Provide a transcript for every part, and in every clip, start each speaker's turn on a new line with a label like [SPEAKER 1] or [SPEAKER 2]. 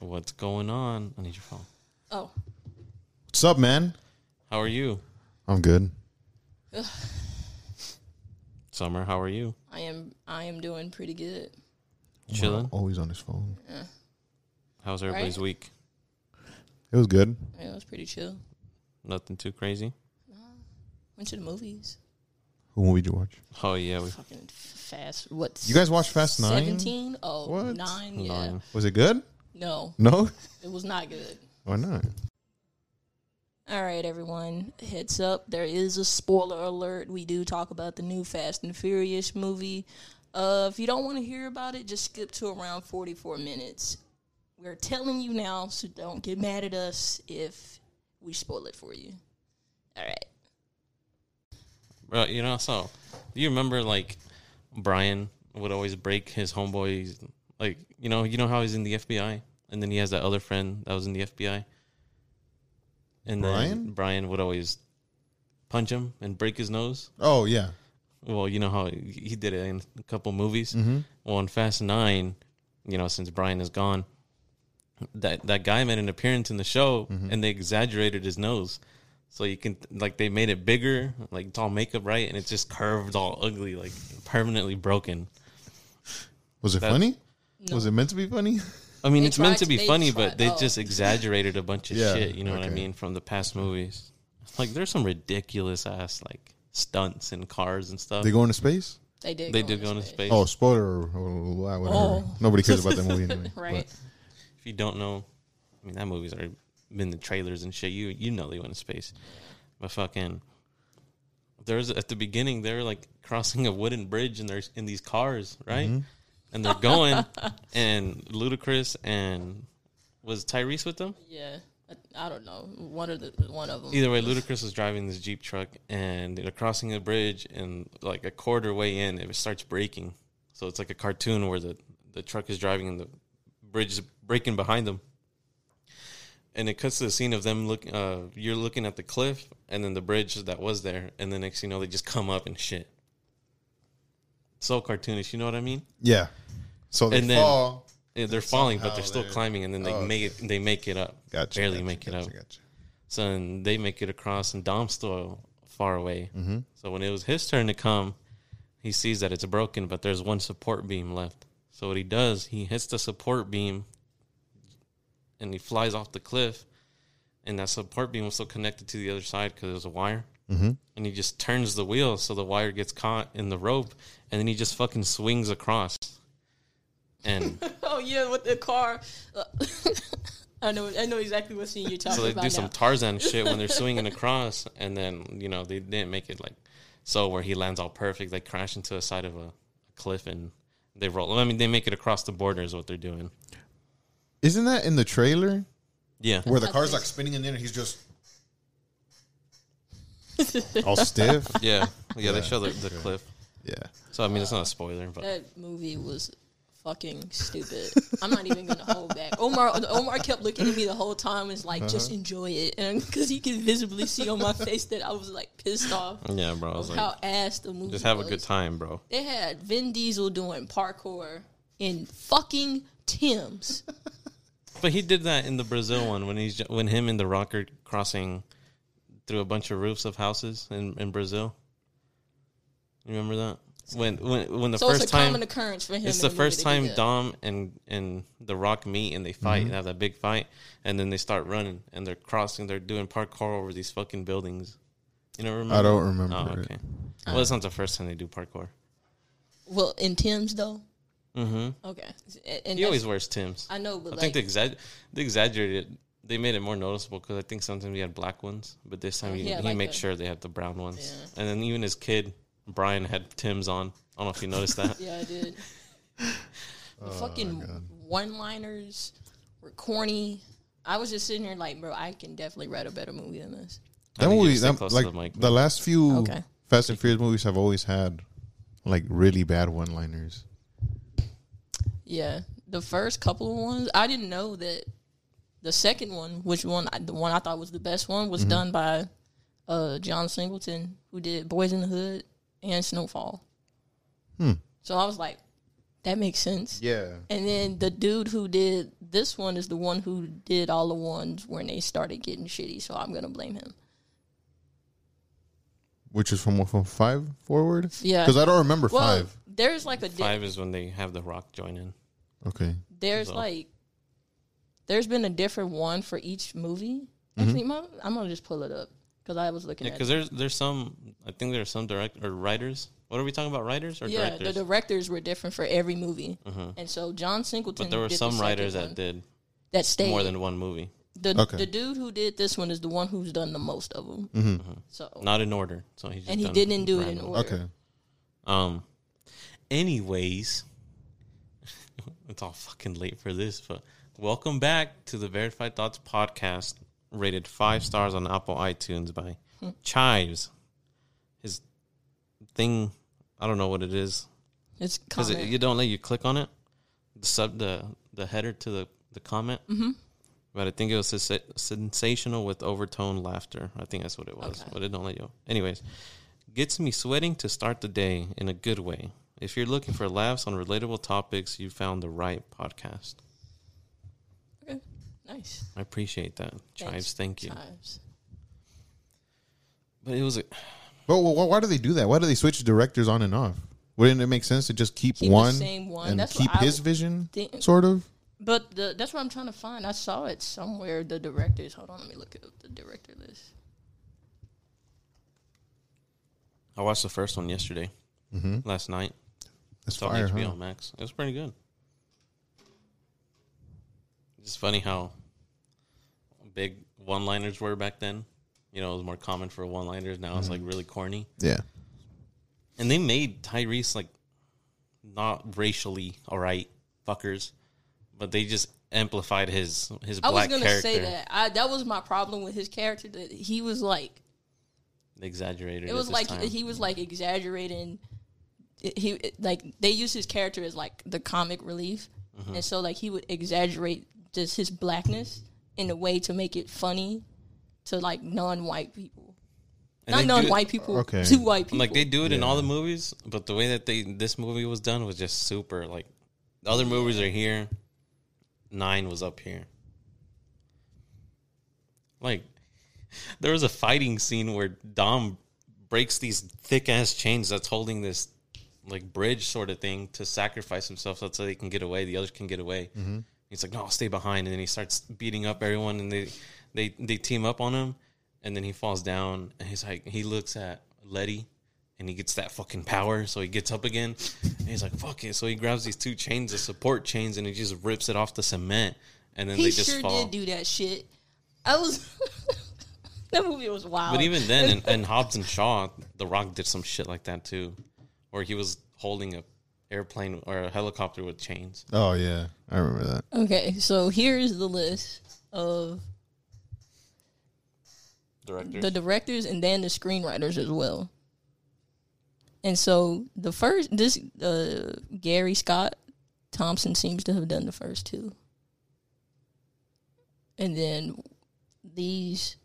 [SPEAKER 1] What's going on? I need your phone.
[SPEAKER 2] Oh,
[SPEAKER 3] What's up, man?
[SPEAKER 1] How are you,
[SPEAKER 3] I'm good.
[SPEAKER 1] Summer? How are you?
[SPEAKER 2] I am. I am doing pretty good.
[SPEAKER 1] Chilling.
[SPEAKER 3] Always on his phone.
[SPEAKER 1] How's everybody's
[SPEAKER 2] Right?
[SPEAKER 1] week?
[SPEAKER 3] It was good.
[SPEAKER 2] Yeah, it was pretty chill.
[SPEAKER 1] Nothing too crazy.
[SPEAKER 2] Went to the movies.
[SPEAKER 3] Who movie did you watch?
[SPEAKER 1] Oh yeah, we
[SPEAKER 2] Fucking fast. What?
[SPEAKER 3] You guys watched Fast Nine?
[SPEAKER 2] Seventeen. Oh,
[SPEAKER 3] What?
[SPEAKER 2] nine. Yeah.
[SPEAKER 1] nine.
[SPEAKER 3] Was it good?
[SPEAKER 2] No,
[SPEAKER 3] No.
[SPEAKER 2] it was not good.
[SPEAKER 3] Why not?
[SPEAKER 2] All right, everyone. Heads up. There is a spoiler alert. We do talk about the new Fast and Furious movie. Uh, if you don't want to hear about it, just skip to around 44 minutes. We're telling you now, so don't get mad at us if we spoil it for you. All right.
[SPEAKER 1] Bro, you know, so do you remember like Brian would always break his homeboys like you know, you know how he's in the FBI and then he has that other friend that was in the FBI. And
[SPEAKER 3] Brian?
[SPEAKER 1] then Brian would always punch him and break his nose.
[SPEAKER 3] Oh yeah.
[SPEAKER 1] Well, you know how he he did it in a couple movies.
[SPEAKER 3] Mm-hmm.
[SPEAKER 1] Well, in Fast 9, you know, since Brian is gone, that that guy made an appearance in the show
[SPEAKER 3] Mm-hmm.
[SPEAKER 1] and they exaggerated his nose. So you can like they made it bigger, like it's all makeup right, and it's just curved all ugly, like permanently broken.
[SPEAKER 3] Was it
[SPEAKER 1] That's-
[SPEAKER 3] funny? Was it meant to be funny?
[SPEAKER 1] I mean,
[SPEAKER 2] They
[SPEAKER 1] it's meant
[SPEAKER 2] tried
[SPEAKER 1] to
[SPEAKER 2] to-
[SPEAKER 1] be
[SPEAKER 2] they
[SPEAKER 1] funny,
[SPEAKER 2] tried-
[SPEAKER 1] but they
[SPEAKER 2] oh.
[SPEAKER 1] just exaggerated a bunch of
[SPEAKER 3] Yeah,
[SPEAKER 1] shit. You know what I
[SPEAKER 3] okay.
[SPEAKER 1] mean from the past movies. Like there's some ridiculous ass like stunts and cars and stuff.
[SPEAKER 3] they go into space?
[SPEAKER 2] They did.
[SPEAKER 1] They
[SPEAKER 2] go
[SPEAKER 1] did
[SPEAKER 2] into
[SPEAKER 1] go into
[SPEAKER 2] space.
[SPEAKER 1] space.
[SPEAKER 3] Oh, spoiler! Or whatever.
[SPEAKER 2] Oh.
[SPEAKER 3] Nobody cares about that movie anyway.
[SPEAKER 2] Right.
[SPEAKER 1] if you don't know, I mean that movie's already been in the trailers and shit. You you know they went to space, but fucking there's at the beginning they're like crossing a wooden bridge and they're in these cars right, and they're going and Ludacris and was Tyrese with them?
[SPEAKER 2] Yeah. I, I don't know. One of the one of them.
[SPEAKER 1] Either way, Ludacris was driving this jeep truck and they're crossing a bridge and like a quarter way in it starts breaking, so it's like a cartoon where the the truck is driving and the bridge is breaking behind them. and it cuts to the scene of them look. Uh, you're looking at the cliff, and then the bridge that was there, and the next thing you know, they just come up and shit. So cartoonish, you know what I mean?
[SPEAKER 3] Yeah. So they
[SPEAKER 1] And then-
[SPEAKER 3] fall.
[SPEAKER 1] Yeah, They're falling, but
[SPEAKER 3] somehow
[SPEAKER 1] they're still
[SPEAKER 3] they're-
[SPEAKER 1] climbing, and then they
[SPEAKER 3] Oh,
[SPEAKER 1] make it. They make it up.
[SPEAKER 3] Gotcha.
[SPEAKER 1] Barely
[SPEAKER 3] gotcha,
[SPEAKER 1] make it
[SPEAKER 3] gotcha,
[SPEAKER 1] up.
[SPEAKER 3] Gotcha.
[SPEAKER 1] So then they make it across, and Dom's still far away. Mm-hmm. So when it was his turn to come, he sees that it's broken, but there's one support beam left. So what he does, he hits the support beam, and he flies off the cliff. And that support beam was still connected to the other side because there's a wire. Mm-hmm. And he just turns the wheel so the wire gets caught in the rope, and then he just fucking swings across. And
[SPEAKER 2] Oh yeah, with the car. Uh, I know. I know exactly what scene you're talking
[SPEAKER 1] so they
[SPEAKER 2] about
[SPEAKER 1] do
[SPEAKER 2] now.
[SPEAKER 1] some Tarzan shit when they're swinging across, and then you know they didn't make it like so where he lands all perfect. They crash into the side of a cliff and they roll. I mean, they make it across the border is what they're doing.
[SPEAKER 3] Isn't that in the trailer
[SPEAKER 1] Yeah,
[SPEAKER 3] where the car's like spinning in there and he's just all stiff?
[SPEAKER 1] yeah, yeah. They show the, the cliff.
[SPEAKER 3] Yeah.
[SPEAKER 1] So I mean, it's not a spoiler, but
[SPEAKER 2] that movie was fucking stupid. I'm not even gonna hold back. Omar Omar kept looking at me the whole time. and was like,
[SPEAKER 1] Uh-huh.
[SPEAKER 2] just enjoy it, and because he could visibly see on my face that I was like pissed off
[SPEAKER 1] yeah, bro. I was
[SPEAKER 2] of
[SPEAKER 1] like,
[SPEAKER 2] how ass the movie.
[SPEAKER 1] just have a
[SPEAKER 2] was.
[SPEAKER 1] good time, bro.
[SPEAKER 2] They had Vin Diesel doing parkour in fucking Tim's.
[SPEAKER 1] But he did that in the Brazil one when he's when him and the rocker crossing through a bunch of roofs of houses in, in Brazil. You remember that when when when the
[SPEAKER 2] So
[SPEAKER 1] first
[SPEAKER 2] it's a
[SPEAKER 1] time
[SPEAKER 2] common occurrence for him.
[SPEAKER 1] It's
[SPEAKER 2] in
[SPEAKER 1] the
[SPEAKER 2] movie
[SPEAKER 1] first
[SPEAKER 2] to do
[SPEAKER 1] time
[SPEAKER 2] that.
[SPEAKER 1] Dom and and The Rock meet and they fight
[SPEAKER 3] Mm-hmm.
[SPEAKER 1] and have that big fight, and then they start running and they're crossing, they're doing parkour over these fucking buildings. You know, remember?
[SPEAKER 3] I don't remember.
[SPEAKER 1] Oh,
[SPEAKER 3] it.
[SPEAKER 2] Uh.
[SPEAKER 1] okay. Well, it's not the first time they do parkour.
[SPEAKER 2] Well, in Tim's though.
[SPEAKER 1] Mhm.
[SPEAKER 2] Okay. And,
[SPEAKER 1] He
[SPEAKER 2] and that's-
[SPEAKER 1] always wears Tim's. I,
[SPEAKER 2] I know, but
[SPEAKER 1] think
[SPEAKER 2] like,
[SPEAKER 1] they, exag- they exaggerated. it. They made it more noticeable because I think sometimes he had black ones, but this time he,
[SPEAKER 2] he had
[SPEAKER 1] he
[SPEAKER 2] like
[SPEAKER 1] made
[SPEAKER 2] a-
[SPEAKER 1] sure they had the brown ones.
[SPEAKER 2] Yeah.
[SPEAKER 1] And then even his kid Brian had Tim's on. I don't know if you noticed that.
[SPEAKER 2] yeah, I did. the fucking one-liners were corny. I was just sitting here like, bro, I can definitely write a better movie than this.
[SPEAKER 3] That
[SPEAKER 1] think you
[SPEAKER 3] movie,
[SPEAKER 1] just stay
[SPEAKER 3] that,
[SPEAKER 1] close to
[SPEAKER 3] like
[SPEAKER 1] the mic,
[SPEAKER 3] the last few
[SPEAKER 2] Okay.
[SPEAKER 3] Fast and Furious movies have always had like really bad one-liners.
[SPEAKER 2] Yeah, the first couple of ones, I didn't know that. The second one, which one, I- the one I thought was the best one, was done by uh, John Singleton, who did Boys in the Hood and Snowfall. So I was like, that makes sense.
[SPEAKER 3] Yeah.
[SPEAKER 2] And then the dude who did this one is the one who did all the ones when they started getting shitty, so I'm gonna blame him.
[SPEAKER 3] Which is from from five forward.
[SPEAKER 2] Yeah.
[SPEAKER 3] Because I don't remember
[SPEAKER 2] Well,
[SPEAKER 3] five.
[SPEAKER 2] there's like a di-
[SPEAKER 1] Five is when they have the rock join in.
[SPEAKER 3] Okay.
[SPEAKER 2] there's
[SPEAKER 1] So-
[SPEAKER 2] like there's been a different one for each movie.
[SPEAKER 3] Mm-hmm.
[SPEAKER 2] Actually, my, I'm gonna just pull it up because I was looking
[SPEAKER 1] Yeah,
[SPEAKER 2] at
[SPEAKER 1] because there's there's some. I think there are some direct or writers. What are we talking about? Writers or
[SPEAKER 2] yeah,
[SPEAKER 1] directors? Mm-hmm.
[SPEAKER 2] the directors were different for every movie, and so John Singleton.
[SPEAKER 1] but there were
[SPEAKER 2] did the
[SPEAKER 1] some
[SPEAKER 2] second
[SPEAKER 1] writers
[SPEAKER 2] one
[SPEAKER 1] that did
[SPEAKER 2] that stayed.
[SPEAKER 1] more than one movie,
[SPEAKER 2] the
[SPEAKER 3] Okay. Mm-hmm.
[SPEAKER 2] the dude who did this one is the one who's done the most of them. So
[SPEAKER 1] Mm-hmm. not in order. So he just
[SPEAKER 2] and he
[SPEAKER 1] done
[SPEAKER 2] didn't do it in
[SPEAKER 1] random.
[SPEAKER 2] order.
[SPEAKER 3] Okay.
[SPEAKER 1] Um. Anyways, it's all fucking late for this, but welcome back to the Verified Thoughts podcast, rated five stars on Apple iTunes by
[SPEAKER 2] Hmm.
[SPEAKER 1] Chives. His thing, I don't know what it e- is
[SPEAKER 2] It's
[SPEAKER 1] because
[SPEAKER 2] comment.
[SPEAKER 1] you don't let you click on it. The sub the the header to the the comment. Mm-hmm. But I think it was sens- sensational with overtone laughter. I think that's what it was. But it don't let you. Anyways, gets me sweating to start the day in a good way. If you're looking for laughs on relatable topics, you found the right podcast.
[SPEAKER 2] okay. Nice.
[SPEAKER 1] I appreciate that, Chives. Thank you.
[SPEAKER 2] Chives.
[SPEAKER 1] But it was a,
[SPEAKER 3] But wh- why do they do that? Why do they switch directors on and off? Wouldn't it make sense to just keep,
[SPEAKER 2] Keep the
[SPEAKER 3] one
[SPEAKER 2] same one.
[SPEAKER 3] and
[SPEAKER 2] That's what
[SPEAKER 3] keep
[SPEAKER 2] I
[SPEAKER 3] his
[SPEAKER 2] would
[SPEAKER 3] vision,
[SPEAKER 2] think.
[SPEAKER 3] sort of?
[SPEAKER 2] But the, that's what I'm trying to find. I saw it somewhere. The directors. Hold on, let me look up the director list.
[SPEAKER 1] I watched the first one yesterday, mm-hmm. last night.
[SPEAKER 3] That's
[SPEAKER 1] It's on
[SPEAKER 3] fire,
[SPEAKER 1] HBO
[SPEAKER 3] huh?
[SPEAKER 1] Max. It was pretty good. It's funny how big one-liners were back then. You know, it was more common for one-liners. Now it's like
[SPEAKER 3] Mm-hmm.
[SPEAKER 1] really corny.
[SPEAKER 3] Yeah.
[SPEAKER 1] And they made Tyrese like not racially all right fuckers, but they just amplified his his
[SPEAKER 2] I was
[SPEAKER 1] black
[SPEAKER 2] gonna
[SPEAKER 1] character.
[SPEAKER 2] say that. I that was my problem with his character. That he was like.
[SPEAKER 1] They exaggerated.
[SPEAKER 2] It was like he was like exaggerating. He like they use his character as like the comic relief,
[SPEAKER 1] Mm-hmm.
[SPEAKER 2] and so like he would exaggerate just his blackness in a way to make it funny to like non-white people, not non-white people,
[SPEAKER 3] okay.
[SPEAKER 2] to white people.
[SPEAKER 1] Like they do it in all the movies, but the way that they this movie was done was just super. Like the other movies are here, nine was up here. Like there was a fighting scene where Dom breaks these thick ass chains that's holding this like bridge sort of thing to sacrifice himself so so they can get away. The others can get away. He's like, no, I'll stay behind, and then he starts beating up everyone, and they they they team up on him, and then he falls down, and he's like, he looks at Letty. And he gets that fucking power, so he gets up again, and he's like, "Fuck it!" So he grabs these two chains, the support chains, and he just rips it off the cement, and then
[SPEAKER 2] he
[SPEAKER 1] they just
[SPEAKER 2] sure
[SPEAKER 1] fall.
[SPEAKER 2] did do that shit. I was that movie was wild.
[SPEAKER 1] But even then, in, in Hobbs and Shaw, The Rock did some shit like that too, where he was holding a airplane or a helicopter with chains.
[SPEAKER 3] Oh, yeah. I remember that.
[SPEAKER 2] okay, so here is the list of
[SPEAKER 1] Director,
[SPEAKER 2] the directors and then the screenwriters as well. And so the first this uh, Gary Scott Thompson seems to have done the first two. And then these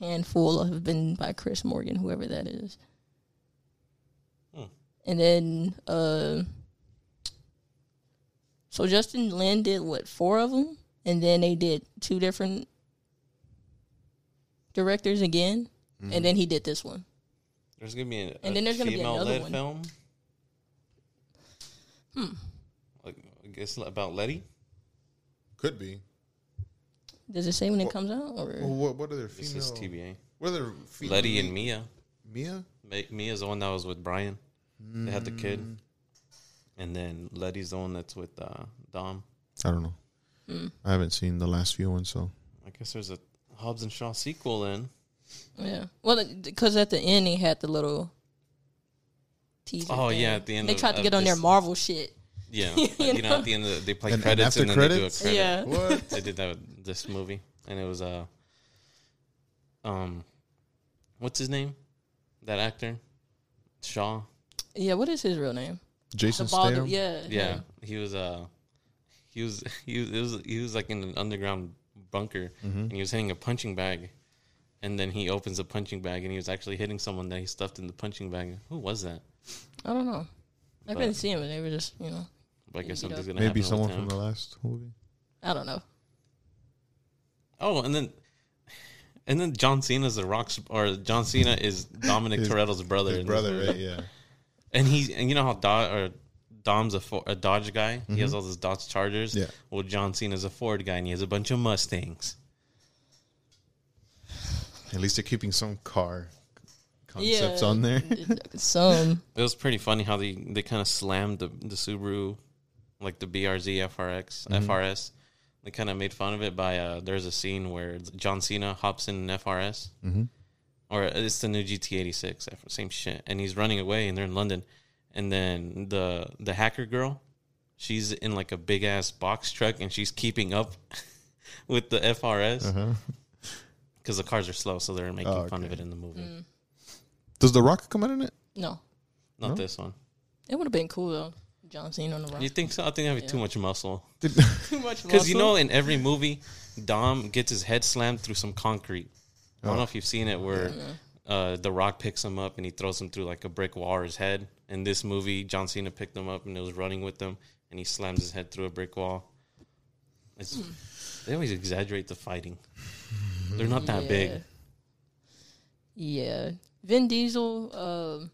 [SPEAKER 2] handful have been by Chris Morgan, whoever that is. And then uh, so Justin Lin did what four of them, and then they did two different directors again, and then he did this one.
[SPEAKER 1] there's gonna be a,
[SPEAKER 2] And then there's gonna be
[SPEAKER 1] female led
[SPEAKER 2] another one. Hmm.
[SPEAKER 1] film. Like, I guess about Letty.
[SPEAKER 3] Could be.
[SPEAKER 2] Does it say when it comes out?
[SPEAKER 3] Well,
[SPEAKER 2] Or
[SPEAKER 3] what, what are their
[SPEAKER 1] This
[SPEAKER 3] female?
[SPEAKER 1] is TBA.
[SPEAKER 3] What are their female?
[SPEAKER 1] Letty and Mia.
[SPEAKER 3] Mia?
[SPEAKER 1] Ma- Mia's the one that was with Brian. They had the
[SPEAKER 3] Mm.
[SPEAKER 1] kid, and then Letty's the one that's with uh, Dom.
[SPEAKER 3] I don't know.
[SPEAKER 2] Hmm,
[SPEAKER 3] I haven't seen the last few ones, so.
[SPEAKER 1] I guess there's a Hobbs and Shaw sequel then.
[SPEAKER 2] yeah, well, because at the end he had the little teaser.
[SPEAKER 1] Oh,
[SPEAKER 2] thing.
[SPEAKER 1] yeah, at the end
[SPEAKER 2] they
[SPEAKER 1] of-
[SPEAKER 2] tried to
[SPEAKER 1] of
[SPEAKER 2] get on their
[SPEAKER 1] this-
[SPEAKER 2] Marvel shit.
[SPEAKER 1] Yeah, like, you know, at the end of the, they play
[SPEAKER 3] And- and
[SPEAKER 1] credits
[SPEAKER 3] after
[SPEAKER 1] and, then
[SPEAKER 3] credits?
[SPEAKER 1] they do a credit.
[SPEAKER 2] Yeah,
[SPEAKER 3] What?
[SPEAKER 1] they did that with this movie, and it was uh, um, what's his name? That actor, Shaw.
[SPEAKER 2] yeah. What is his real name? The
[SPEAKER 3] Jason
[SPEAKER 2] bald.
[SPEAKER 3] Statham?
[SPEAKER 2] Yeah,
[SPEAKER 1] Yeah, he was uh, he was he was, it was he was like in an underground bunker,
[SPEAKER 3] Mm-hmm.
[SPEAKER 1] and he was hitting a punching bag, and then he opens the punching bag, and he was actually hitting someone that he stuffed in the punching bag. Who was that?
[SPEAKER 2] I don't know. I
[SPEAKER 1] But-
[SPEAKER 2] couldn't see him, but they were just you know.
[SPEAKER 1] But I guess
[SPEAKER 2] You know.
[SPEAKER 1] something's gonna
[SPEAKER 3] Maybe
[SPEAKER 1] happen
[SPEAKER 3] someone
[SPEAKER 1] with him.
[SPEAKER 3] from the last movie.
[SPEAKER 2] I don't know.
[SPEAKER 1] Oh, and then and then John Cena's the Rock's or John Cena is Dominic
[SPEAKER 3] His-
[SPEAKER 1] Toretto's brother.
[SPEAKER 3] His
[SPEAKER 1] in this
[SPEAKER 3] brother,
[SPEAKER 1] movie.
[SPEAKER 3] right? Yeah.
[SPEAKER 1] And he and you know how Dod or Dom's a, Fo- a Dodge guy. He has all those Dodge Chargers.
[SPEAKER 3] Yeah.
[SPEAKER 1] Well, John Cena's a Ford guy, and he has a bunch of Mustangs.
[SPEAKER 3] At least they're keeping some car concepts
[SPEAKER 2] Yeah.
[SPEAKER 3] on there.
[SPEAKER 2] Some.
[SPEAKER 1] It was pretty funny how they they kind of slammed the the Subaru, like the BRZ FRX
[SPEAKER 3] Mm-hmm.
[SPEAKER 1] FRS. They kind of made fun of it by uh, there's a scene where John Cena hops in an FRS,
[SPEAKER 3] Mm-hmm.
[SPEAKER 1] or it's the new GT86, same shit, and he's running away, and they're in London, and then the the hacker girl, she's in like a big ass box truck, and she's keeping up with the FRS
[SPEAKER 3] Uh-huh.
[SPEAKER 1] because the cars are slow, so they're making
[SPEAKER 3] Oh,
[SPEAKER 1] fun of it
[SPEAKER 3] okay.
[SPEAKER 1] in the movie.
[SPEAKER 3] Does The Rock come out in it?
[SPEAKER 2] No.
[SPEAKER 1] Not this one.
[SPEAKER 2] It would have been cool though. John Cena on the rock.
[SPEAKER 1] You think so? I think that'd be too much muscle.
[SPEAKER 2] Too much
[SPEAKER 1] Because you know, in every movie, Dom gets his head slammed through some concrete. I don't know if you've seen it where uh, The Rock picks him up and he throws him through like a brick wall or his head. In this movie, John Cena picked him up and it was running with him and he slams his head through a brick wall. It's,
[SPEAKER 2] Hmm.
[SPEAKER 1] They always exaggerate the fighting. They're not that big.
[SPEAKER 2] Yeah. Yeah. Vin Diesel, um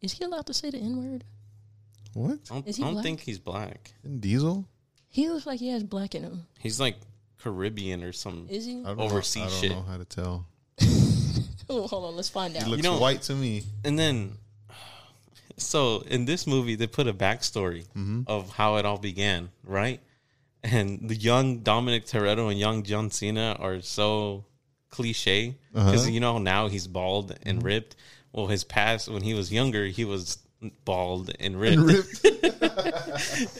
[SPEAKER 2] is he allowed to say the N word?
[SPEAKER 3] What?
[SPEAKER 1] I don't,
[SPEAKER 2] Is he
[SPEAKER 1] I don't
[SPEAKER 2] black?
[SPEAKER 1] think he's black.
[SPEAKER 3] Vin Diesel?
[SPEAKER 2] He looks like he has black in him.
[SPEAKER 1] He's like Caribbean or some.
[SPEAKER 2] Is he?
[SPEAKER 3] I don't
[SPEAKER 1] Overseas
[SPEAKER 3] know. I don't
[SPEAKER 1] shit.
[SPEAKER 3] know how to tell.
[SPEAKER 2] Oh, hold on, let's find
[SPEAKER 3] He
[SPEAKER 2] out.
[SPEAKER 3] looks
[SPEAKER 1] know-
[SPEAKER 3] white to me.
[SPEAKER 1] and then so in this movie they put a backstory of how it all began right and the young dominic toretto and young john cena are so cliche because you know now he's bald and ripped well his past when he was younger he was bald and ripped and,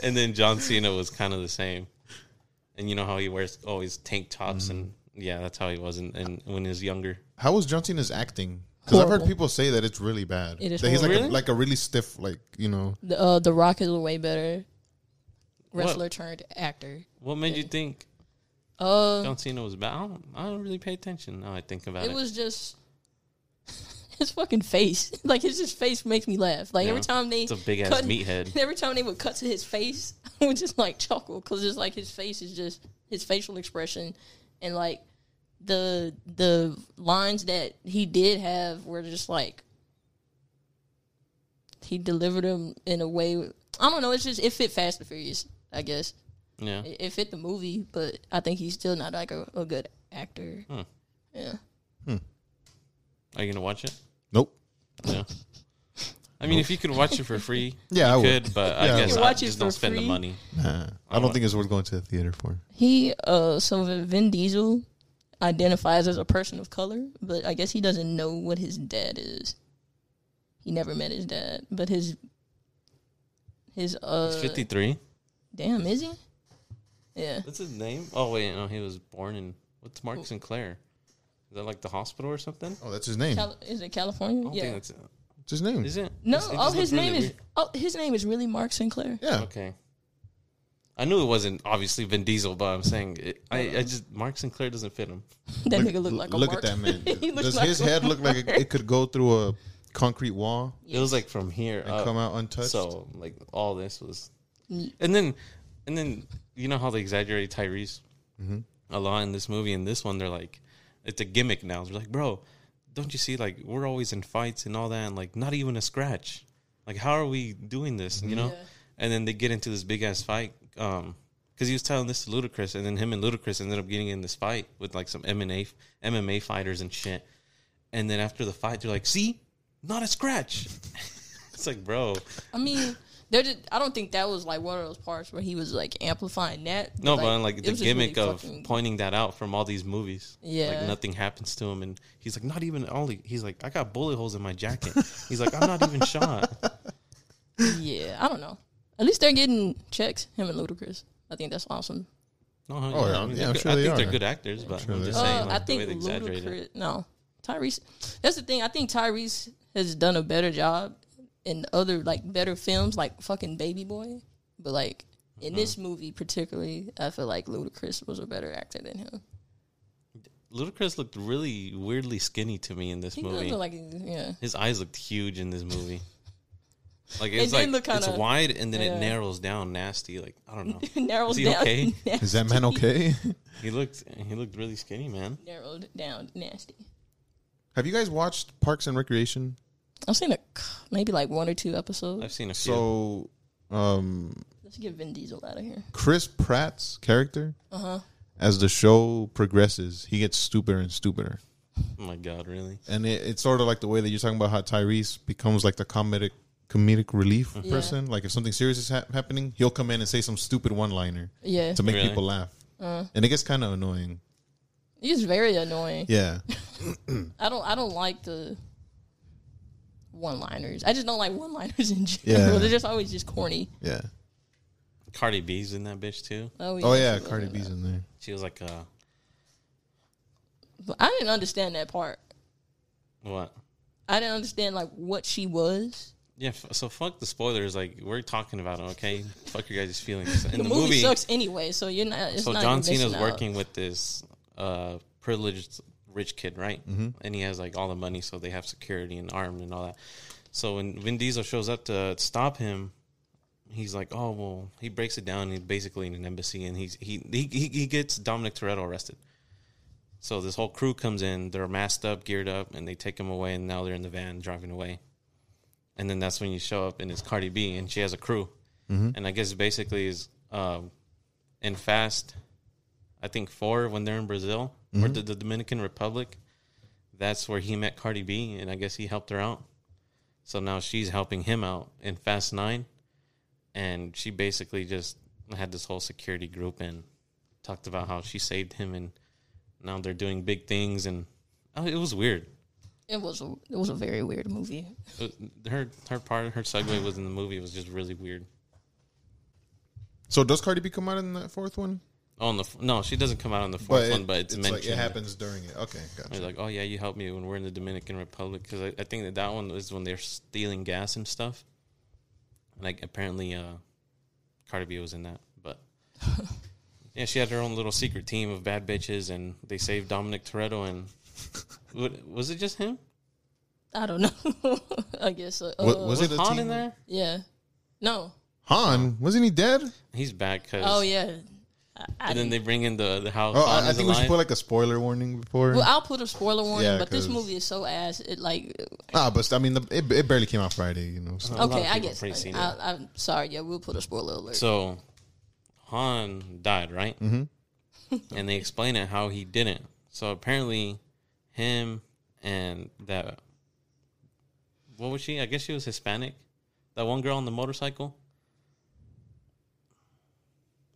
[SPEAKER 1] then john cena was kind of the same and you know how he wears always tank tops and yeah that's how he was in, in, when he was younger
[SPEAKER 3] How was John Cena's acting? Because I've heard
[SPEAKER 2] Horrible.
[SPEAKER 3] people say that it's really bad.
[SPEAKER 2] It is
[SPEAKER 3] that he's like
[SPEAKER 1] horrible.
[SPEAKER 3] a, like a really stiff, like you know.
[SPEAKER 2] The, uh, the Rock is a way better wrestler
[SPEAKER 1] What?
[SPEAKER 2] turned actor.
[SPEAKER 1] what made you think
[SPEAKER 2] Uh,
[SPEAKER 1] John Cena was bad. I don't, I don't really pay attention now. I think about it.
[SPEAKER 2] it was just his fucking face. like his just face makes me laugh. Like every
[SPEAKER 1] Yeah.
[SPEAKER 2] time they
[SPEAKER 1] It's a big ass
[SPEAKER 2] cut-
[SPEAKER 1] meathead.
[SPEAKER 2] Every time they would cut to his face, I would just like chuckle because it's like his face is just his facial expression and like the the lines that he did have were just like he delivered them in a way. I don't know. It's just it fit Fast and Furious, I guess.
[SPEAKER 1] Yeah,
[SPEAKER 2] It, it fit the movie, but I think he's still not like a, a good actor.
[SPEAKER 1] Hmm.
[SPEAKER 2] Yeah.
[SPEAKER 1] are you gonna watch it?
[SPEAKER 3] Hmm. Nope.
[SPEAKER 1] Yeah. I mean, if you could watch it for free,
[SPEAKER 3] Yeah,
[SPEAKER 1] you
[SPEAKER 3] I would.
[SPEAKER 1] could. But
[SPEAKER 3] Yeah, I
[SPEAKER 1] I guess
[SPEAKER 2] would.
[SPEAKER 1] I
[SPEAKER 2] Watch it
[SPEAKER 1] just
[SPEAKER 2] for
[SPEAKER 1] don't spend
[SPEAKER 2] free?
[SPEAKER 1] the money.
[SPEAKER 3] Nah. I don't think it's worth going to the theater for.
[SPEAKER 2] He uh so Vin- Vin Diesel identifies as a person of color, but I guess he doesn't know what his dad is. He never met his dad, but his his uh
[SPEAKER 1] He's fifty three.
[SPEAKER 2] damn is he? Yeah.
[SPEAKER 1] What's his name? Oh wait, no, he was born in what's
[SPEAKER 2] Oh.
[SPEAKER 1] Mark Sinclair? Is that like the hospital or something?
[SPEAKER 3] Oh, that's his name.
[SPEAKER 2] Cal- is it California?
[SPEAKER 1] Hmm. I don't
[SPEAKER 2] yeah.
[SPEAKER 1] think that's
[SPEAKER 3] It's his name.
[SPEAKER 1] is it.
[SPEAKER 2] No,
[SPEAKER 1] It's- it
[SPEAKER 2] oh
[SPEAKER 1] just
[SPEAKER 2] his
[SPEAKER 1] looked really
[SPEAKER 2] name is
[SPEAKER 1] weird.
[SPEAKER 2] oh his name is really Mark Sinclair.
[SPEAKER 3] Yeah.
[SPEAKER 1] okay. I knew it wasn't obviously Vin Diesel, but I'm saying it, I, I just Mark Sinclair doesn't fit him.
[SPEAKER 2] That nigga look like a
[SPEAKER 3] look
[SPEAKER 2] Mark.
[SPEAKER 3] at that man.
[SPEAKER 2] He looks
[SPEAKER 3] Does
[SPEAKER 2] like
[SPEAKER 3] his
[SPEAKER 2] a
[SPEAKER 3] head look like it, it could go through a concrete wall
[SPEAKER 1] It was like from here
[SPEAKER 3] and
[SPEAKER 1] up.
[SPEAKER 3] come out untouched?
[SPEAKER 1] Uh, So like all this was, and then and then you know how they exaggerate Tyrese a lot in this movie. In this one, they're like, it's a gimmick now. They're like, bro, don't you see? Like we're always in fights and all that, and like not even a scratch. Like how are we doing this? You know? And then they get into this big ass fight. Um, because he was telling this to Ludacris, and then him and Ludacris ended up getting in this fight with like some MMA MMA fighters and shit. And then after the fight, they're like, "See, not a scratch." it's like, bro,
[SPEAKER 2] I mean, there did. I don't think that was like one of those parts where he was like amplifying that.
[SPEAKER 1] No, but like
[SPEAKER 2] it
[SPEAKER 1] the
[SPEAKER 2] was just really
[SPEAKER 1] gimmick of
[SPEAKER 2] fucking-
[SPEAKER 1] pointing that out from all these movies.
[SPEAKER 2] Yeah.
[SPEAKER 1] Like nothing happens to him and he's like not even only he's like I got bullet holes in my jacket. he's like I'm not even shot.
[SPEAKER 2] Yeah, I don't know. At least they're getting checks. Him and Ludacris. I think that's awesome.
[SPEAKER 1] No,
[SPEAKER 3] Oh, yeah, yeah,
[SPEAKER 1] they're
[SPEAKER 3] I'm
[SPEAKER 1] good-
[SPEAKER 3] sure
[SPEAKER 1] I
[SPEAKER 3] they
[SPEAKER 1] think
[SPEAKER 3] are.
[SPEAKER 1] they're good actors, but
[SPEAKER 3] sure
[SPEAKER 1] I'm
[SPEAKER 3] they
[SPEAKER 1] just
[SPEAKER 3] are.
[SPEAKER 1] saying
[SPEAKER 2] Uh,
[SPEAKER 1] like
[SPEAKER 2] I
[SPEAKER 1] the way
[SPEAKER 2] think
[SPEAKER 1] they exaggerate it.
[SPEAKER 2] Ludacris. No, Tyrese. That's the thing. I think Tyrese has done a better job in other like better films, like fucking Baby Boy. But like
[SPEAKER 1] Mm-hmm.
[SPEAKER 2] in this movie particularly, I feel like Ludacris was a better actor than him.
[SPEAKER 1] Ludacris looked really weirdly skinny to me in this
[SPEAKER 2] He does
[SPEAKER 1] movie.
[SPEAKER 2] look like yeah.
[SPEAKER 1] His eyes looked huge in this movie. Like it's
[SPEAKER 2] did
[SPEAKER 1] like
[SPEAKER 2] look
[SPEAKER 1] it's
[SPEAKER 2] kinda-
[SPEAKER 1] wide and then
[SPEAKER 2] yeah.
[SPEAKER 1] it narrows down nasty. Like I don't know.
[SPEAKER 2] narrows
[SPEAKER 1] Is he
[SPEAKER 2] down.
[SPEAKER 1] okay?
[SPEAKER 3] Is that man okay?
[SPEAKER 1] he looked he looked really skinny, man.
[SPEAKER 2] Narrowed down, nasty.
[SPEAKER 3] Have you guys watched Parks and Recreation?
[SPEAKER 2] I've seen a maybe like one or two episodes.
[SPEAKER 1] I've seen a few.
[SPEAKER 3] So, um,
[SPEAKER 2] Let's get Vin Diesel out of here.
[SPEAKER 3] Chris Pratt's character,
[SPEAKER 2] Uh-huh.
[SPEAKER 3] as the show progresses, he gets stupider and stupider.
[SPEAKER 1] oh my god, really?
[SPEAKER 3] And it, it's sort of like the way that you're talking about how Tyrese becomes like the comedic comedic relief
[SPEAKER 2] Yeah.
[SPEAKER 3] person. Like if something serious is hap happening, he'll come in and say some stupid one liner
[SPEAKER 2] Yeah,
[SPEAKER 3] to make
[SPEAKER 1] Really?
[SPEAKER 3] people laugh.
[SPEAKER 2] Uh.
[SPEAKER 3] and it gets kind of annoying.
[SPEAKER 2] he's very annoying.
[SPEAKER 3] Yeah.
[SPEAKER 2] I don't I don't like the one liners. I just don't like one liners in general.
[SPEAKER 3] Yeah.
[SPEAKER 2] They're just always just corny.
[SPEAKER 3] Yeah.
[SPEAKER 1] Cardi B's in that bitch too.
[SPEAKER 3] Oh
[SPEAKER 2] she
[SPEAKER 3] yeah,
[SPEAKER 2] was
[SPEAKER 3] Cardi
[SPEAKER 2] in
[SPEAKER 3] B's
[SPEAKER 2] that.
[SPEAKER 3] in there.
[SPEAKER 1] She was like uh
[SPEAKER 2] But I didn't understand that part.
[SPEAKER 1] what?
[SPEAKER 2] I didn't understand like what she was.
[SPEAKER 1] Yeah, f- so fuck the spoilers. Like we're talking about it, okay? fuck your guys' feelings. In the,
[SPEAKER 2] the movie, sucks anyway, so you're not. It's
[SPEAKER 1] so
[SPEAKER 2] not
[SPEAKER 1] John
[SPEAKER 2] you're missing
[SPEAKER 1] Cena's
[SPEAKER 2] out.
[SPEAKER 1] working with this uh, privileged rich kid, right? And he has like all the money, so they have security and armed and all that. So when Vin Diesel shows up to stop him, he's like, "Oh well." He breaks it down. He's basically in an embassy, and he's he he he he gets Dominic Toretto arrested. So this whole crew comes in. They're masked up, geared up, and they take him away. And now they're in the van driving away. And then that's when you show up, and it's Cardi B, and she has a crew. And I guess basically is um, in Fast, I think four when they're in Brazil
[SPEAKER 3] Mm-hmm.
[SPEAKER 1] or the, the Dominican Republic. That's where he met Cardi B, and I guess he helped her out. So now she's helping him out in Fast Nine, and she basically just had this whole security group and talked about how she saved him, and now they're doing big things, and oh, it was weird.
[SPEAKER 2] It was a, it was a very weird movie.
[SPEAKER 1] It was- her her part her segue was in the movie was just really weird.
[SPEAKER 3] So does Cardi B come out in that fourth one?
[SPEAKER 1] Oh, On the f- no, she doesn't come out on the fourth one, but it's, mentioned.
[SPEAKER 3] like it happens during it. Okay,
[SPEAKER 1] They're
[SPEAKER 3] gotcha.
[SPEAKER 1] like, oh yeah, you helped me when we're in the Dominican Republic because I, I think that that one is when they're stealing gas and stuff. And like apparently, uh, Cardi B was in that, but yeah, she had her own little secret team of bad bitches, and they saved Dominic Toretto. And what, was it just him?
[SPEAKER 2] I don't know. I guess. so. Uh,
[SPEAKER 3] Wa- was
[SPEAKER 1] Was
[SPEAKER 3] it a
[SPEAKER 1] Han
[SPEAKER 3] team?
[SPEAKER 1] in there?
[SPEAKER 2] Yeah. No.
[SPEAKER 3] Han wasn't he dead?
[SPEAKER 1] He's back because.
[SPEAKER 2] Oh yeah. I, I
[SPEAKER 1] And then
[SPEAKER 2] didn't-
[SPEAKER 1] they bring in the the house.
[SPEAKER 3] Oh, I, I think we should put like a spoiler warning before.
[SPEAKER 2] well, I'll put a spoiler warning,
[SPEAKER 3] Yeah,
[SPEAKER 2] but this
[SPEAKER 3] 'cause-
[SPEAKER 2] movie is so ass. It like
[SPEAKER 3] ah, but I mean, the, it, it barely came out Friday, you know.
[SPEAKER 1] A
[SPEAKER 3] So.
[SPEAKER 1] lot of
[SPEAKER 2] okay, I Uh,
[SPEAKER 1] people
[SPEAKER 2] guess.
[SPEAKER 1] pretty seen it.
[SPEAKER 2] I, I'm sorry. Yeah, we'll put a spoiler alert.
[SPEAKER 1] So Han died, right? Mm-hmm. and they explain it how he didn't. So apparently, him and that what was she? I guess she was Hispanic. That one girl on the motorcycle.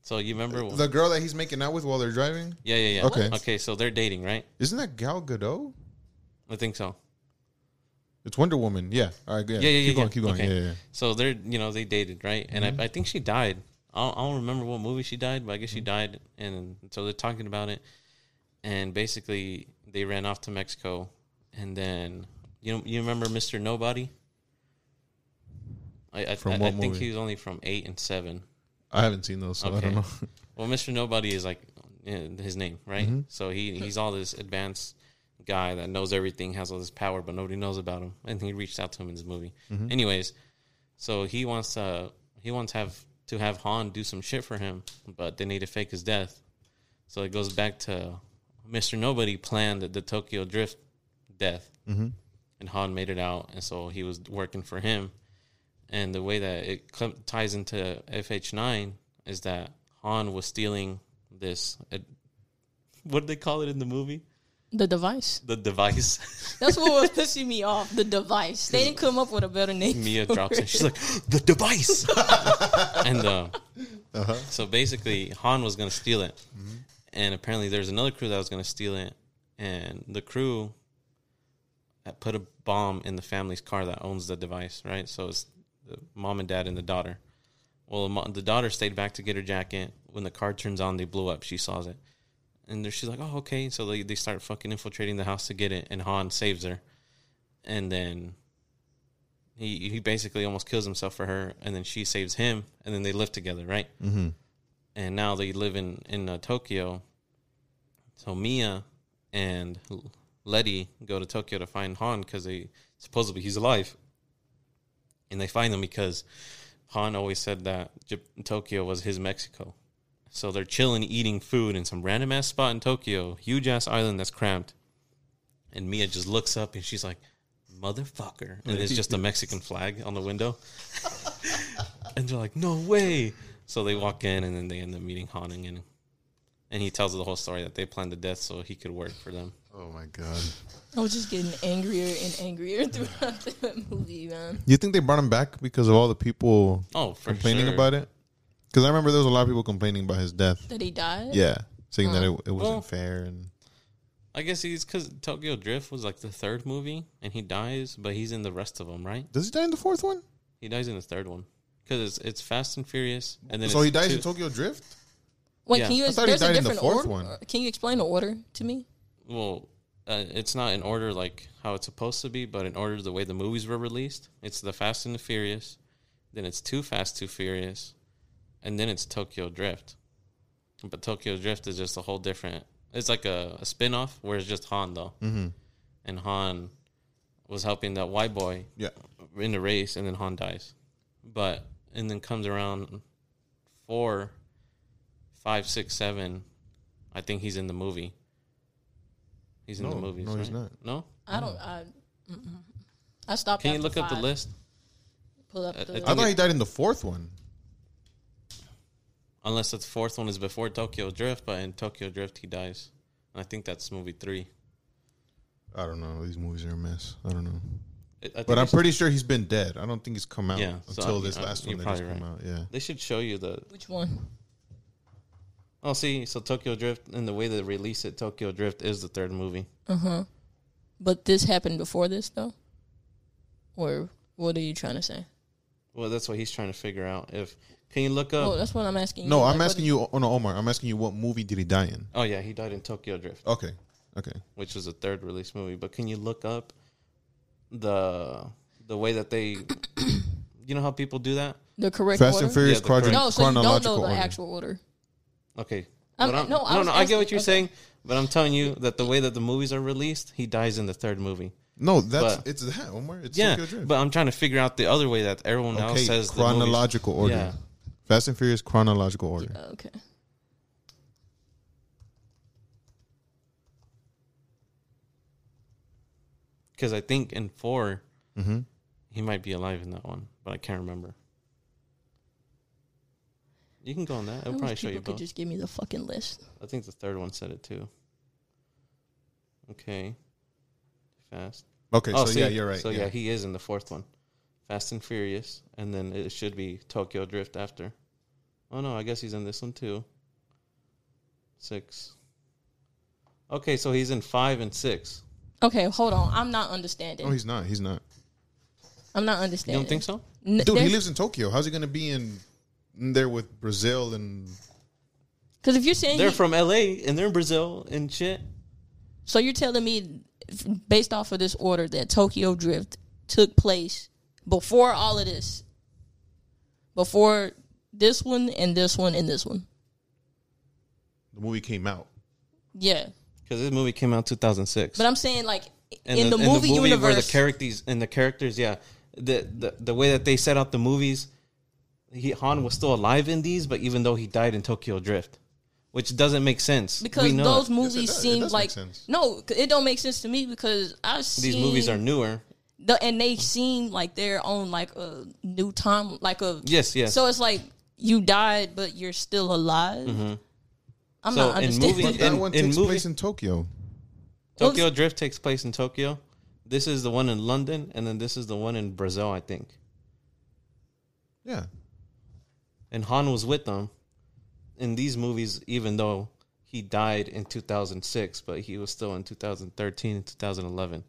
[SPEAKER 1] So you remember?
[SPEAKER 3] The girl that he's making out with while they're driving
[SPEAKER 1] yeah, yeah, yeah.
[SPEAKER 3] Uh, Okay.
[SPEAKER 1] okay. So they're dating, right?
[SPEAKER 3] isn't that Gal Gadot?
[SPEAKER 1] I think so.
[SPEAKER 3] It's Wonder Woman. Yeah. All right. Yeah.
[SPEAKER 1] Yeah, yeah,
[SPEAKER 3] keep
[SPEAKER 1] yeah,
[SPEAKER 3] going.
[SPEAKER 1] yeah.
[SPEAKER 3] Keep going.
[SPEAKER 1] Okay.
[SPEAKER 3] Yeah, yeah, yeah.
[SPEAKER 1] So they're you know they dated right, and
[SPEAKER 3] Mm-hmm.
[SPEAKER 1] I, I think she died. I don't, I don't remember what movie she died, but I guess she
[SPEAKER 3] Mm-hmm.
[SPEAKER 1] died, and so they're talking about it, and basically they ran off to Mexico, and then you know, you remember Mister Nobody. I, I,
[SPEAKER 3] From
[SPEAKER 1] I, I
[SPEAKER 3] what
[SPEAKER 1] think
[SPEAKER 3] movie?
[SPEAKER 1] he was only from eight and seven.
[SPEAKER 3] I haven't seen those, so I don't
[SPEAKER 1] Okay.
[SPEAKER 3] know.
[SPEAKER 1] Well, Mr. Nobody is like uh, his name, right? So he he's all this advanced guy that knows everything, has all this power, but nobody knows about him. And he reached out to him in this movie. Anyways, so he wants to he wants to have to have Han do some shit for him, but they need to fake his death. So it goes back to Mr. Nobody planned the Tokyo Drift death, and Han made it out, and so he was working for him and the way that it cl- ties into FH9 is that Han was stealing this. uh, what did they call it in the movie?
[SPEAKER 2] the device.
[SPEAKER 1] The device.
[SPEAKER 2] That's what was pissing me off. The device. They didn't come up with a better name.
[SPEAKER 1] Mia drops it. She's like, the device. and uh, so basically, Han was going to steal it. And apparently, there's another crew that was going to steal it. And the crew had put a bomb in the family's car that owns the device, right? So it's the mom and dad and the daughter. Well, the mo- the daughter stayed back to get her jacket. When the car turns on, they blew up. She saws it. And there- she's like, oh, okay. So they, they start fucking infiltrating the house to get it. And Han saves her. And then he he basically almost kills himself for her, and then she saves him, and then they live together, right? Mm-hmm. And now they live in in uh, Tokyo. So Mia and L- Letty go to Tokyo to find Han because they supposedly he's alive, and they find them because Han always said that J- Tokyo was his Mexico. So they're chilling, eating food in some random ass spot in Tokyo, huge ass island that's cramped. And Mia just looks up and she's like, "Motherfucker!" And it's just a Mexican flag on the window. and they're like, "No way!" So they walk in, and then they end up meeting Han again. And he tells the whole story that they planned the death so he could work for them.
[SPEAKER 3] Oh my god.
[SPEAKER 2] I was just getting angrier and angrier throughout the movie, man.
[SPEAKER 3] You think they brought him back because of all the people
[SPEAKER 1] Oh, for
[SPEAKER 3] complaining
[SPEAKER 1] sure.
[SPEAKER 3] about it? Because I remember there was a lot of people complaining about his death.
[SPEAKER 2] That he died.
[SPEAKER 3] Yeah, saying that it, it wasn't
[SPEAKER 1] Well-
[SPEAKER 3] fair and
[SPEAKER 1] I guess he's because Tokyo Drift was like the third movie, and he dies, but he's in the rest of them, right?
[SPEAKER 3] does he die in the fourth one?
[SPEAKER 1] He dies in the third one because it's, it's Fast and Furious, and then
[SPEAKER 3] So
[SPEAKER 1] it's
[SPEAKER 3] he dies
[SPEAKER 1] two-
[SPEAKER 3] in Tokyo Drift.
[SPEAKER 2] Wait,
[SPEAKER 1] Yeah.
[SPEAKER 2] can you?
[SPEAKER 1] I
[SPEAKER 3] thought he
[SPEAKER 2] there's
[SPEAKER 3] died
[SPEAKER 2] a
[SPEAKER 3] in the
[SPEAKER 2] different
[SPEAKER 3] fourth
[SPEAKER 2] order. Uh,
[SPEAKER 3] one.
[SPEAKER 2] Can you explain the order to me?
[SPEAKER 1] Well, uh, it's not in order like how it's supposed to be, but in order the way the movies were released, it's the Fast and the Furious, then it's Too Fast, Too Furious, and then it's Tokyo Drift. But Tokyo Drift is just a whole different. It's like a, a spin off where it's just Han though, mm-hmm. and Han was helping that white boy
[SPEAKER 3] Yeah,
[SPEAKER 1] in the race, and then Han dies. But and then comes around four, five, six, seven. I think he's in the movie. He's in
[SPEAKER 3] No,
[SPEAKER 1] the movies.
[SPEAKER 3] no, he's
[SPEAKER 1] right?
[SPEAKER 3] not.
[SPEAKER 1] No.
[SPEAKER 2] I don't. I, mm-mm. I stopped.
[SPEAKER 1] Can you
[SPEAKER 2] after
[SPEAKER 1] look up the
[SPEAKER 2] five.
[SPEAKER 1] list?
[SPEAKER 2] Pull up
[SPEAKER 1] I- I
[SPEAKER 2] the.
[SPEAKER 1] think
[SPEAKER 3] I thought he died in the fourth one.
[SPEAKER 1] Unless the fourth one is before Tokyo Drift, but in Tokyo Drift he dies. And I think that's movie three.
[SPEAKER 3] I don't know. These movies are a mess. I don't know.
[SPEAKER 1] I- I think
[SPEAKER 3] But I'm
[SPEAKER 1] they should-
[SPEAKER 3] pretty sure he's been dead. I don't think he's come out
[SPEAKER 1] Yeah, so
[SPEAKER 3] until
[SPEAKER 1] I-
[SPEAKER 3] this
[SPEAKER 1] I-
[SPEAKER 3] last
[SPEAKER 1] you're
[SPEAKER 3] one that just
[SPEAKER 1] probably
[SPEAKER 3] came out. Yeah.
[SPEAKER 1] They should show you the.
[SPEAKER 2] which one?
[SPEAKER 1] Oh, see, so Tokyo Drift and the way they release it, Tokyo Drift is the third movie.
[SPEAKER 2] Uh huh. But this happened before this, though. Or what are you trying to say?
[SPEAKER 1] Well, that's what he's trying to figure out. If can you look up?
[SPEAKER 2] Oh, that's what I'm asking.
[SPEAKER 3] No,
[SPEAKER 2] you.
[SPEAKER 3] I'm
[SPEAKER 2] Like, what
[SPEAKER 3] asking you. Oh no, Omar. I'm asking you. What movie did he die in?
[SPEAKER 1] oh yeah, he died in Tokyo Drift.
[SPEAKER 3] Okay. Okay.
[SPEAKER 1] which was a third release movie. But can you look up the the way that they, you know, how people do that?
[SPEAKER 2] The correct
[SPEAKER 3] Fast
[SPEAKER 2] order.
[SPEAKER 3] and Furious
[SPEAKER 1] Yeah, the
[SPEAKER 3] chron-
[SPEAKER 1] correct-
[SPEAKER 2] No, so you don't know
[SPEAKER 3] chronological
[SPEAKER 2] the
[SPEAKER 3] order.
[SPEAKER 2] actual order.
[SPEAKER 1] Okay,
[SPEAKER 2] I'm-
[SPEAKER 1] But
[SPEAKER 2] Um, no, I
[SPEAKER 1] no,
[SPEAKER 2] was
[SPEAKER 1] I get what
[SPEAKER 2] asking-
[SPEAKER 1] you're
[SPEAKER 2] okay.
[SPEAKER 1] saying, but I'm telling you that the way that the movies are released, he dies in the third movie.
[SPEAKER 3] no, that's
[SPEAKER 1] But-
[SPEAKER 3] it's that Omar. It's
[SPEAKER 1] Yeah,
[SPEAKER 3] Tokyo Drift.
[SPEAKER 1] but I'm trying to figure out the other way that everyone else
[SPEAKER 3] okay.
[SPEAKER 1] says the movies-
[SPEAKER 3] chronological order.
[SPEAKER 1] Yeah.
[SPEAKER 3] Fast and Furious chronological order.
[SPEAKER 2] Okay.
[SPEAKER 1] because I think in 4
[SPEAKER 3] Mm-hmm.
[SPEAKER 1] he might be alive in that one, but I can't remember. You can go on that.
[SPEAKER 2] I
[SPEAKER 1] It'll
[SPEAKER 2] wish
[SPEAKER 1] probably show you
[SPEAKER 2] people could
[SPEAKER 1] both.
[SPEAKER 2] just give me the fucking list.
[SPEAKER 1] I think the third one said it too. Okay, fast. Oh,
[SPEAKER 3] Okay. so yeah, you're right.
[SPEAKER 1] So yeah.
[SPEAKER 3] yeah.
[SPEAKER 1] he is in the fourth one, Fast and Furious, and then it should be Tokyo Drift after. Oh no, I guess he's in this one too. Six. Okay, so he's in five and six.
[SPEAKER 2] Okay, hold on. I'm not understanding.
[SPEAKER 3] Oh, he's not. He's not.
[SPEAKER 2] I'm not
[SPEAKER 1] You
[SPEAKER 2] understanding.
[SPEAKER 1] don't think so?
[SPEAKER 2] N-
[SPEAKER 3] Dude, he lives in Tokyo. How's he gonna be in, in there with Brazil and
[SPEAKER 2] Because if you're saying
[SPEAKER 1] They're
[SPEAKER 2] he-
[SPEAKER 1] from L.A. and they're in Brazil and shit.
[SPEAKER 2] so, you're telling me, f- based off of this order, that Tokyo Drift took place before all of this, before this one and this one and this one.
[SPEAKER 3] the movie came out?
[SPEAKER 2] Yeah,
[SPEAKER 1] Because this movie came out two thousand six.
[SPEAKER 2] but I'm saying like in, the, movie
[SPEAKER 1] where
[SPEAKER 2] universe.
[SPEAKER 1] the characters and the characters, yeah, the, the the way that they set out the movies, he, Han was still alive in these, but even though he died in Tokyo Drift, which doesn't make sense
[SPEAKER 2] because
[SPEAKER 1] We know
[SPEAKER 2] those
[SPEAKER 1] it.
[SPEAKER 2] movies
[SPEAKER 3] does. It
[SPEAKER 2] seem
[SPEAKER 3] does make
[SPEAKER 2] like
[SPEAKER 3] sense.
[SPEAKER 2] no, c- it don't make sense to me because I've seen
[SPEAKER 1] these movies are newer.
[SPEAKER 2] the, and they seem like they're on like a new time, like a
[SPEAKER 1] Yes, yes.
[SPEAKER 2] So it's like you died, but you're still alive. I'm
[SPEAKER 1] Mm-hmm. So
[SPEAKER 2] not
[SPEAKER 1] in
[SPEAKER 2] understanding.
[SPEAKER 1] movies-
[SPEAKER 3] That
[SPEAKER 1] In-
[SPEAKER 3] one
[SPEAKER 1] in
[SPEAKER 3] takes
[SPEAKER 1] movie-
[SPEAKER 3] place in Tokyo.
[SPEAKER 1] Tokyo Drift takes place in Tokyo. This is the one in London, and then this is the one in Brazil, I think.
[SPEAKER 3] Yeah.
[SPEAKER 1] And Han was with them in these movies, even though he died in 2006, but he was still in 2013 and 2011,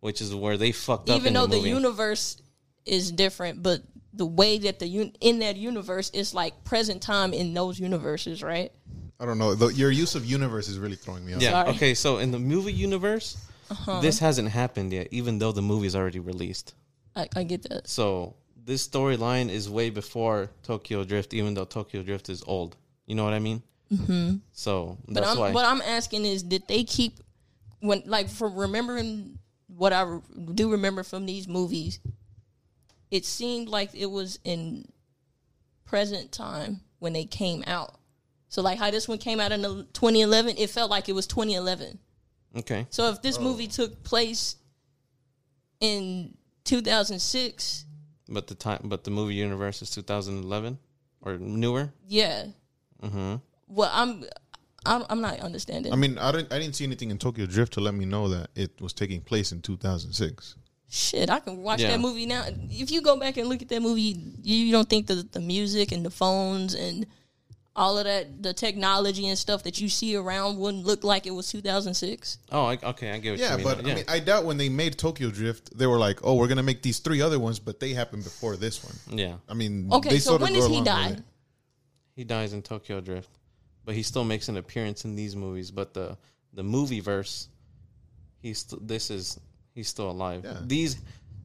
[SPEAKER 1] which is where they fucked up.
[SPEAKER 2] even
[SPEAKER 1] in
[SPEAKER 2] though
[SPEAKER 1] the,
[SPEAKER 2] the,
[SPEAKER 1] movie.
[SPEAKER 2] universe is different, but the way that the un- in that universe is like present time in those universes, right?
[SPEAKER 3] I don't know. The, your use of universe is really throwing me off.
[SPEAKER 1] Yeah.
[SPEAKER 2] Sorry. Uh-huh.
[SPEAKER 1] Okay. So in the movie universe, this hasn't happened yet, even though the movie's already released.
[SPEAKER 2] I, I get that.
[SPEAKER 1] So this storyline is way before Tokyo Drift, even though Tokyo Drift is old. You know what I mean? Mm-hmm. So
[SPEAKER 2] But
[SPEAKER 1] that's
[SPEAKER 2] I'm,
[SPEAKER 1] why.
[SPEAKER 2] what I'm asking is, did they keep when like from remembering what I re- do remember from these movies? it seemed like it was in present time when they came out. So like how this one came out in the 2011, it felt like it was 2011.
[SPEAKER 1] Okay.
[SPEAKER 2] So if
[SPEAKER 1] Oh.
[SPEAKER 2] this movie took place in 2006,
[SPEAKER 1] But the time, but the movie universe is 2011 or newer.
[SPEAKER 2] yeah.
[SPEAKER 1] Mm-hmm.
[SPEAKER 2] Well, I'm, I'm I'm not understanding.
[SPEAKER 3] I mean, I didn't I didn't see anything in Tokyo Drift to let me know that it was taking place in 2006.
[SPEAKER 2] Shit, I can watch
[SPEAKER 1] Yeah.
[SPEAKER 2] that movie now. If you go back and look at that movie, you, you don't think the the music and the phones and all of that, the technology and stuff that you see around wouldn't look like it was 2006.
[SPEAKER 1] Oh, I, okay. I get what
[SPEAKER 3] Yeah,
[SPEAKER 1] you mean.
[SPEAKER 3] but I mean, I doubt when they made Tokyo Drift, they were like, "Oh, we're gonna make these three other ones," but they happened before this one.
[SPEAKER 1] yeah,
[SPEAKER 3] I mean,
[SPEAKER 2] Okay,
[SPEAKER 3] they
[SPEAKER 2] so
[SPEAKER 3] sorta
[SPEAKER 2] when
[SPEAKER 3] go
[SPEAKER 2] does he
[SPEAKER 3] along with
[SPEAKER 2] die?
[SPEAKER 3] it.
[SPEAKER 1] he dies in Tokyo Drift, but he still makes an appearance in these movies. But the the movie verse, he's st- this is he's still alive.
[SPEAKER 3] Yeah.
[SPEAKER 1] These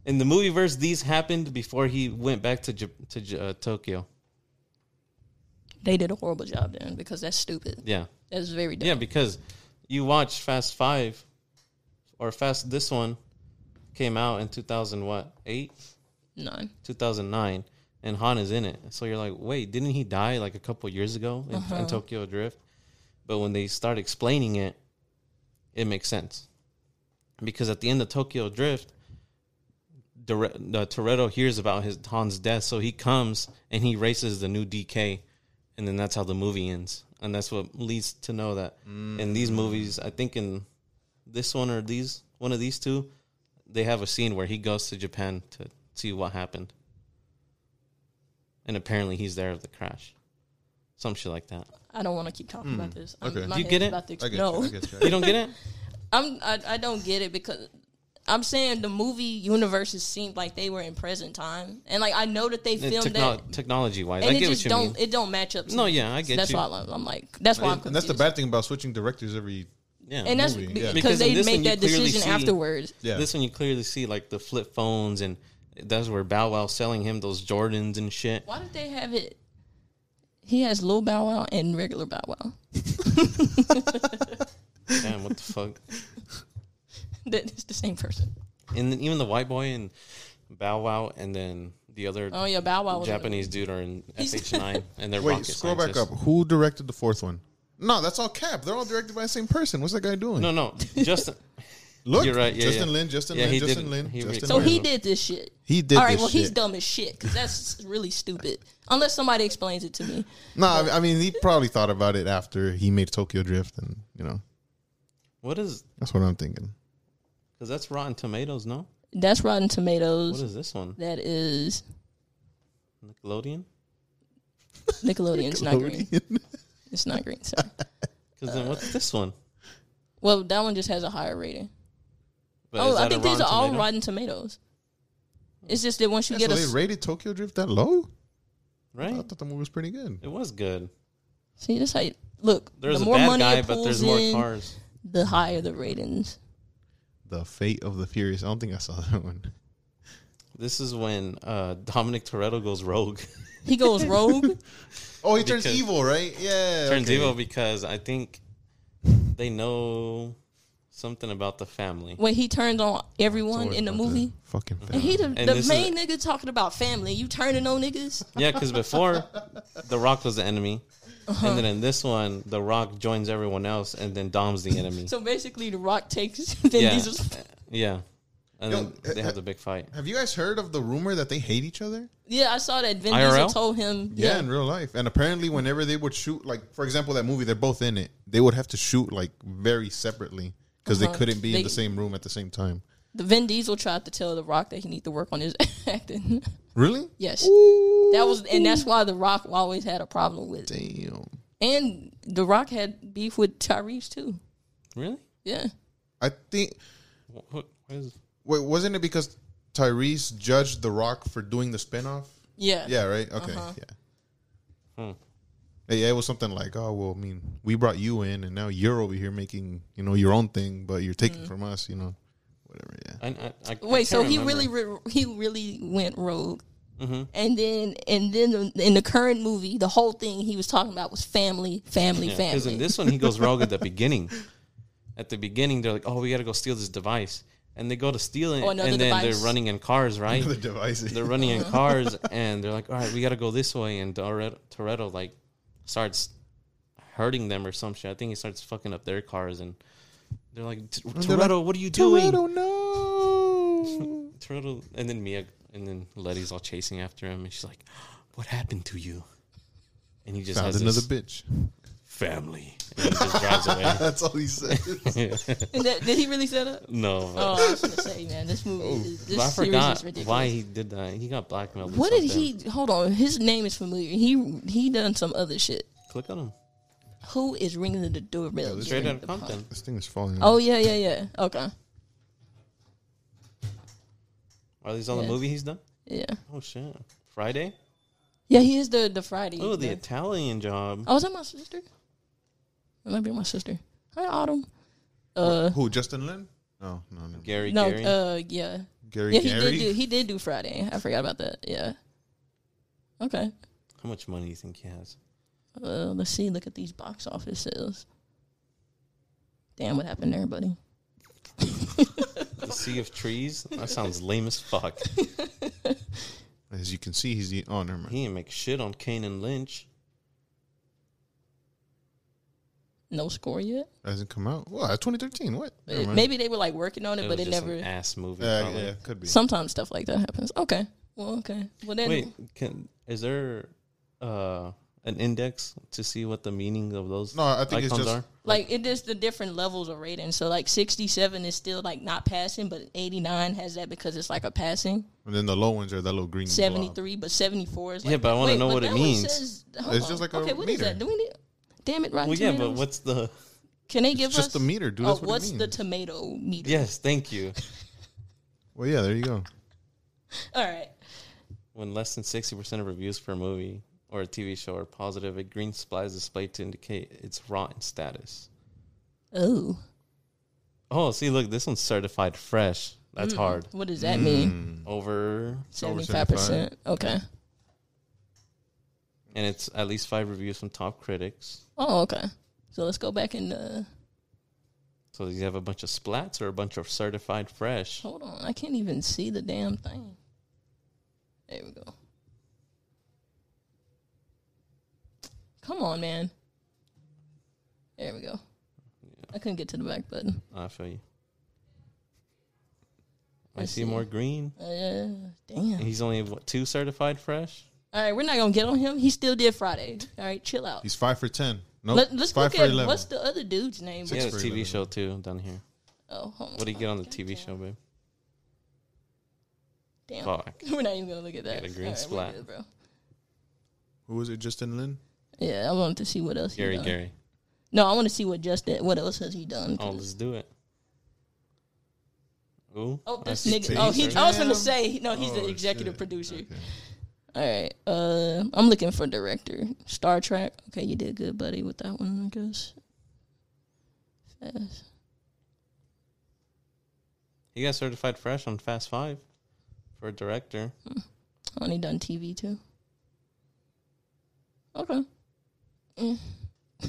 [SPEAKER 1] in the movie verse, these happened before he went back to J- to J- uh, Tokyo.
[SPEAKER 2] They did a horrible job then because that's stupid.
[SPEAKER 1] Yeah,
[SPEAKER 2] That's very dumb.
[SPEAKER 1] yeah, because you watch Fast Five or Fast this one came out in two thousand what eight
[SPEAKER 2] None.
[SPEAKER 1] 2009 and Han is in it. So you're like, wait, didn't he die like a couple years ago in, in Tokyo Drift? But when they start explaining it, it makes sense. Because at the end of Tokyo Drift, Dore- uh, Toretto hears about his Han's death, so he comes and he races the new DK, and then that's how the movie ends, and that's what leads to know that in these movies, I think in this one or these one of these two, they have a scene where he goes to Japan to see what happened, and apparently he's there of the crash, some shit like that.
[SPEAKER 2] I don't want to keep talking about this. I'm,
[SPEAKER 3] Mm. okay.
[SPEAKER 2] my
[SPEAKER 1] Do you
[SPEAKER 2] head's
[SPEAKER 1] get it?
[SPEAKER 2] about to
[SPEAKER 3] I
[SPEAKER 2] ex-
[SPEAKER 3] get
[SPEAKER 2] no,
[SPEAKER 3] you, I get you, I
[SPEAKER 1] You don't get it?
[SPEAKER 2] I'm I, I don't get it because I'm saying the movie universes seemed like they were in present time, and like I know that they filmed that,
[SPEAKER 1] technology wise,
[SPEAKER 2] and
[SPEAKER 1] I
[SPEAKER 2] it
[SPEAKER 1] get
[SPEAKER 2] just
[SPEAKER 1] what you
[SPEAKER 2] don't
[SPEAKER 1] mean.
[SPEAKER 2] it don't match up. To
[SPEAKER 1] No,
[SPEAKER 2] me.
[SPEAKER 1] yeah, I
[SPEAKER 2] So
[SPEAKER 1] get
[SPEAKER 2] that's
[SPEAKER 1] you.
[SPEAKER 2] why I'm, I'm like that's why I'm
[SPEAKER 3] And that's the
[SPEAKER 2] confused.
[SPEAKER 3] bad thing about switching directors every.
[SPEAKER 1] Yeah,
[SPEAKER 2] and that's
[SPEAKER 3] movie,
[SPEAKER 2] be-
[SPEAKER 3] yeah.
[SPEAKER 1] Because
[SPEAKER 2] because
[SPEAKER 1] in
[SPEAKER 2] they
[SPEAKER 1] this one
[SPEAKER 2] make
[SPEAKER 1] you
[SPEAKER 2] that
[SPEAKER 1] clearly
[SPEAKER 2] decision
[SPEAKER 1] see-
[SPEAKER 2] afterwards.
[SPEAKER 3] Yeah.
[SPEAKER 1] This one you clearly see like the flip phones and that's where Bow Wow selling him those Jordans and shit.
[SPEAKER 2] Why did they have it? He has Lil Bow Wow and regular Bow Wow.
[SPEAKER 1] Damn, what the fuck?
[SPEAKER 2] That it's the same person.
[SPEAKER 1] And then even the white boy and Bow Wow and then the other
[SPEAKER 2] Oh yeah, Bow Wow was
[SPEAKER 1] Japanese dude are in SH9 and they're
[SPEAKER 3] Wait,
[SPEAKER 1] rocket
[SPEAKER 3] scroll back
[SPEAKER 1] scientists.
[SPEAKER 3] up. Who directed the fourth one? No, that's all cap. They're all directed by the same person. What's that guy doing?
[SPEAKER 1] No, no, Justin.
[SPEAKER 3] Look,
[SPEAKER 1] You're right, yeah,
[SPEAKER 3] Justin
[SPEAKER 1] yeah.
[SPEAKER 3] Lin, Justin
[SPEAKER 1] Yeah,
[SPEAKER 3] Lin,
[SPEAKER 1] he
[SPEAKER 3] Justin
[SPEAKER 1] didn't-
[SPEAKER 3] Lin,
[SPEAKER 1] he
[SPEAKER 3] Justin
[SPEAKER 1] re-
[SPEAKER 2] So
[SPEAKER 3] Lin.
[SPEAKER 2] he did this shit.
[SPEAKER 3] He did
[SPEAKER 2] All right,
[SPEAKER 3] this
[SPEAKER 2] well he's
[SPEAKER 3] shit.
[SPEAKER 2] dumb as shit because that's really stupid. Unless somebody explains it to me.
[SPEAKER 3] No, I I mean he probably thought about it after he made Tokyo Drift, and you know
[SPEAKER 1] What is?
[SPEAKER 3] that's what I'm thinking.
[SPEAKER 1] Because that's Rotten Tomatoes. No,
[SPEAKER 2] That's Rotten Tomatoes.
[SPEAKER 1] what is this one?
[SPEAKER 2] That is
[SPEAKER 1] Nickelodeon.
[SPEAKER 2] Nickelodeon's not green. It's not green. Sorry.
[SPEAKER 1] Because then what's this one?
[SPEAKER 2] Well, that one just has a higher rating.
[SPEAKER 1] But
[SPEAKER 2] oh,
[SPEAKER 1] is
[SPEAKER 2] I
[SPEAKER 1] that a
[SPEAKER 2] think these
[SPEAKER 1] Rotten
[SPEAKER 2] are all
[SPEAKER 1] Tomato?
[SPEAKER 2] Rotten Tomatoes. It's just that once you
[SPEAKER 3] Yeah,
[SPEAKER 2] get
[SPEAKER 3] so
[SPEAKER 2] a
[SPEAKER 3] they
[SPEAKER 2] s-
[SPEAKER 3] rated Tokyo Drift that low? I
[SPEAKER 1] right.
[SPEAKER 3] thought the movie was pretty good.
[SPEAKER 1] Oh, It was good.
[SPEAKER 2] see, that's how you, look.
[SPEAKER 1] There's
[SPEAKER 2] the
[SPEAKER 1] a
[SPEAKER 2] more
[SPEAKER 1] bad
[SPEAKER 2] money
[SPEAKER 1] guy,
[SPEAKER 2] it
[SPEAKER 1] but
[SPEAKER 2] pulls
[SPEAKER 1] there's more
[SPEAKER 2] in,
[SPEAKER 1] cars.
[SPEAKER 2] the higher the ratings.
[SPEAKER 3] The Fate of the Furious. I don't think I saw that one.
[SPEAKER 1] This is when uh, Dominic Toretto goes rogue.
[SPEAKER 2] He goes rogue.
[SPEAKER 3] Oh, he turns
[SPEAKER 1] Because-
[SPEAKER 3] evil, right? Yeah.
[SPEAKER 1] Turns
[SPEAKER 3] okay.
[SPEAKER 1] evil because I think they know something about the family.
[SPEAKER 2] when he turns on
[SPEAKER 3] It's
[SPEAKER 2] everyone
[SPEAKER 3] always
[SPEAKER 2] in the
[SPEAKER 3] about
[SPEAKER 2] movie.
[SPEAKER 3] fucking
[SPEAKER 2] And
[SPEAKER 3] family.
[SPEAKER 2] he the, the
[SPEAKER 1] this is-
[SPEAKER 2] main nigga talking about family. You turning on niggas?
[SPEAKER 1] Yeah, because before The Rock was the enemy,
[SPEAKER 2] Uh-huh.
[SPEAKER 1] and then in this one, The Rock joins everyone else, and then Dom's the enemy.
[SPEAKER 2] So basically, The Rock takes Vin
[SPEAKER 1] yeah, Uh,
[SPEAKER 2] Diesel's.
[SPEAKER 1] yeah, and
[SPEAKER 3] Yo, uh,
[SPEAKER 1] then they have the big fight.
[SPEAKER 3] Have you guys heard of the rumor that they hate each other?
[SPEAKER 2] Yeah, I saw that Vin Diesel
[SPEAKER 1] IRL?
[SPEAKER 2] told him.
[SPEAKER 3] Yeah, in real life. And apparently, whenever they would shoot, like for example, that movie, they're both in it. They would have to shoot like very separately because
[SPEAKER 2] Uh-huh.
[SPEAKER 3] they couldn't be
[SPEAKER 2] They-
[SPEAKER 3] in the same room at the same time.
[SPEAKER 2] The Vin Diesel tried to tell The Rock that he need to work on his acting.
[SPEAKER 3] Really?
[SPEAKER 2] Yes. That was and that's why The Rock always had a problem with it.
[SPEAKER 3] Damn.
[SPEAKER 2] And The Rock had beef with Tyrese too.
[SPEAKER 1] Really?
[SPEAKER 2] Yeah.
[SPEAKER 3] I think.
[SPEAKER 1] What, what is,
[SPEAKER 3] Wait, wasn't it because Tyrese judged The Rock for doing the spinoff?
[SPEAKER 2] Yeah.
[SPEAKER 3] Yeah, right? Okay,
[SPEAKER 2] Uh-huh.
[SPEAKER 3] yeah. Hey, Yeah, it was something like, oh, well, I mean, we brought you in and now you're over here making, you know, your own thing, but you're
[SPEAKER 2] Mm.
[SPEAKER 3] taking from us, you know, whatever, yeah.
[SPEAKER 1] I, I, I, I
[SPEAKER 2] Wait,
[SPEAKER 1] can't
[SPEAKER 2] so he
[SPEAKER 1] remember. Mm-hmm.
[SPEAKER 2] really re- he really went rogue. And then and then in the current movie, the whole thing he was talking about was family, family,
[SPEAKER 1] Because
[SPEAKER 2] family.
[SPEAKER 1] in this one, he goes rogue at the beginning. At the beginning, they're like, "Oh, we got to go steal this device," and they go to steal it,
[SPEAKER 2] Oh,
[SPEAKER 1] and
[SPEAKER 2] another
[SPEAKER 1] then
[SPEAKER 2] device.
[SPEAKER 1] they're running in cars, right?
[SPEAKER 3] The devices.
[SPEAKER 1] they're running in cars, and they're like, "All right, we got to go this way." And Toretto, Toretto like starts hurting them or some shit. I think he starts fucking up their cars, and they're like, "T-
[SPEAKER 3] they're like,
[SPEAKER 1] "Toretto, what are you doing?"
[SPEAKER 3] Toretto, no.
[SPEAKER 1] Toretto, and then Mia, and then Letty's all chasing after him, and she's like, "What happened to you?" And he just
[SPEAKER 3] Found
[SPEAKER 1] has
[SPEAKER 3] another
[SPEAKER 1] this
[SPEAKER 3] bitch.
[SPEAKER 1] family, and he just drives away.
[SPEAKER 3] That's all he said.
[SPEAKER 2] Is that, did he really set up?
[SPEAKER 1] No, but-
[SPEAKER 2] Oh, I was gonna say, man, this movie, is,
[SPEAKER 1] but I
[SPEAKER 2] this series
[SPEAKER 1] forgot
[SPEAKER 2] is ridiculous.
[SPEAKER 1] why he did that. He got blackmailed. or
[SPEAKER 2] What did
[SPEAKER 1] something.
[SPEAKER 2] he? Hold on, his name is familiar. He he done some other shit.
[SPEAKER 1] Click on him.
[SPEAKER 2] Who is ringing the doorbell?
[SPEAKER 1] Straight out
[SPEAKER 2] during
[SPEAKER 1] of
[SPEAKER 2] the pod-
[SPEAKER 1] Compton.
[SPEAKER 3] this thing is falling.
[SPEAKER 2] Oh yeah, yeah, yeah. Okay,
[SPEAKER 1] Are these all the
[SPEAKER 2] Yeah.
[SPEAKER 1] movie he's done?
[SPEAKER 2] yeah,
[SPEAKER 1] Oh shit! Friday.
[SPEAKER 2] yeah. He is the the Friday.
[SPEAKER 1] Oh, the
[SPEAKER 2] man.
[SPEAKER 1] Italian job.
[SPEAKER 2] oh, is that my sister? That might be my sister. Hi, Autumn. Uh,
[SPEAKER 3] Who? Justin Lin? No, no, no.
[SPEAKER 1] Gary.
[SPEAKER 2] no,
[SPEAKER 1] Gary.
[SPEAKER 2] uh, yeah,
[SPEAKER 3] Gary.
[SPEAKER 2] yeah. He
[SPEAKER 3] Gary.
[SPEAKER 2] did do he did do Friday. I forgot about that. Yeah. Okay.
[SPEAKER 1] How much money do you think he has?
[SPEAKER 2] Uh, let's see. Look at these box office sales. Damn, what happened there, buddy?
[SPEAKER 1] The Sea of Trees. That sounds lame as fuck.
[SPEAKER 3] As you can see, he's the oh, never mind.
[SPEAKER 1] He ain't make shit on Kane and Lynch.
[SPEAKER 2] No score yet.
[SPEAKER 3] Hasn't come out. Well, 2013. What? Never mind.
[SPEAKER 2] Uh,
[SPEAKER 3] Uh,
[SPEAKER 2] Maybe they were like working on it,
[SPEAKER 1] It
[SPEAKER 2] but
[SPEAKER 1] was
[SPEAKER 2] it
[SPEAKER 1] just
[SPEAKER 2] never.
[SPEAKER 1] an ass movie.
[SPEAKER 3] Yeah,
[SPEAKER 1] probably.
[SPEAKER 3] yeah, could be.
[SPEAKER 2] Sometimes stuff like that happens. Okay. Well, okay. Well, then
[SPEAKER 1] Wait, can, is there uh, an index to see what the meaning of those?
[SPEAKER 3] No, I think it's
[SPEAKER 1] icons
[SPEAKER 3] just-
[SPEAKER 1] are?
[SPEAKER 2] like it is the different levels of rating. So like 67 is still like not passing, but 89 has that because it's like a passing.
[SPEAKER 3] And then the low ones are that little green. blob.
[SPEAKER 2] 73, but 74 is like
[SPEAKER 1] Yeah, but I wanna
[SPEAKER 2] Wait,
[SPEAKER 1] know
[SPEAKER 2] but
[SPEAKER 1] what it
[SPEAKER 2] that one
[SPEAKER 1] means.
[SPEAKER 2] says- hold
[SPEAKER 3] It's
[SPEAKER 2] on.
[SPEAKER 3] just like a
[SPEAKER 2] okay, what is
[SPEAKER 3] meter.
[SPEAKER 2] that? Do we need? Damn it, Rotten
[SPEAKER 1] Well, yeah, but
[SPEAKER 2] Tomatoes.
[SPEAKER 1] what's the?
[SPEAKER 2] Can they
[SPEAKER 3] It's
[SPEAKER 2] give
[SPEAKER 3] just
[SPEAKER 2] us
[SPEAKER 3] the meter, dude.
[SPEAKER 2] uh,
[SPEAKER 3] That's what it
[SPEAKER 2] what's the
[SPEAKER 3] means.
[SPEAKER 2] tomato meter?
[SPEAKER 1] Yes, thank you.
[SPEAKER 3] Well, yeah, there you go.
[SPEAKER 2] All right.
[SPEAKER 1] When less than sixty percent of reviews for a movie or a TV show are positive, a green splash is displayed to indicate its rotten status.
[SPEAKER 2] Oh,
[SPEAKER 1] Oh, see, look, this one's certified fresh. That's hard.
[SPEAKER 2] what does that mean?
[SPEAKER 1] Mm.
[SPEAKER 3] Mm.
[SPEAKER 1] Over,
[SPEAKER 2] 75 percent. Okay.
[SPEAKER 1] and it's at least five reviews from top critics.
[SPEAKER 2] Oh, okay. So let's go back and uh,
[SPEAKER 1] So you have a bunch of splats or a bunch of certified fresh.
[SPEAKER 2] Hold on, I can't even see the damn thing. There we go. Come on, man. There we go. I couldn't get to the back button.
[SPEAKER 1] I feel you. I
[SPEAKER 2] Let's
[SPEAKER 1] see
[SPEAKER 2] see.
[SPEAKER 1] more green.
[SPEAKER 2] Uh, damn.
[SPEAKER 1] He's only what two certified fresh.
[SPEAKER 2] All right, we're not gonna get on him. He still did Friday. All right, chill out.
[SPEAKER 3] He's five for ten. No,
[SPEAKER 2] Let, let's
[SPEAKER 3] five
[SPEAKER 2] look
[SPEAKER 3] for
[SPEAKER 2] at
[SPEAKER 3] eleven.
[SPEAKER 2] what's the other dude's name.
[SPEAKER 1] Yeah,
[SPEAKER 3] Six
[SPEAKER 1] the
[SPEAKER 3] for
[SPEAKER 1] TV
[SPEAKER 3] 11.
[SPEAKER 1] show too down here.
[SPEAKER 2] Oh, hold on.
[SPEAKER 1] What do you get on the TV show, babe?
[SPEAKER 2] Damn,
[SPEAKER 1] Fuck.
[SPEAKER 2] we're not even gonna look at that.
[SPEAKER 1] Get a green
[SPEAKER 2] All we're
[SPEAKER 1] splat.
[SPEAKER 2] good, bro.
[SPEAKER 3] Who was it? Justin Lin.
[SPEAKER 2] Yeah, I wanted to see what else.
[SPEAKER 1] Gary,
[SPEAKER 2] he done.
[SPEAKER 1] Gary.
[SPEAKER 2] No, I want to see what just that. What else has he done?
[SPEAKER 1] Oh, let's do it. Ooh.
[SPEAKER 2] Oh,
[SPEAKER 1] I
[SPEAKER 2] this
[SPEAKER 1] see
[SPEAKER 2] nigga.
[SPEAKER 1] two
[SPEAKER 2] Oh, he.
[SPEAKER 1] certi-
[SPEAKER 2] I was gonna say no. He's
[SPEAKER 3] Oh,
[SPEAKER 2] the executive
[SPEAKER 3] shit.
[SPEAKER 2] producer.
[SPEAKER 3] Okay.
[SPEAKER 2] All right. Uh, I'm looking for director. Star Trek. Okay, you did good, buddy, with that one. I guess. Fast.
[SPEAKER 1] He got certified fresh on Fast Five for a director.
[SPEAKER 2] Oh, and he done TV too. Okay. Mm.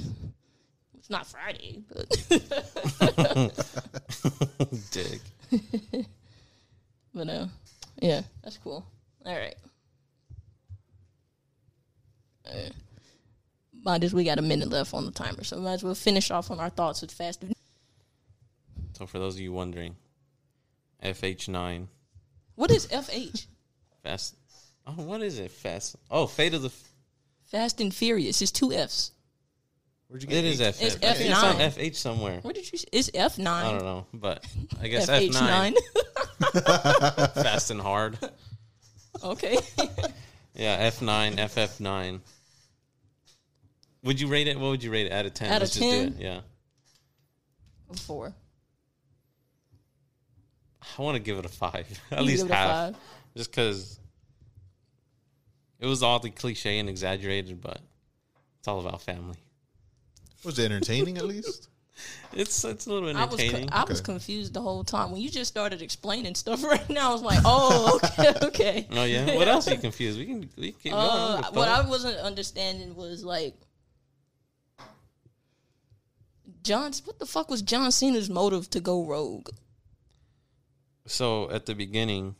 [SPEAKER 2] it's not Friday, but
[SPEAKER 1] Dick.
[SPEAKER 2] but uh, yeah, that's cool. All right. Uh, Might as we got a minute left on the timer, so might as well finish off on our thoughts with Fast and
[SPEAKER 1] So for those of you wondering, FH9
[SPEAKER 2] What is FH?
[SPEAKER 1] Fast. Oh, what is it? Fast. Oh, Fate of the. F-
[SPEAKER 2] Fast and Furious. It's two Fs.
[SPEAKER 3] Where'd you
[SPEAKER 1] it is
[SPEAKER 3] these?
[SPEAKER 1] FH.
[SPEAKER 2] It's
[SPEAKER 1] I think it's on
[SPEAKER 2] F9.
[SPEAKER 1] FH somewhere.
[SPEAKER 2] What did you say? It's F
[SPEAKER 1] I
[SPEAKER 2] nine.
[SPEAKER 1] don't know, but I guess F9. Fast and hard.
[SPEAKER 2] okay.
[SPEAKER 1] Yeah, F9, FF9. Would you rate it? What would you rate it out of 10?
[SPEAKER 2] Out of
[SPEAKER 1] Let's just
[SPEAKER 2] 10?
[SPEAKER 1] do it. Yeah.
[SPEAKER 2] Four.
[SPEAKER 1] I want to give it a 5. At
[SPEAKER 2] You
[SPEAKER 1] least
[SPEAKER 2] give it a
[SPEAKER 1] half.
[SPEAKER 2] five.
[SPEAKER 1] Just because it was oddly cliche and exaggerated, but it's all about family.
[SPEAKER 3] Was it entertaining at least?
[SPEAKER 1] It's it's a little
[SPEAKER 2] I was
[SPEAKER 1] entertaining.
[SPEAKER 2] co- I was
[SPEAKER 3] Okay.
[SPEAKER 2] confused the whole time when you just started explaining stuff. Right now, I was like, oh, okay, okay.
[SPEAKER 1] Oh yeah. What else are you confused? We can we can keep going. I don't
[SPEAKER 2] Uh,
[SPEAKER 1] give a
[SPEAKER 2] what
[SPEAKER 1] fuck.
[SPEAKER 2] I wasn't understanding was like. John, what the fuck was John Cena's motive to go rogue?
[SPEAKER 1] so at the beginning,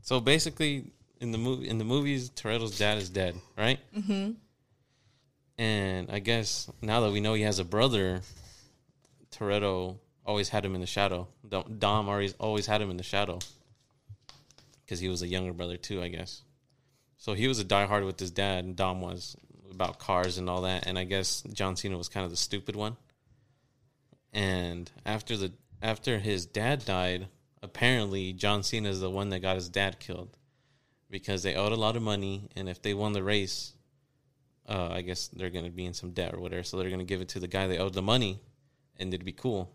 [SPEAKER 1] so basically in the movie in the movies, Toretto's dad is dead, right? Mm-hmm. And I guess now that we know he has a brother, Toretto always had him in the shadow. Dom, Dom always always had him in the shadow because he was a younger brother too, I guess. So he was a diehard with his dad, and Dom was about cars and all that. And I guess John Cena was kind of the stupid one. And after the after his dad died, apparently John Cena is the one that got his dad killed because they owed a lot of money, and if they won the race, uh, I guess they're gonna be in some debt or whatever. So they're gonna give it to the guy they owed the money, and it'd be cool.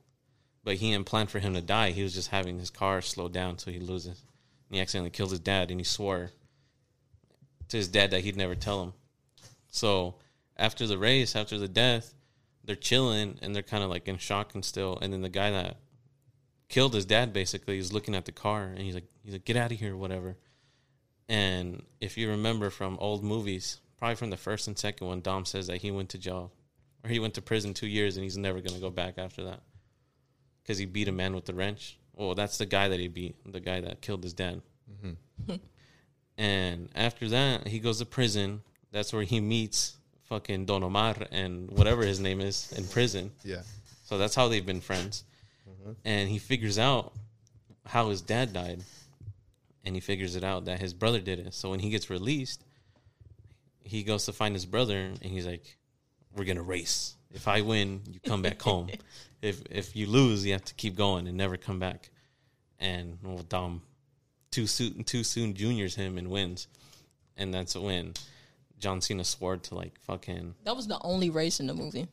[SPEAKER 1] But he didn't plan for him to die. He was just having his car slow down so he loses. And he accidentally killed his dad, and he swore to his dad that he'd never tell him. So after the race, after the death, they're chilling and they're kind of like in shock and still. And then the guy that killed his dad basically is looking at the car and he's like, he's like, get out of here, whatever. And if you remember from old movies, probably from the first and second one, Dom says that he went to jail or he went to prison two years and he's never going to go back after that because he beat a man with the wrench. Well, that's the guy that he beat, the guy that killed his dad. and after that, he goes to prison. That's where he meets fucking Don Omar and whatever his name is in prison.
[SPEAKER 3] Yeah.
[SPEAKER 1] So that's how they've been friends. And he figures out how his dad died. And he figures it out that his brother did it. So when he gets released, he goes to find his brother and he's like, We're gonna race. If I win, you come back home. If if you lose, you have to keep going and never come back. And well Dom too soon too soon juniors him and wins. And that's when John Cena swore to like fucking
[SPEAKER 2] That was the only race in the movie.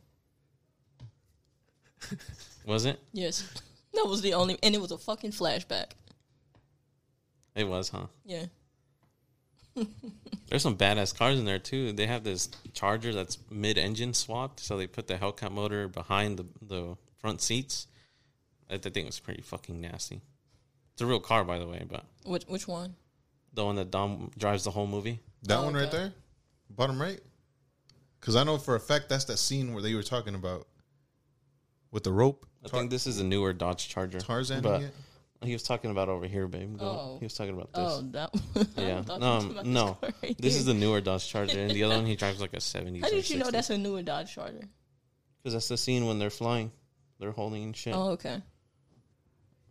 [SPEAKER 1] was it?
[SPEAKER 2] Yes. That was the only and it was a fucking flashback.
[SPEAKER 1] It was, huh?
[SPEAKER 2] Yeah.
[SPEAKER 1] There's some badass cars in there too. They have this Charger that's mid-engine swapped, so they put the Hellcat motor behind the the front seats. That I think was pretty fucking nasty. It's a real car, by the way, but
[SPEAKER 2] Which which one?
[SPEAKER 1] the one that Dom drives the whole movie.
[SPEAKER 3] That
[SPEAKER 2] Oh,
[SPEAKER 3] one right
[SPEAKER 2] okay.
[SPEAKER 3] there, bottom right. Because I know for a fact that's that scene where they were talking about with the rope.
[SPEAKER 1] I think this is a newer Dodge Charger.
[SPEAKER 3] Tarzan
[SPEAKER 1] but
[SPEAKER 3] yet?
[SPEAKER 1] he was talking about over here, babe. Go-
[SPEAKER 2] Oh.
[SPEAKER 1] He was talking about this.
[SPEAKER 2] Oh, that one.
[SPEAKER 1] yeah,
[SPEAKER 2] I thought you
[SPEAKER 1] no,
[SPEAKER 2] were
[SPEAKER 1] um,
[SPEAKER 2] talking about
[SPEAKER 1] no.
[SPEAKER 2] car right
[SPEAKER 1] This
[SPEAKER 2] here.
[SPEAKER 1] is the newer Dodge Charger, and the other one he drives like a '70s.
[SPEAKER 2] How
[SPEAKER 1] or
[SPEAKER 2] did you know
[SPEAKER 1] 60s.
[SPEAKER 2] that's a newer Dodge Charger?
[SPEAKER 1] Because that's the scene when they're flying, they're holding and shit.
[SPEAKER 2] Oh, okay.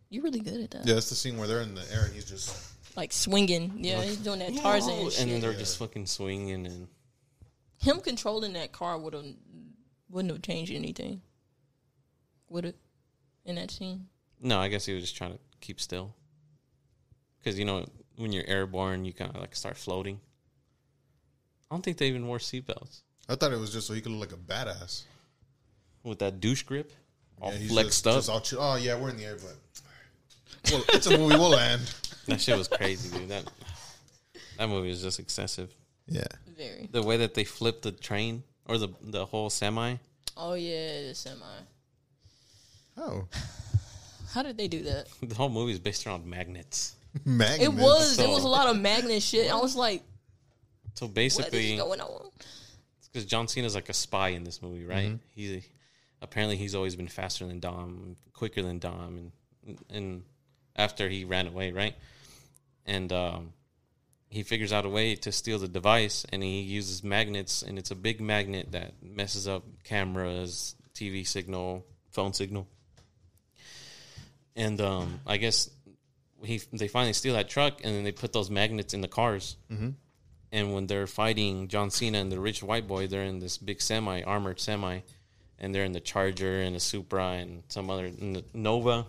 [SPEAKER 2] You're really good at that.
[SPEAKER 3] Yeah, that's the scene where they're in the air and he's just
[SPEAKER 2] Like swinging. Yeah, he's doing that Tarzan
[SPEAKER 1] Oh,
[SPEAKER 2] shit.
[SPEAKER 1] and they're just fucking swinging and.
[SPEAKER 2] Him controlling that car would have wouldn't have changed anything. Would it? In that scene.
[SPEAKER 1] No, I guess he was just trying to keep still. Because you know, when you're airborne, you kind of like start floating. I don't think they even wore seatbelts
[SPEAKER 3] I thought it was just so he could look like a badass.
[SPEAKER 1] with that douche grip, all
[SPEAKER 3] Yeah, he's
[SPEAKER 1] flexed
[SPEAKER 3] just-
[SPEAKER 1] up.
[SPEAKER 3] just all chill. oh yeah, we're in the air, but well, it's a movie. We'll land.
[SPEAKER 1] that shit was crazy, dude. That that movie was just excessive.
[SPEAKER 3] Yeah,
[SPEAKER 2] Very.
[SPEAKER 1] The way that they flipped the train or the the whole semi,
[SPEAKER 2] Oh yeah, the semi.
[SPEAKER 3] Oh,
[SPEAKER 2] How did they do that?
[SPEAKER 1] the whole movie is based around magnets.
[SPEAKER 3] Magnum.
[SPEAKER 2] It was. It
[SPEAKER 1] So-
[SPEAKER 2] was a lot of magnet shit. I was like,
[SPEAKER 1] So
[SPEAKER 2] what is
[SPEAKER 1] basically,
[SPEAKER 2] going on?
[SPEAKER 1] because John Cena's like a spy in this movie, right? He apparently he's always been faster than Dom, quicker than Dom, and and after he ran away, right? And um, he figures out a way to steal the device, and he uses magnets, and it's a big magnet that messes up cameras, TV signal, phone signal, and um, I guess he they finally steal that truck, and then they put those magnets in the cars and when they're fighting John Cena and the rich white boy, they're in this big semi, armored semi, and they're in the Charger and a Supra and some other and the Nova,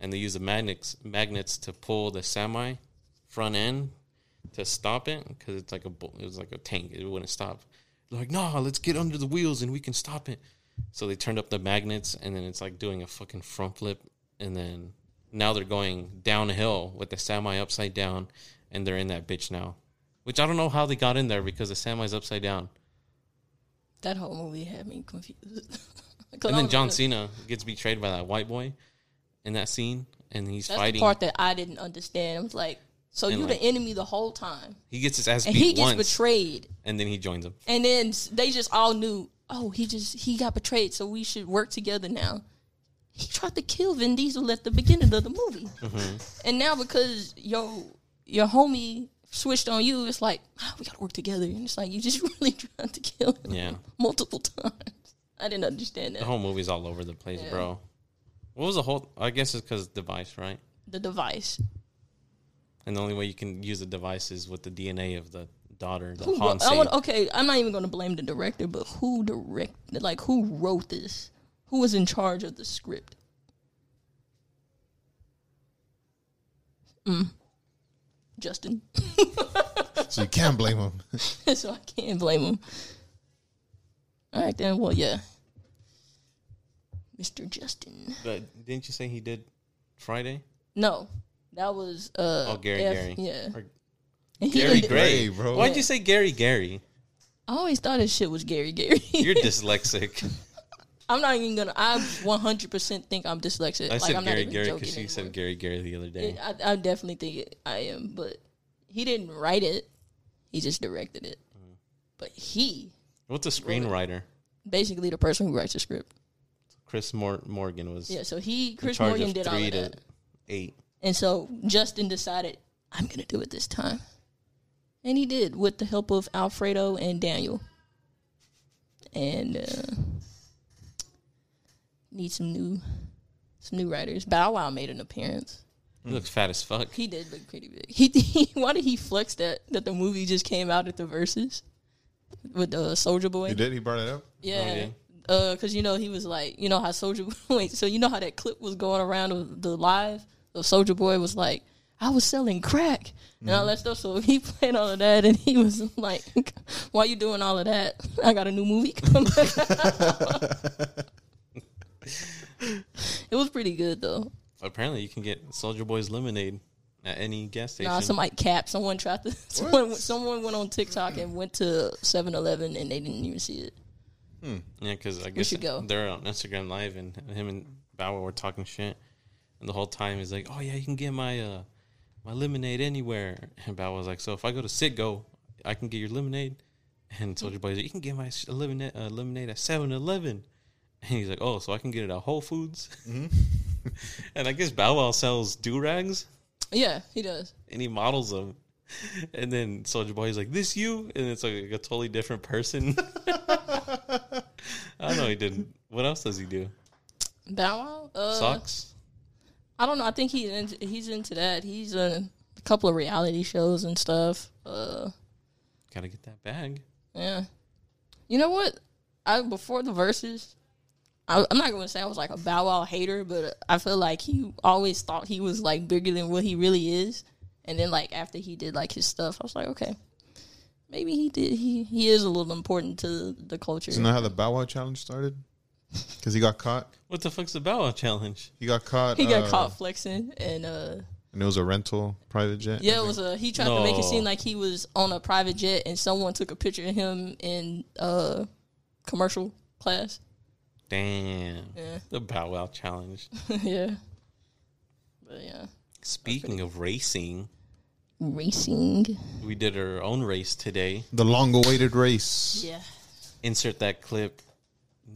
[SPEAKER 1] and they use the magnets magnets to pull the semi front end to stop it because it's like a bull- it was like a tank, it wouldn't stop. They're like, nah, let's get under the wheels and we can stop it. So they turned up the magnets, and then it's like doing a fucking front flip, and then now they're going downhill with the semi upside down, and they're in that bitch now. Which I don't know how they got in there because the semi's upside down.
[SPEAKER 2] That whole movie had me confused.
[SPEAKER 1] And then John Cena gets betrayed by that white boy in that scene, and he's
[SPEAKER 2] That's
[SPEAKER 1] fighting.
[SPEAKER 2] the part that I didn't understand. I was like, so
[SPEAKER 1] And
[SPEAKER 2] you
[SPEAKER 1] like-
[SPEAKER 2] the enemy the whole time,
[SPEAKER 1] He gets his ass
[SPEAKER 2] and
[SPEAKER 1] beat
[SPEAKER 2] he gets
[SPEAKER 1] once,
[SPEAKER 2] betrayed,
[SPEAKER 1] and then he joins him.
[SPEAKER 2] and then s- they just all knew. Oh, he just he got betrayed, so we should work together now. he tried to kill Vin Diesel at the beginning of the movie.
[SPEAKER 1] Mm-hmm.
[SPEAKER 2] And now because yo your homie switched on you, it's like "Ah, we gotta work together. And it's like you just really tried to kill him
[SPEAKER 1] Yeah.
[SPEAKER 2] multiple times. I didn't understand
[SPEAKER 1] The
[SPEAKER 2] that.
[SPEAKER 1] whole movie's all over the place, bro. What was the whole? I guess it's because device, right?
[SPEAKER 2] The device.
[SPEAKER 1] And the only way you can use the device is with the DNA of the daughter, the
[SPEAKER 2] Who
[SPEAKER 1] Han
[SPEAKER 2] wrote, I want,
[SPEAKER 1] Solo.
[SPEAKER 2] okay, I'm not even going to blame the director, but who directed? Like, who wrote this? Who was in charge of the script? Mm. Justin,
[SPEAKER 3] So you can't blame him.
[SPEAKER 2] so I can't blame him. All right, then. Well, yeah, Mr. Justin.
[SPEAKER 1] But didn't you say he did Friday?
[SPEAKER 2] No, that was uh.
[SPEAKER 1] Oh, Gary,
[SPEAKER 2] F-
[SPEAKER 1] Gary.
[SPEAKER 2] Yeah,
[SPEAKER 1] Or
[SPEAKER 2] And he
[SPEAKER 1] Gary
[SPEAKER 2] did-
[SPEAKER 1] Gray,
[SPEAKER 3] Gray, bro.
[SPEAKER 1] Why'd you say Gary Gary?
[SPEAKER 2] I always thought his shit was Gary Gary.
[SPEAKER 1] You're dyslexic.
[SPEAKER 2] I'm not even gonna. I 100 percent think I'm dyslexic.
[SPEAKER 1] I
[SPEAKER 2] like,
[SPEAKER 1] said
[SPEAKER 2] I'm not
[SPEAKER 1] Gary
[SPEAKER 2] even
[SPEAKER 1] Gary
[SPEAKER 2] joking
[SPEAKER 1] because you
[SPEAKER 2] anymore.
[SPEAKER 1] said Gary Gary the other day.
[SPEAKER 2] It- I, I definitely think it, I am, but he didn't write it. He just directed it. But he,
[SPEAKER 1] What's a screenwriter?
[SPEAKER 2] basically, the person who writes the script.
[SPEAKER 1] Chris Mor- Morgan was
[SPEAKER 2] Yeah. So he,
[SPEAKER 1] in
[SPEAKER 2] Chris
[SPEAKER 1] charge
[SPEAKER 2] Morgan,
[SPEAKER 1] of
[SPEAKER 2] did all
[SPEAKER 1] three
[SPEAKER 2] of
[SPEAKER 1] to
[SPEAKER 2] that,
[SPEAKER 1] eight.
[SPEAKER 2] and so Justin decided, I'm gonna do it this time, and he did with the help of Alfredo and Daniel. And uh, need some new, some new writers. Bow Wow made an appearance.
[SPEAKER 1] He looks fat as fuck.
[SPEAKER 2] He did look pretty big. He, he why did he flex that that the movie just came out at the verses with the uh, Soldier Boy?
[SPEAKER 3] He did. He brought it up.
[SPEAKER 2] Yeah.
[SPEAKER 1] yeah.
[SPEAKER 2] Uh, cause you know he was like, you know how Soldier Boy. So you know how that clip was going around of the live. The Soldier Boy was like, "I was selling crack and all that stuff." So he played all of that, and he was like, "Why you doing all of that? I got a new movie coming." out." it was pretty good though.
[SPEAKER 1] Apparently, you can get Soldier Boy's lemonade at any gas station.
[SPEAKER 2] Nah, somebody capped. Someone tried to. Someone, someone went on TikTok and went to 7 Eleven and they didn't even see it.
[SPEAKER 1] Yeah, because I guess
[SPEAKER 2] should go.
[SPEAKER 1] they're on Instagram Live, and him and Bauer were talking shit, and the whole time he's like, "Oh yeah, you can get my uh, my lemonade anywhere." And Bauer was like, "So if I go to Sitgo, I can get your lemonade." And Soldier Boy's like, "You can get my sh- lemonade, uh, lemonade at 7-Eleven. And he's like, "Oh, so I can get it at Whole Foods." and I guess Bow Wow sells do rags,
[SPEAKER 2] Yeah, he does.
[SPEAKER 1] and he models them. And then Soldier Boy's like, "This you?" And it's like a totally different person. I know he didn't. What else does he do?
[SPEAKER 2] Bow Wow. Uh,
[SPEAKER 1] Socks.
[SPEAKER 2] I don't know. I think he's into, he's into that. He's in a couple of reality shows and stuff. Uh,
[SPEAKER 1] Gotta get that bag.
[SPEAKER 2] yeah. You know what? I before the verses, I, I'm not going to say I was like a Bow Wow hater, but I feel like he always thought he was like bigger than what he really is. And then like after he did like his stuff, I was like, okay, maybe he did. He he is a little important to the culture.
[SPEAKER 3] Isn't that how the Bow Wow challenge started? Because he got caught.
[SPEAKER 1] What the fuck's the Bow Wow challenge?
[SPEAKER 3] He got caught.
[SPEAKER 2] he got
[SPEAKER 3] uh,
[SPEAKER 2] caught flexing, and uh,
[SPEAKER 3] And it was a rental private jet.
[SPEAKER 2] yeah, it was a he tried to make
[SPEAKER 1] No.
[SPEAKER 2] it seem like he was on a private jet, and someone took a picture of him in uh commercial class.
[SPEAKER 1] Damn.
[SPEAKER 2] Yeah.
[SPEAKER 1] The Bow Wow challenge.
[SPEAKER 2] yeah, but yeah,
[SPEAKER 1] Speaking of racing,
[SPEAKER 2] racing.
[SPEAKER 1] we did our own race today.
[SPEAKER 3] The long-awaited race.
[SPEAKER 2] Yeah.
[SPEAKER 1] Insert that clip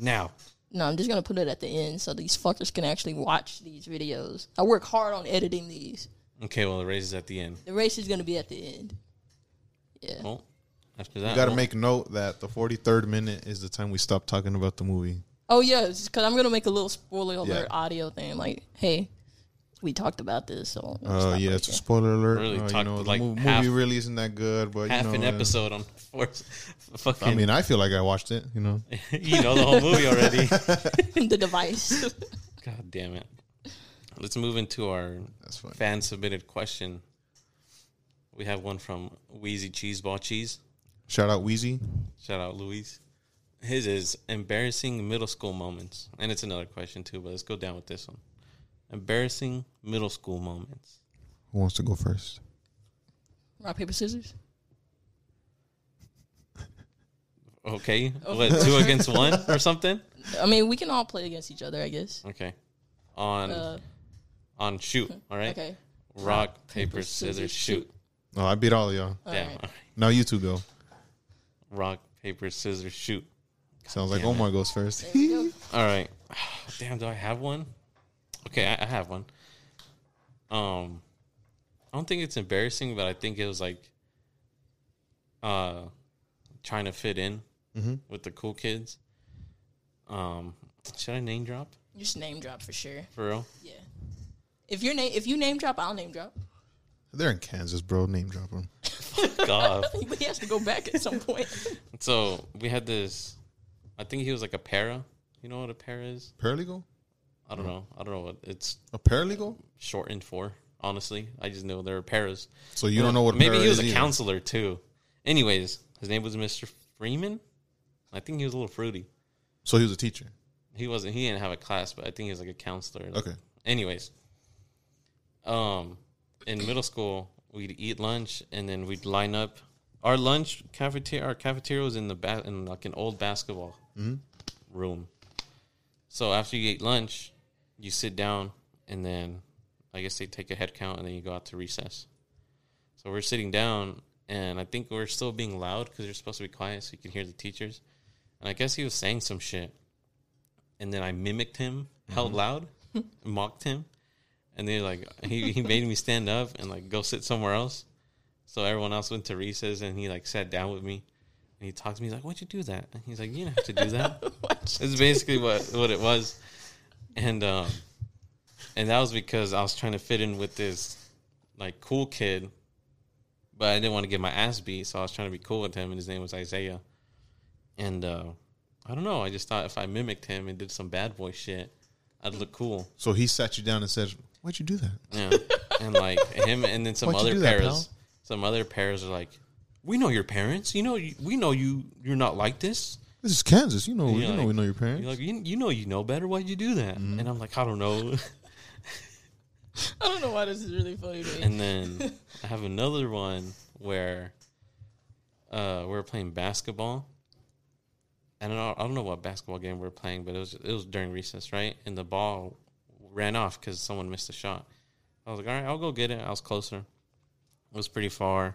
[SPEAKER 1] now.
[SPEAKER 2] No, I'm just gonna put it at the end so these fuckers can actually watch these videos. I work hard on editing these.
[SPEAKER 1] Okay, well, the race is at the end.
[SPEAKER 2] The race is gonna be at the end.
[SPEAKER 1] Well, after that,
[SPEAKER 3] You got to
[SPEAKER 1] well,
[SPEAKER 3] make note that the 43rd minute is the time we stop talking about the movie.
[SPEAKER 2] Oh yeah, because I'm gonna make a little spoiler alert
[SPEAKER 3] Yeah.
[SPEAKER 2] audio thing. Like, hey, we talked about this. So we'll
[SPEAKER 3] Oh
[SPEAKER 2] stop
[SPEAKER 3] yeah,
[SPEAKER 2] right
[SPEAKER 3] it's a
[SPEAKER 2] there.
[SPEAKER 3] spoiler alert.
[SPEAKER 1] Really
[SPEAKER 3] Uh, you
[SPEAKER 1] talked
[SPEAKER 3] know, the
[SPEAKER 1] like
[SPEAKER 3] mo-
[SPEAKER 1] half-
[SPEAKER 3] movie really isn't that good, but
[SPEAKER 1] half
[SPEAKER 3] you know,
[SPEAKER 1] an
[SPEAKER 3] uh,
[SPEAKER 1] episode on force. Fucking,
[SPEAKER 3] I mean, I feel like I watched it. You know,
[SPEAKER 1] you know the whole movie already.
[SPEAKER 2] the device.
[SPEAKER 1] God damn it. Let's move into our
[SPEAKER 3] that's fine.
[SPEAKER 1] fan submitted question. We have one from Wheezy Cheeseball Cheese.
[SPEAKER 3] Shout out Wheezy.
[SPEAKER 1] Shout out Luis. His is embarrassing middle school moments. And it's another question too, but let's go down with this one. Embarrassing middle school moments.
[SPEAKER 3] Who wants to go first?
[SPEAKER 2] Rock paper scissors.
[SPEAKER 1] Okay. What, two against one or something?
[SPEAKER 2] I mean, we can all play against each other, I guess.
[SPEAKER 1] Okay. On
[SPEAKER 2] Uh,
[SPEAKER 1] on shoot. All right.
[SPEAKER 2] okay.
[SPEAKER 1] Rock, paper, scissors, shoot.
[SPEAKER 3] No, I beat all of y'all.
[SPEAKER 1] Damn.
[SPEAKER 2] right.
[SPEAKER 1] all right.
[SPEAKER 3] Now you two go.
[SPEAKER 1] Rock, paper, scissors, shoot.
[SPEAKER 3] Sounds like
[SPEAKER 1] damn it.
[SPEAKER 3] Omar goes first.
[SPEAKER 1] All right. Damn, do I have one? Okay, I, I have one. Um, I don't think it's embarrassing, but I think it was like, uh, trying to fit in with the cool kids. Um, should I name drop
[SPEAKER 2] Just name drop for sure.
[SPEAKER 1] for real?
[SPEAKER 2] Yeah. If your name, if you name drop, I'll name drop.
[SPEAKER 3] They're in Kansas, bro. Name drop them.
[SPEAKER 1] God.
[SPEAKER 2] but he has to go back at some point.
[SPEAKER 1] So we had this. I think he was like a para. You know what a para is?
[SPEAKER 3] Paralegal?
[SPEAKER 1] I don't know. I don't know what it's
[SPEAKER 3] A paralegal?
[SPEAKER 1] shortened for. Honestly, I just know there were paras.
[SPEAKER 3] So you don't know what a
[SPEAKER 1] Maybe
[SPEAKER 3] para
[SPEAKER 1] he was
[SPEAKER 3] is
[SPEAKER 1] a
[SPEAKER 3] either.
[SPEAKER 1] counselor too. Anyways, his name was Mr. Freeman. I think he was a little fruity.
[SPEAKER 3] So he was a teacher.
[SPEAKER 1] He wasn't. He didn't have a class, but I think he was like a counselor.
[SPEAKER 3] Okay.
[SPEAKER 1] Anyways, um, in middle school, we'd eat lunch and then we'd line up. Our lunch cafeteria, our cafeteria was in the ba- in like an old basketball room. So after you ate lunch, you sit down and then I guess they take a head count and then you go out to recess. So we're sitting down and I think we're still being loud because you're supposed to be quiet so you can hear the teachers. And I guess he was saying some shit and then I mimicked him held loud, mocked him, and then like he, he made me stand up and like go sit somewhere else. So everyone else went to recess and he like sat down with me and he talked to me he's like, Why'd you do that? And he's like, You didn't have to do that. It's basically what, what it was. And um and that was because I was trying to fit in with this like cool kid, but I didn't want to get my ass beat, so I was trying to be cool with him and his name was Isaiah. And uh I don't know, I just thought if I mimicked him and did some bad boy shit, I'd look cool.
[SPEAKER 3] So he sat you down and said, Why'd you do that?
[SPEAKER 1] Yeah. and like him and then some
[SPEAKER 3] Why'd you
[SPEAKER 1] other
[SPEAKER 3] do that,
[SPEAKER 1] pairs.
[SPEAKER 3] pal?
[SPEAKER 1] Some other pairs are like, We know your parents. You know you, we know you you're not like this.
[SPEAKER 3] This is Kansas. You know,
[SPEAKER 1] And
[SPEAKER 3] you
[SPEAKER 1] you're
[SPEAKER 3] know,
[SPEAKER 1] like-
[SPEAKER 3] we know your parents.
[SPEAKER 1] You're like, you, you know you know better. Why'd you do that?
[SPEAKER 3] Mm-hmm.
[SPEAKER 1] And I'm like, I don't know.
[SPEAKER 2] I don't know why this is really funny to me.
[SPEAKER 1] and then I have another one where uh, we were playing basketball. And I don't, I don't know what basketball game we were playing, but it was it was during recess, right? And the ball ran off because someone missed a shot. I was like, all right, I'll go get it. I was closer. It was pretty far.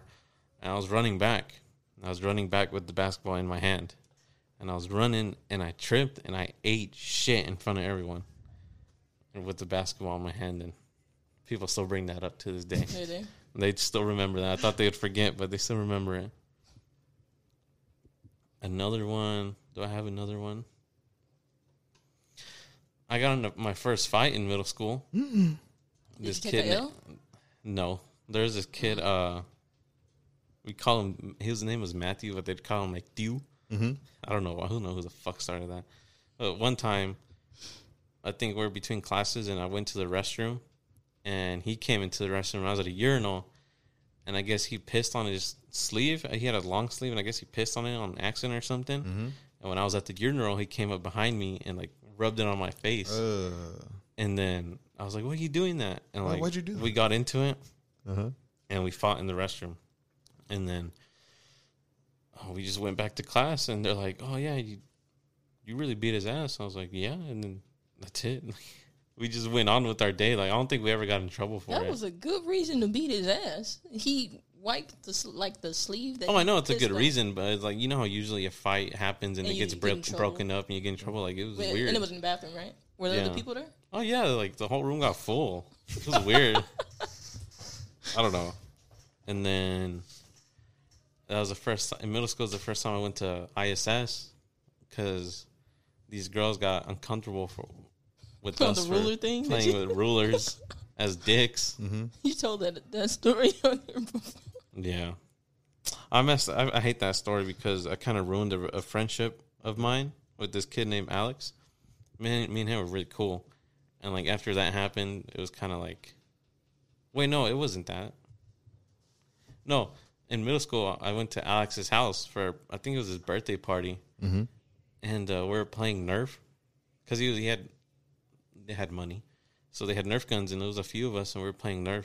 [SPEAKER 1] And I was running back. I was running back with the basketball in my hand. And I was running and I tripped and I ate shit in front of everyone and with the basketball in my hand. And people still bring that up to this day.
[SPEAKER 2] Hey there.
[SPEAKER 1] They'd still remember that. I thought they'd forget, but they still remember it. Another one. Do I have another one? I got into my first fight in middle school.
[SPEAKER 2] Did
[SPEAKER 1] This
[SPEAKER 2] you
[SPEAKER 1] kid.
[SPEAKER 2] take the L?
[SPEAKER 1] No, there's this kid. Uh, we call him. His name was Matthew, but they'd call him like Dew. Mm-hmm. I don't know. I don't know who the fuck started that. But one time, I think we were between classes, and I went to the restroom, and he came into the restroom. And I was at a urinal, and I guess he pissed on his sleeve. He had a long sleeve, and I guess he pissed on it on accident or something.
[SPEAKER 3] Mm-hmm.
[SPEAKER 1] And when I was at the urinal, he came up behind me and like rubbed it on my face.
[SPEAKER 3] uh,
[SPEAKER 1] And then I was like, "Why are you doing that?" And
[SPEAKER 3] Why-
[SPEAKER 1] like,
[SPEAKER 3] why'd you do
[SPEAKER 1] We got into it,
[SPEAKER 3] uh-huh.
[SPEAKER 1] and we fought in the restroom, and then oh, we just went back to class. And they're like, "Oh yeah, you you really beat his ass." I was like, "Yeah," and then that's it. we just went on with our day. Like I don't think we ever got in trouble for
[SPEAKER 2] That
[SPEAKER 1] it.
[SPEAKER 2] was a good reason to beat his ass. He wiped the sl- like the sleeve. That
[SPEAKER 1] Oh, I know it's a
[SPEAKER 2] he
[SPEAKER 1] good
[SPEAKER 2] pissed on.
[SPEAKER 1] reason, but it's like you know how usually a fight happens and,
[SPEAKER 2] And
[SPEAKER 1] it
[SPEAKER 2] you
[SPEAKER 1] gets
[SPEAKER 2] get
[SPEAKER 1] bro-
[SPEAKER 2] in trouble.
[SPEAKER 1] broken up and you get in trouble. Like it was
[SPEAKER 2] Wait,
[SPEAKER 1] weird.
[SPEAKER 2] And it was in the bathroom, right? Were there
[SPEAKER 1] Yeah.
[SPEAKER 2] other people there?
[SPEAKER 1] oh yeah, like the whole room got full. It was weird. I don't know. And then that was the first ti- in middle school. Was the first time I went to ISS because these girls got uncomfortable for with
[SPEAKER 2] Oh,
[SPEAKER 1] us
[SPEAKER 2] the
[SPEAKER 1] for
[SPEAKER 2] ruler thing? Mm-hmm. Did
[SPEAKER 1] playing with rulers as dicks.
[SPEAKER 2] You told that that story on there before.
[SPEAKER 1] Yeah, I messed. I, I hate that story because I kind of ruined a, a friendship of mine with this kid named Alex. Man, me and him were really cool, and like after that happened, it was kind of like, wait, no, it wasn't that. No, in middle school, I went to Alex's house for I think it was his birthday party, and uh, we were playing Nerf because he was, he had they had money, so they had Nerf guns, and there was a few of us, and we were playing Nerf.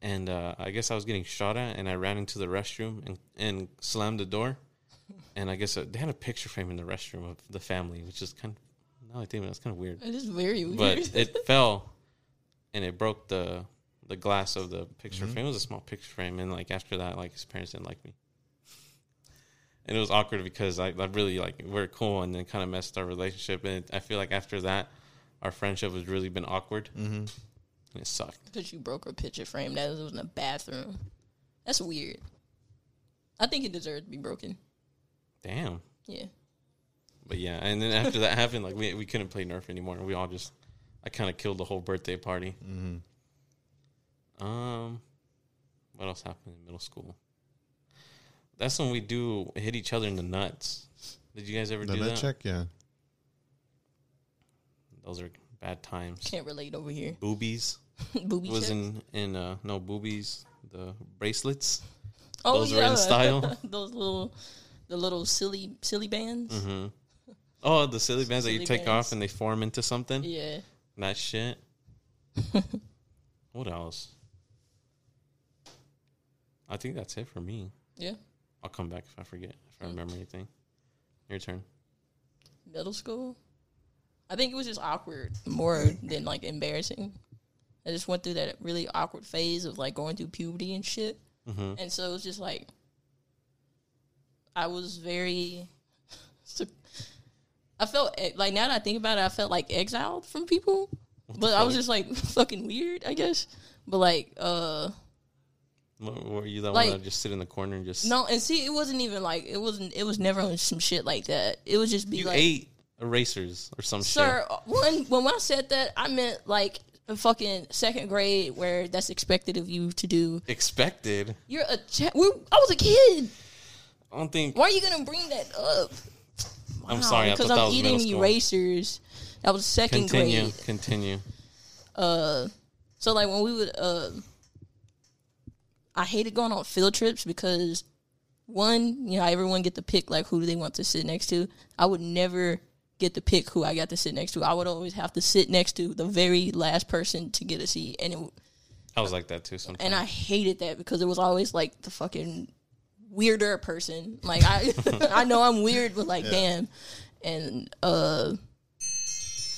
[SPEAKER 1] And uh, I guess I was getting shot at, and I ran into the restroom and, and slammed the door. And I guess uh, they had a picture frame in the restroom of the family, which is kind of now I think that's kind of weird.
[SPEAKER 2] It is very weird.
[SPEAKER 1] But it fell, and it broke the the glass of the picture frame. It was a small picture frame, and like after that, like his parents didn't like me. And it was awkward because I, I really like we are cool, and then kind of messed our relationship. And I feel like after that, our friendship has really been awkward. Mm-hmm. And it sucked.
[SPEAKER 2] Because you broke her picture frame. That was in a bathroom. That's weird. I think it deserved to be broken.
[SPEAKER 1] Damn.
[SPEAKER 2] Yeah.
[SPEAKER 1] But yeah, and then after that happened, like we we couldn't play Nerf anymore. We all just, I kind of killed the whole birthday party.
[SPEAKER 3] mm-hmm.
[SPEAKER 1] Um, what else happened in middle school? That's when we do hit each other in the nuts. Did you guys ever
[SPEAKER 3] The
[SPEAKER 1] do
[SPEAKER 3] nut
[SPEAKER 1] that?
[SPEAKER 3] check, yeah.
[SPEAKER 1] Those are bad times.
[SPEAKER 2] Can't relate over here.
[SPEAKER 1] Boobies
[SPEAKER 2] Booby
[SPEAKER 1] was
[SPEAKER 2] check.
[SPEAKER 1] in in uh no boobies the bracelets.
[SPEAKER 2] oh,
[SPEAKER 1] those were in style.
[SPEAKER 2] those little, the little silly, silly bands.
[SPEAKER 1] Mm-hmm. Oh, the silly bands that you
[SPEAKER 2] Silly
[SPEAKER 1] take
[SPEAKER 2] bands.
[SPEAKER 1] off and they form into something.
[SPEAKER 2] Yeah.
[SPEAKER 1] That shit. what else? I think that's it for me.
[SPEAKER 2] Yeah.
[SPEAKER 1] I'll come back if I forget, if I remember anything. Your turn.
[SPEAKER 2] middle school. I think it was just awkward more than like embarrassing. I just went through that really awkward phase of like going through puberty and shit. And so it was just like I was very I felt eh, like now that I think about it, I felt like exiled from people. But I was just like fucking weird, I guess. But like uh
[SPEAKER 1] What, were you that
[SPEAKER 2] Like-
[SPEAKER 1] one that just sit in the corner and just
[SPEAKER 2] no, and see it wasn't even like it wasn't it was never some shit like that. It was just be
[SPEAKER 1] you
[SPEAKER 2] like
[SPEAKER 1] ate erasers or some
[SPEAKER 2] Sir, when when I said that, I meant like a fucking second grade where that's expected of you to do.
[SPEAKER 1] shit? Expected.
[SPEAKER 2] You're a cha- we're, I was a kid.
[SPEAKER 1] I don't think.
[SPEAKER 2] Why are you gonna bring that up?
[SPEAKER 1] I'm sorry. I thought
[SPEAKER 2] because
[SPEAKER 1] that
[SPEAKER 2] I'm
[SPEAKER 1] was middle
[SPEAKER 2] eating
[SPEAKER 1] school.
[SPEAKER 2] erasers. That was second
[SPEAKER 1] continue.
[SPEAKER 2] grade.
[SPEAKER 1] Continue.
[SPEAKER 2] So like when we would, uh, I hated going on field trips because one, you know, everyone get to pick like who do they want to sit next to. I would never get to pick who I got to sit next to. I would always have to sit next to the very last person to get a seat, and it
[SPEAKER 1] I was like that too. Sometimes.
[SPEAKER 2] and I hated that because it was always like the fucking weirder person. Like I, I know I'm weird, but like damn, and uh, fuck.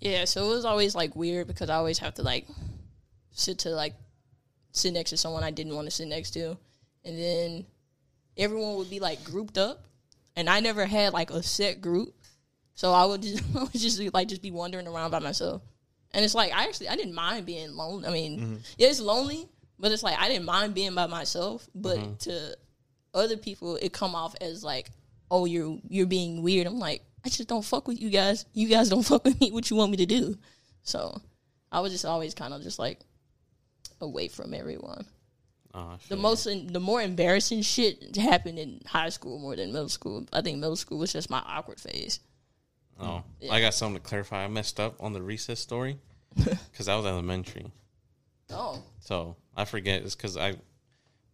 [SPEAKER 2] Yeah, so it was always like weird because I always have to like sit to like sit next to someone I didn't want to sit next to, and then everyone would be like grouped up, and I never had like a set group. So I would just I would just be, like just be wandering around by myself. And it's like I actually I didn't mind being lonely. I mean, yeah, it's lonely, but it's like I didn't mind being by myself. But to other people, it come off as like, oh, you're you're being weird. I'm like, I just don't fuck with you guys. You guys don't fuck with me. What you want me to do? So I was just always kind of just like away from everyone.
[SPEAKER 1] Aw,
[SPEAKER 2] The
[SPEAKER 1] Oh, shit.
[SPEAKER 2] most the more embarrassing shit happened in high school more than middle school. I think middle school was just my awkward phase.
[SPEAKER 1] Oh, I got something to clarify. I messed up on the recess story because I was elementary.
[SPEAKER 2] Oh,
[SPEAKER 1] So I forget. It's because I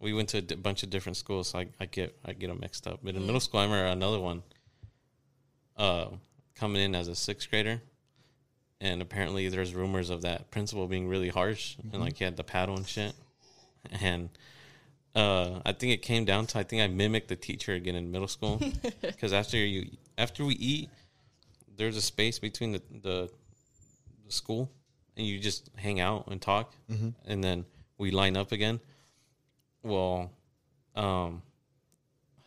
[SPEAKER 1] we went to a di- bunch of different schools, so I, I get I get them mixed up. But in middle school, I remember another one uh, coming in as a sixth grader, and apparently there's rumors of that principal being really harsh and like he had the paddle and shit. And uh, I think it came down to I think I mimicked the teacher again in middle school because after you after we eat, there's a space between the the, the school and you just hang out and talk, and then we line up again. Well, um,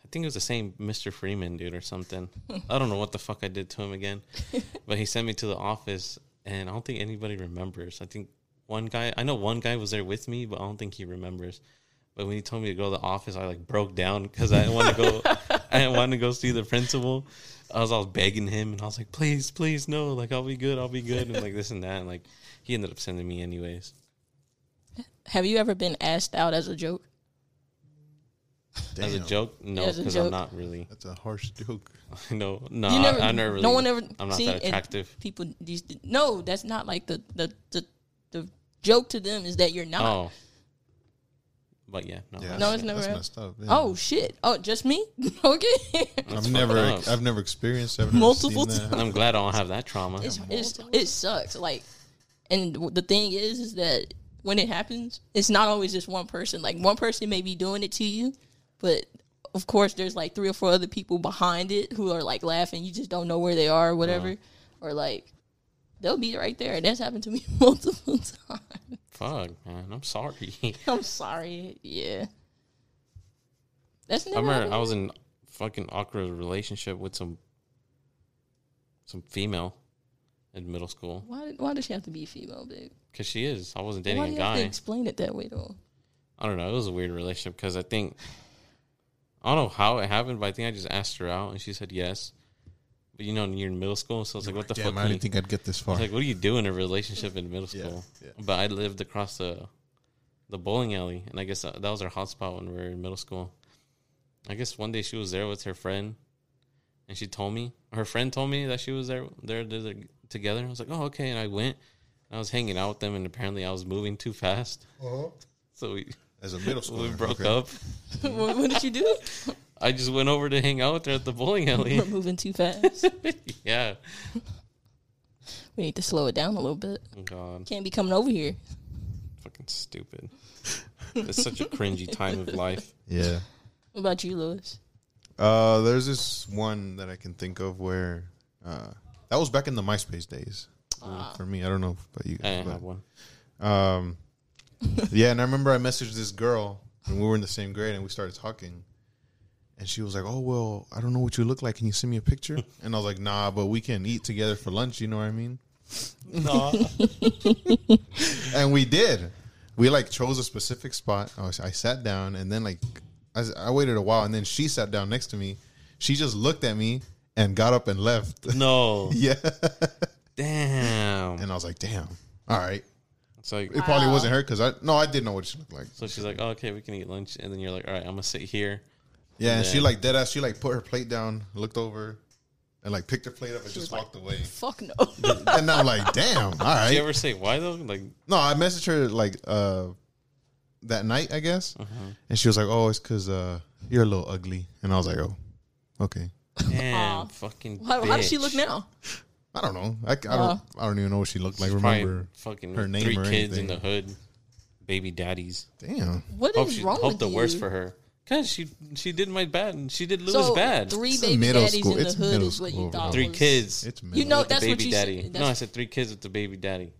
[SPEAKER 1] I think it was the same Mr. Freeman dude or something. I don't know what the fuck I did to him again, but he sent me to the office, and I don't think anybody remembers. I think one guy, I know one guy was there with me, but I don't think he remembers. But when he told me to go to the office, I like broke down because I didn't want to go. I didn't want to go see the principal. I was all begging him, and I was like, "Please, please, no! Like, I'll be good, I'll be good," and like this and that. And like, he ended up sending me anyways.
[SPEAKER 2] Have you ever been asked out as a joke?
[SPEAKER 1] As a
[SPEAKER 3] Damn,
[SPEAKER 1] joke, Oh, no,
[SPEAKER 2] As a
[SPEAKER 1] because I'm
[SPEAKER 2] joke.
[SPEAKER 1] not really.
[SPEAKER 3] That's a harsh joke.
[SPEAKER 1] No, no,
[SPEAKER 2] You
[SPEAKER 1] I, I never really.
[SPEAKER 2] No one ever.
[SPEAKER 1] I'm not
[SPEAKER 2] see,
[SPEAKER 1] that
[SPEAKER 2] and
[SPEAKER 1] attractive.
[SPEAKER 2] People, these, no, that's not like the the, the the joke to them is that you're not. Oh,
[SPEAKER 1] oh, but yeah, no.
[SPEAKER 3] Yeah,
[SPEAKER 1] that's-
[SPEAKER 2] No, it's never
[SPEAKER 3] that's
[SPEAKER 2] hap-
[SPEAKER 3] messed up. yeah.
[SPEAKER 2] shit! Oh, just me? okay.
[SPEAKER 1] that's
[SPEAKER 3] I've never,
[SPEAKER 1] fucked up.
[SPEAKER 3] I've never experienced that.
[SPEAKER 2] Multiple
[SPEAKER 1] And I'm glad I don't have that trauma.
[SPEAKER 2] it's, it's it sucks. Like, and w- the thing is, is that when it happens, it's not always just one person. Like one person may be doing it to you, but of course, there's like three or four other people behind it who are like laughing. You just don't know where they are or whatever, or like they'll be right there. And that's happened to me multiple times.
[SPEAKER 1] Fuck, man. I'm sorry.
[SPEAKER 2] I'm sorry. Yeah, that's
[SPEAKER 1] I
[SPEAKER 2] never.
[SPEAKER 1] remember
[SPEAKER 2] happened.
[SPEAKER 1] I was in fucking awkward relationship with some some female in middle school
[SPEAKER 2] Why? Why does she have to be female, big?
[SPEAKER 1] because she is. I wasn't dating
[SPEAKER 2] Why do
[SPEAKER 1] a
[SPEAKER 2] you have to
[SPEAKER 1] guy.
[SPEAKER 2] explain it that way though?
[SPEAKER 1] I don't know. It was a weird relationship because I think I don't know how it happened, but I think I just asked her out and she said yes. But you know, you're in middle school, so it's like, what the
[SPEAKER 3] Damn,
[SPEAKER 1] fuck?
[SPEAKER 3] I
[SPEAKER 1] can
[SPEAKER 3] didn't
[SPEAKER 1] you-
[SPEAKER 3] think I'd get this far.
[SPEAKER 1] It's like, what do you do in a relationship in middle
[SPEAKER 3] Yeah,
[SPEAKER 1] school?
[SPEAKER 3] yeah.
[SPEAKER 1] But I lived across the the bowling alley, and I guess uh, that that was our hotspot when we were in middle school. I guess one day she was there with her friend, and she told me her friend told me that she was there there to- together. I was like, oh okay, and I went. I was hanging out with them, and apparently I was moving too fast, so we
[SPEAKER 3] As a middle
[SPEAKER 1] we
[SPEAKER 3] schooler,
[SPEAKER 1] broke
[SPEAKER 3] Oh, okay.
[SPEAKER 1] up.
[SPEAKER 2] what, what did you do?
[SPEAKER 1] I just went over to hang out with her at the bowling alley.
[SPEAKER 2] We're moving too fast.
[SPEAKER 1] yeah,
[SPEAKER 2] We need to slow it down a little bit.
[SPEAKER 1] Oh, God,
[SPEAKER 2] Can't be coming over here.
[SPEAKER 1] fucking stupid. it's such a cringy time of life.
[SPEAKER 3] Yeah.
[SPEAKER 2] What about you, Lewis?
[SPEAKER 3] Uh, there's this one that I can think of where uh, that was back in the MySpace days.
[SPEAKER 1] Ah.
[SPEAKER 3] For me, I don't know about you
[SPEAKER 1] I
[SPEAKER 3] guys.
[SPEAKER 1] didn't have one.
[SPEAKER 3] But, um, yeah, and I remember I messaged this girl and we were in the same grade and we started talking. And she was like, "Oh well, I don't know what you look like. Can you send me a picture?" And I was like, "Nah, but we can eat together for lunch. You know what I mean?"
[SPEAKER 1] No.
[SPEAKER 3] and we did. We like chose a specific spot. I, was- I sat down, and then like I, s- I waited a while, and then she sat down next to me. She just looked at me and got up and left.
[SPEAKER 1] no.
[SPEAKER 3] yeah,
[SPEAKER 1] Damn.
[SPEAKER 3] and I was like, "Damn, all right."
[SPEAKER 1] It's like,
[SPEAKER 3] It probably wasn't her because I no, I did know what she looked like.
[SPEAKER 1] so she's like, oh, okay, we can eat lunch. And then you're like, all right, I'm going to sit here.
[SPEAKER 3] Yeah, and she
[SPEAKER 1] Yeah.
[SPEAKER 3] like dead ass. She like put her plate down, looked over, and like picked her plate up and
[SPEAKER 2] was
[SPEAKER 3] just
[SPEAKER 2] like-
[SPEAKER 3] walked away.
[SPEAKER 2] Fuck no.
[SPEAKER 3] and I'm like, "Damn, all
[SPEAKER 1] Do you
[SPEAKER 3] right."
[SPEAKER 1] ever say why though? Like,
[SPEAKER 3] No, I messaged her like uh that night, I guess,
[SPEAKER 1] Mm-hmm.
[SPEAKER 3] and she was like, "Oh, it's because uh, you're a little ugly," and I was like, "Oh, okay."
[SPEAKER 1] damn,
[SPEAKER 2] Aw.
[SPEAKER 1] fucking.
[SPEAKER 2] How, how does she look
[SPEAKER 1] bitch.
[SPEAKER 2] now?
[SPEAKER 3] I don't know. I, I don't.
[SPEAKER 2] Wow.
[SPEAKER 3] I don't even know what she looked like.
[SPEAKER 1] Probably
[SPEAKER 3] Remember?
[SPEAKER 1] fucking
[SPEAKER 3] her name
[SPEAKER 1] three
[SPEAKER 3] or
[SPEAKER 1] kids
[SPEAKER 3] anything.
[SPEAKER 1] in the hood, baby daddies.
[SPEAKER 3] Damn.
[SPEAKER 2] What
[SPEAKER 1] Hope
[SPEAKER 2] is
[SPEAKER 1] she
[SPEAKER 2] wrong
[SPEAKER 1] hope
[SPEAKER 2] with
[SPEAKER 1] the
[SPEAKER 2] you?
[SPEAKER 1] worst for her. Cause she she did my bad and she did Louis
[SPEAKER 2] so
[SPEAKER 1] bad. Three,
[SPEAKER 2] Three
[SPEAKER 3] It's
[SPEAKER 2] baby
[SPEAKER 3] middle
[SPEAKER 2] daddies
[SPEAKER 3] school.
[SPEAKER 2] in the
[SPEAKER 3] It's
[SPEAKER 2] hood
[SPEAKER 3] middle
[SPEAKER 2] is what you
[SPEAKER 3] school,
[SPEAKER 2] thought.
[SPEAKER 3] bro.
[SPEAKER 1] three
[SPEAKER 2] was-
[SPEAKER 1] kids.
[SPEAKER 3] It's
[SPEAKER 2] You know
[SPEAKER 1] with the
[SPEAKER 2] Oh, that's what
[SPEAKER 1] baby
[SPEAKER 2] you
[SPEAKER 1] daddy.
[SPEAKER 2] said.
[SPEAKER 1] no, I
[SPEAKER 2] That's
[SPEAKER 1] said three kids with the baby daddy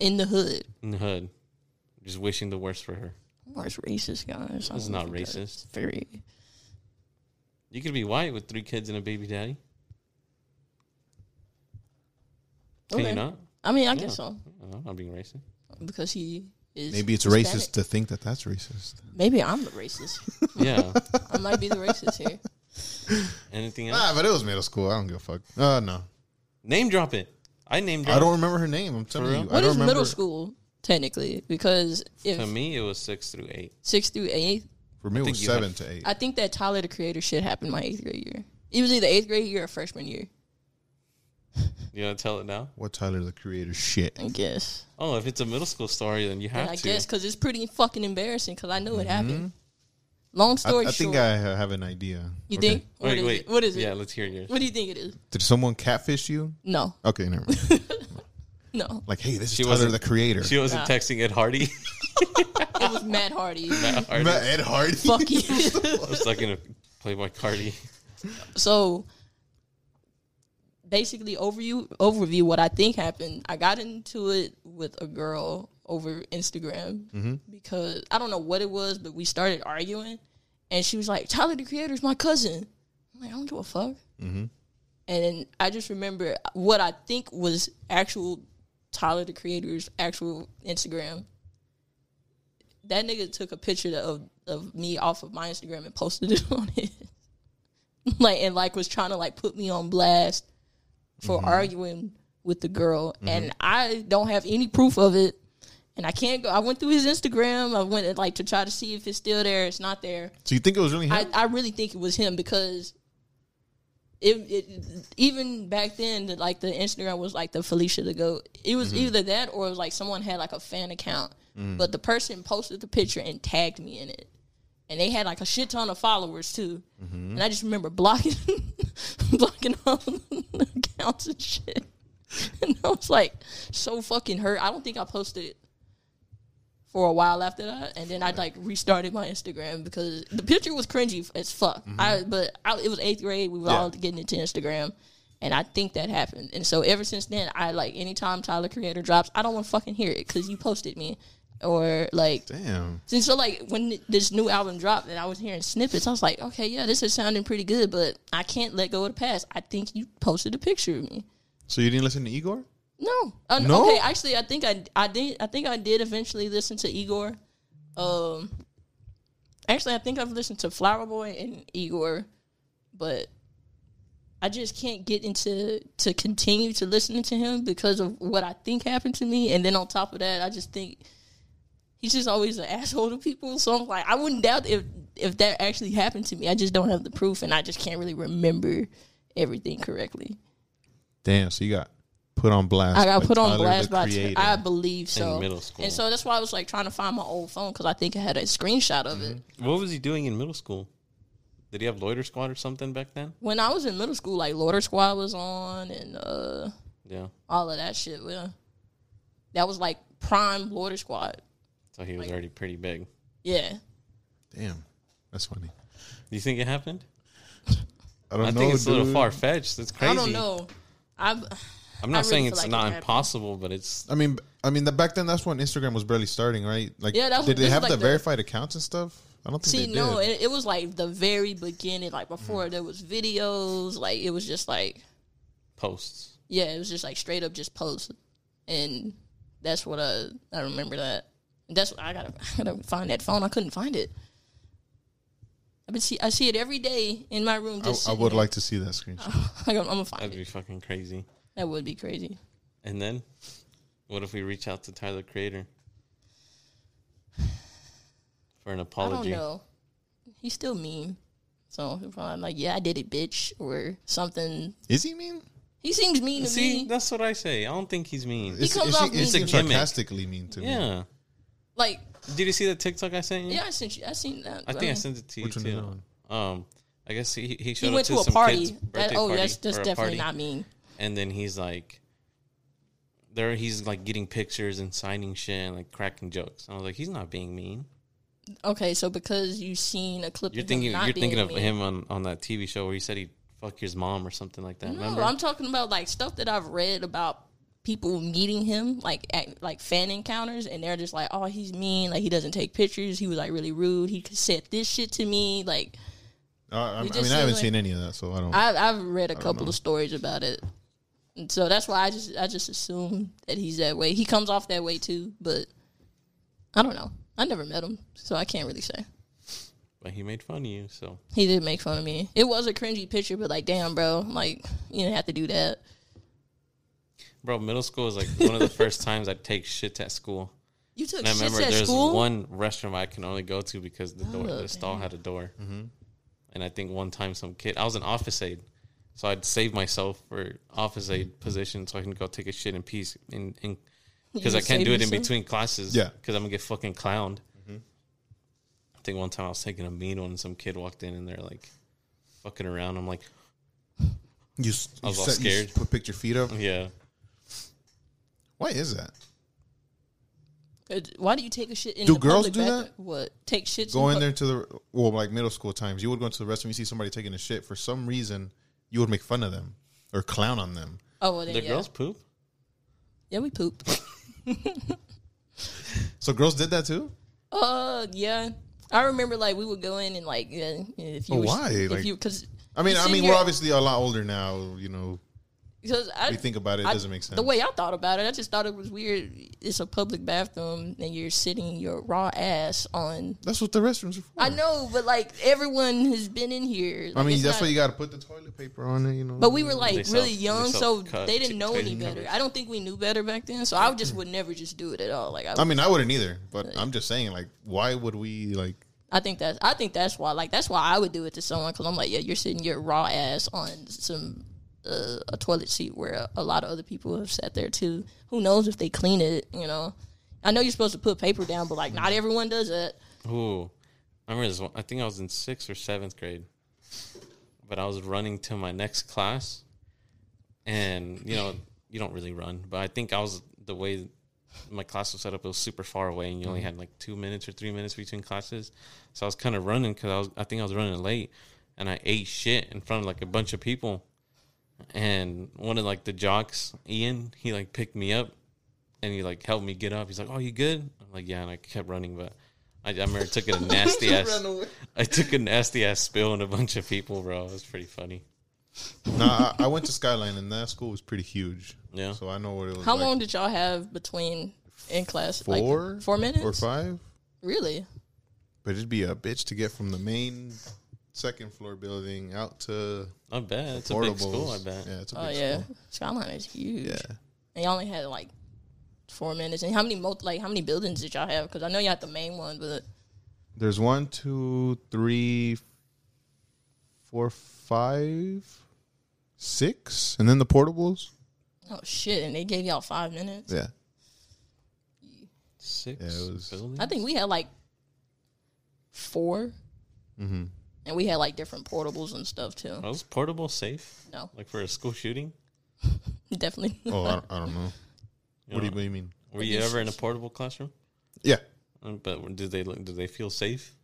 [SPEAKER 2] in the hood.
[SPEAKER 1] in the hood. Just wishing the worst for her.
[SPEAKER 2] That's racist, guys.
[SPEAKER 1] That's not racist.
[SPEAKER 2] Very.
[SPEAKER 1] You could be white with three kids and a baby daddy. Can
[SPEAKER 2] Okay.
[SPEAKER 1] you not?
[SPEAKER 2] I mean, I
[SPEAKER 1] Yeah.
[SPEAKER 2] guess so
[SPEAKER 1] I'm not being racist.
[SPEAKER 2] because he is.
[SPEAKER 3] Maybe it's
[SPEAKER 2] Hispanic.
[SPEAKER 3] racist to think that that's racist.
[SPEAKER 2] Maybe I'm the racist.
[SPEAKER 1] Yeah.
[SPEAKER 2] I might be the racist here.
[SPEAKER 1] Anything else?
[SPEAKER 3] Ah, but it was middle school. I don't give a fuck. Uh, no,
[SPEAKER 1] Name drop it. I name drop.
[SPEAKER 3] I don't remember her name. I'm telling
[SPEAKER 1] For
[SPEAKER 3] you,
[SPEAKER 1] real?
[SPEAKER 3] I
[SPEAKER 2] What
[SPEAKER 3] don't
[SPEAKER 2] is
[SPEAKER 3] remember.
[SPEAKER 2] middle school technically? Because
[SPEAKER 1] To
[SPEAKER 2] if
[SPEAKER 1] me, it was six through eight.
[SPEAKER 2] six through eighth,
[SPEAKER 3] For me, it
[SPEAKER 1] think
[SPEAKER 3] was
[SPEAKER 1] you had-
[SPEAKER 3] seven to eight.
[SPEAKER 2] I think that Tyler the Creator shit happened my eighth grade year. It was either eighth grade year or freshman year.
[SPEAKER 1] You want to tell it now?
[SPEAKER 3] what Tyler the Creator shit?
[SPEAKER 2] I guess.
[SPEAKER 1] Oh, if it's a middle school story, then you have
[SPEAKER 2] And I
[SPEAKER 1] to.
[SPEAKER 2] guess because it's pretty fucking embarrassing because I know it happened. Long
[SPEAKER 3] Mm-hmm. I,
[SPEAKER 2] story
[SPEAKER 3] I
[SPEAKER 2] short,
[SPEAKER 3] think I ha- have an idea.
[SPEAKER 2] you
[SPEAKER 3] Okay.
[SPEAKER 2] think? What
[SPEAKER 1] Wait,
[SPEAKER 2] is
[SPEAKER 1] wait.
[SPEAKER 2] It? What is it?
[SPEAKER 1] Yeah, let's hear yours.
[SPEAKER 2] What do you think it is?
[SPEAKER 3] Did someone catfish you?
[SPEAKER 2] No,
[SPEAKER 3] Okay, never mind.
[SPEAKER 2] no.
[SPEAKER 3] like, hey, this is
[SPEAKER 1] She
[SPEAKER 3] Tyler
[SPEAKER 1] wasn't-
[SPEAKER 3] the Creator.
[SPEAKER 1] She wasn't texting Ed Hardy.
[SPEAKER 2] It was Matt Hardy.
[SPEAKER 1] Hardy.
[SPEAKER 3] Remember Ed Hardy.
[SPEAKER 2] Fuck you.
[SPEAKER 1] I was like in a Playboy Cardi.
[SPEAKER 2] so basically, overview overview what I think happened. I got into it with a girl over Instagram because I don't know what it was, but we started arguing, and she was like, "Tyler the Creator's my cousin." I'm like, I don't give a fuck. And then I just remember what I think was actual Tyler the Creator's actual Instagram. That nigga took a picture of of me off of my Instagram and posted it on it. like and like was trying to like put me on blast for arguing with the girl and I don't have any proof of it. And I can't go I went through his Instagram. I went like to try to see if it's still there. It's not there.
[SPEAKER 3] So you think it was really him?
[SPEAKER 2] I, I really think it was him because it, it even back then the, like the Instagram was like the Felicia the goat. It was either that or it was like someone had like a fan account, but the person posted the picture and tagged me in it, and they had like a shit ton of followers too. And I just remember blocking blocking all the accounts and shit. And I was like so fucking hurt. I don't think I posted it for a while after that, and then I like restarted my Instagram because the picture was cringy as fuck. I but I, it was eighth grade. We were all getting into Instagram, and I think that happened. And so ever since then, I like anytime Tyler Creator drops, I don't want to fucking hear it because you posted me or like.
[SPEAKER 3] Damn.
[SPEAKER 2] And so like when this new album dropped and I was hearing snippets, I was like, okay, yeah, this is sounding pretty good, but I can't let go of the past. I think you posted a picture of me.
[SPEAKER 3] So you didn't listen to Igor?
[SPEAKER 2] No. Uh,
[SPEAKER 3] No?
[SPEAKER 2] Okay, actually, I think I I did I think I did eventually listen to Igor. Um, actually, I think I've listened to Flower Boy and Igor, but I just can't get into to continue to listening to him because of what I think happened to me, and then on top of that, I just think he's just always an asshole to people. So I'm like, I wouldn't doubt if if that actually happened to me. I just don't have the proof, and I just can't really remember everything correctly.
[SPEAKER 3] Damn, so you got put on blast.
[SPEAKER 2] I got
[SPEAKER 3] by
[SPEAKER 2] put on
[SPEAKER 3] Tyler,
[SPEAKER 2] blast
[SPEAKER 3] the
[SPEAKER 2] by Ty-
[SPEAKER 3] Creator.
[SPEAKER 2] I believe so.
[SPEAKER 1] middle school.
[SPEAKER 2] And so that's why I was like trying to find my old phone because I think I had a screenshot of it.
[SPEAKER 3] Mm-hmm.
[SPEAKER 1] What was he doing in middle school? Did he have loiter squad or something back then?
[SPEAKER 2] When I was in middle school, like Loader Squad was on and uh,
[SPEAKER 1] Yeah.
[SPEAKER 2] all of that shit. Yeah. That was like prime Loader Squad.
[SPEAKER 1] So he was already pretty big.
[SPEAKER 2] Yeah.
[SPEAKER 3] Damn, that's funny.
[SPEAKER 1] Do you think it happened?
[SPEAKER 3] I don't
[SPEAKER 1] I
[SPEAKER 3] know.
[SPEAKER 1] think it's
[SPEAKER 3] dude.
[SPEAKER 1] a little far fetched. It's crazy.
[SPEAKER 2] I don't know. I
[SPEAKER 1] am not
[SPEAKER 2] I really
[SPEAKER 1] saying
[SPEAKER 2] feel
[SPEAKER 1] it's
[SPEAKER 2] like it
[SPEAKER 1] not
[SPEAKER 2] happened.
[SPEAKER 1] impossible, but it's
[SPEAKER 3] I mean, I mean, the, back then that's when Instagram was barely starting, right? Like,
[SPEAKER 2] Yeah, that was-
[SPEAKER 3] did
[SPEAKER 2] this
[SPEAKER 3] they
[SPEAKER 2] is
[SPEAKER 3] have
[SPEAKER 2] like
[SPEAKER 3] the,
[SPEAKER 2] the-
[SPEAKER 3] verified accounts and stuff? I don't think
[SPEAKER 2] see.
[SPEAKER 3] they
[SPEAKER 2] No,
[SPEAKER 3] did. Mm.
[SPEAKER 2] it, it was like the very beginning. Like before there was videos. Like it was just like
[SPEAKER 1] posts.
[SPEAKER 2] yeah, it was just like straight up just posts, and that's what I I remember that. And that's I gotta I gotta find that phone. I couldn't find it. I been see I see it every day in my room.
[SPEAKER 3] I,
[SPEAKER 2] Just Uh,
[SPEAKER 3] I would like to see that screenshot.
[SPEAKER 2] I'm, I'm gonna find
[SPEAKER 1] That'd
[SPEAKER 2] it.
[SPEAKER 1] be fucking crazy.
[SPEAKER 2] That would be crazy.
[SPEAKER 1] And then, what if we reach out to Tyler Creator for an
[SPEAKER 2] I don't
[SPEAKER 1] apology?
[SPEAKER 2] know. He's still mean, so he'll probably like yeah I did it, bitch, or something.
[SPEAKER 3] Is he mean?
[SPEAKER 2] He seems mean to
[SPEAKER 1] See,
[SPEAKER 2] me.
[SPEAKER 1] that's what I say. I don't think he's mean.
[SPEAKER 3] It's,
[SPEAKER 2] comes
[SPEAKER 3] it's,
[SPEAKER 2] off
[SPEAKER 3] it's
[SPEAKER 1] mean to me.
[SPEAKER 3] sarcastically mean to me.
[SPEAKER 1] yeah.
[SPEAKER 2] Like
[SPEAKER 1] Did you see that TikTok I sent you?
[SPEAKER 2] yeah, I sent you. I seen that.
[SPEAKER 1] I think I sent it to you
[SPEAKER 3] Which one is that
[SPEAKER 1] too.
[SPEAKER 3] one?
[SPEAKER 1] Um, I guess he he showed
[SPEAKER 2] He
[SPEAKER 1] up
[SPEAKER 2] went
[SPEAKER 1] to,
[SPEAKER 2] to a
[SPEAKER 1] some
[SPEAKER 2] party.
[SPEAKER 1] Kid's
[SPEAKER 2] That,
[SPEAKER 1] birthday
[SPEAKER 2] oh,
[SPEAKER 1] party
[SPEAKER 2] that's that's
[SPEAKER 1] or a
[SPEAKER 2] definitely
[SPEAKER 1] party.
[SPEAKER 2] not mean.
[SPEAKER 1] and then he's like there he's like getting pictures and signing shit and like cracking jokes. And I was like, he's not being mean.
[SPEAKER 2] Okay, so because you've seen a clip,
[SPEAKER 1] You're
[SPEAKER 2] of
[SPEAKER 1] thinking
[SPEAKER 2] him not
[SPEAKER 1] you're
[SPEAKER 2] being
[SPEAKER 1] thinking of
[SPEAKER 2] mean.
[SPEAKER 1] him on, on that TV show where he said he'd fuck his mom or something like that.
[SPEAKER 2] No,
[SPEAKER 1] Remember?
[SPEAKER 2] I'm talking about like stuff that I've read about people meeting him, like at, like fan encounters, and they're just like, "Oh, he's mean. Like he doesn't take pictures. He was like really rude. He said this shit to me." Like
[SPEAKER 3] Uh, I, I mean,
[SPEAKER 2] just
[SPEAKER 3] I
[SPEAKER 2] said,
[SPEAKER 3] haven't
[SPEAKER 2] like-
[SPEAKER 3] seen any of that, so I don't.
[SPEAKER 2] I've I've read a couple of stories about it, and so that's why I just I just assume that he's that way. He comes off that way too, but I don't know. I never met him, so I can't really say.
[SPEAKER 1] but he made fun of you, so
[SPEAKER 2] He did make fun of me. It was a cringy picture, but like, damn, bro, like you didn't have to do that.
[SPEAKER 1] bro, middle school is like one of the first times I take shit at school.
[SPEAKER 2] You took
[SPEAKER 1] And I remember
[SPEAKER 2] shits at
[SPEAKER 1] there's
[SPEAKER 2] school.
[SPEAKER 1] one restaurant I can only go to because the door,
[SPEAKER 2] Oh,
[SPEAKER 1] the stall had a door. And I think one time some kid, I was in office aid, so I'd save myself for office aid position so I can go take a shit in peace, in because I
[SPEAKER 2] just
[SPEAKER 1] can't
[SPEAKER 2] saved
[SPEAKER 1] do it in
[SPEAKER 2] yourself?
[SPEAKER 1] between classes.
[SPEAKER 3] Yeah.
[SPEAKER 1] because I'm gonna get fucking clowned. I think one time I was taking a mean one, and some kid walked in and they're like fucking around. I'm like,
[SPEAKER 3] you, s-
[SPEAKER 1] I was
[SPEAKER 3] you
[SPEAKER 1] all
[SPEAKER 3] set- you
[SPEAKER 1] scared.
[SPEAKER 3] s- put picked your feet up.
[SPEAKER 1] yeah,
[SPEAKER 3] Why is that?
[SPEAKER 2] Uh, Why do you take a shit in
[SPEAKER 3] Do
[SPEAKER 2] the
[SPEAKER 3] girls
[SPEAKER 2] public
[SPEAKER 3] do
[SPEAKER 2] bathroom?
[SPEAKER 3] that?
[SPEAKER 2] What take shits?
[SPEAKER 3] Go in
[SPEAKER 2] pub-
[SPEAKER 3] there to the well, like middle school times, you would go into the restroom. You see somebody taking a shit for some reason, you would make fun of them or clown on them.
[SPEAKER 2] Oh, well, then,
[SPEAKER 1] the
[SPEAKER 2] yeah.
[SPEAKER 1] girls poop.
[SPEAKER 2] Yeah, we pooped.
[SPEAKER 3] So girls did that too.
[SPEAKER 2] uh, yeah. I remember like we would go in and like yeah, if you
[SPEAKER 3] But
[SPEAKER 2] was-
[SPEAKER 3] Oh, why?
[SPEAKER 2] if
[SPEAKER 3] Like-
[SPEAKER 2] you because
[SPEAKER 3] I mean,
[SPEAKER 2] You
[SPEAKER 3] I
[SPEAKER 2] see
[SPEAKER 3] mean,
[SPEAKER 2] your-
[SPEAKER 3] we're obviously a lot older now. You know,
[SPEAKER 2] because I
[SPEAKER 3] we think about it, it
[SPEAKER 2] I-
[SPEAKER 3] doesn't make sense.
[SPEAKER 2] the way I thought about it, I just thought it was weird. It's a public bathroom and you're sitting your raw ass on.
[SPEAKER 3] that's what the restrooms are for.
[SPEAKER 2] I know, but like everyone has been in here.
[SPEAKER 3] Hmm. I
[SPEAKER 2] Like,
[SPEAKER 3] mean,
[SPEAKER 2] it's
[SPEAKER 3] that's
[SPEAKER 2] not-
[SPEAKER 3] why you got to put the toilet paper on it. You know,
[SPEAKER 2] But we were like
[SPEAKER 1] They sell-
[SPEAKER 2] really
[SPEAKER 1] they
[SPEAKER 2] young,
[SPEAKER 1] sell
[SPEAKER 2] so
[SPEAKER 1] cut
[SPEAKER 2] they didn't
[SPEAKER 1] chick-
[SPEAKER 2] know any
[SPEAKER 1] chicken
[SPEAKER 2] better.
[SPEAKER 1] nuggets.
[SPEAKER 2] I don't think we knew better back then, so I just would never just do it at all. Like I,
[SPEAKER 3] I mean, I wouldn't either. But I'm just saying, like, why would we like?
[SPEAKER 2] I think that's I think that's why like that's why I would do it to someone because I'm like yeah you're sitting your raw ass on some uh, a toilet seat where a, a lot of other people have sat there too. Who knows if they clean it? You know, I know you're supposed to put paper down, but like not everyone does that.
[SPEAKER 1] Ooh, I remember this one. I think I was in sixth or seventh grade, but I was running to my next class, and you know you don't really run, but I think I was the way my class was set up. It was super far away, and you only had like two minutes or three minutes between classes, so I was kind of running because I was I think I was running late, and I ate shit in front of like a bunch of people, and one of like the jocks, Ian, he like picked me up and he like helped me get up. He's like, "Oh, you good?" I'm like, "Yeah," and I kept running, but I, I remember taking a nasty ass. I took a nasty ass spill on a bunch of people, bro. It was pretty funny.
[SPEAKER 3] no, I, I went to Skyline and that school was pretty huge.
[SPEAKER 1] Yeah.
[SPEAKER 3] So I know what it was.
[SPEAKER 2] How
[SPEAKER 3] like.
[SPEAKER 2] long did y'all have between in class?
[SPEAKER 3] Four?
[SPEAKER 2] like four minutes.
[SPEAKER 3] or five?
[SPEAKER 2] Really?
[SPEAKER 3] But it'd be a bitch to get from the main second floor building out to
[SPEAKER 1] I bet it's a big school. I
[SPEAKER 3] portables.
[SPEAKER 1] bet.
[SPEAKER 3] Yeah, it's a big
[SPEAKER 2] Oh yeah,
[SPEAKER 3] school.
[SPEAKER 2] Skyline is huge.
[SPEAKER 3] Yeah.
[SPEAKER 2] And y'all only had like four minutes. And how many mul- like how many buildings did y'all have? Because I know you had the main one, but
[SPEAKER 3] There's one, two, three, four, five, six, and then the portables.
[SPEAKER 2] oh shit! And they gave y'all five minutes.
[SPEAKER 3] Yeah.
[SPEAKER 1] Six
[SPEAKER 3] Yeah, it was-
[SPEAKER 1] buildings?
[SPEAKER 2] I think we had like 4
[SPEAKER 3] Mm-hmm.
[SPEAKER 2] and we had like different portables and stuff too.
[SPEAKER 1] Are those portable safe?
[SPEAKER 2] No,
[SPEAKER 1] Like for a school shooting?
[SPEAKER 2] definitely.
[SPEAKER 3] Oh, I don't, I don't know. What do, you,
[SPEAKER 1] know,
[SPEAKER 3] what do you mean?
[SPEAKER 1] Were you ever in a portable classroom?
[SPEAKER 3] Yeah.
[SPEAKER 1] Um, But do they do they feel safe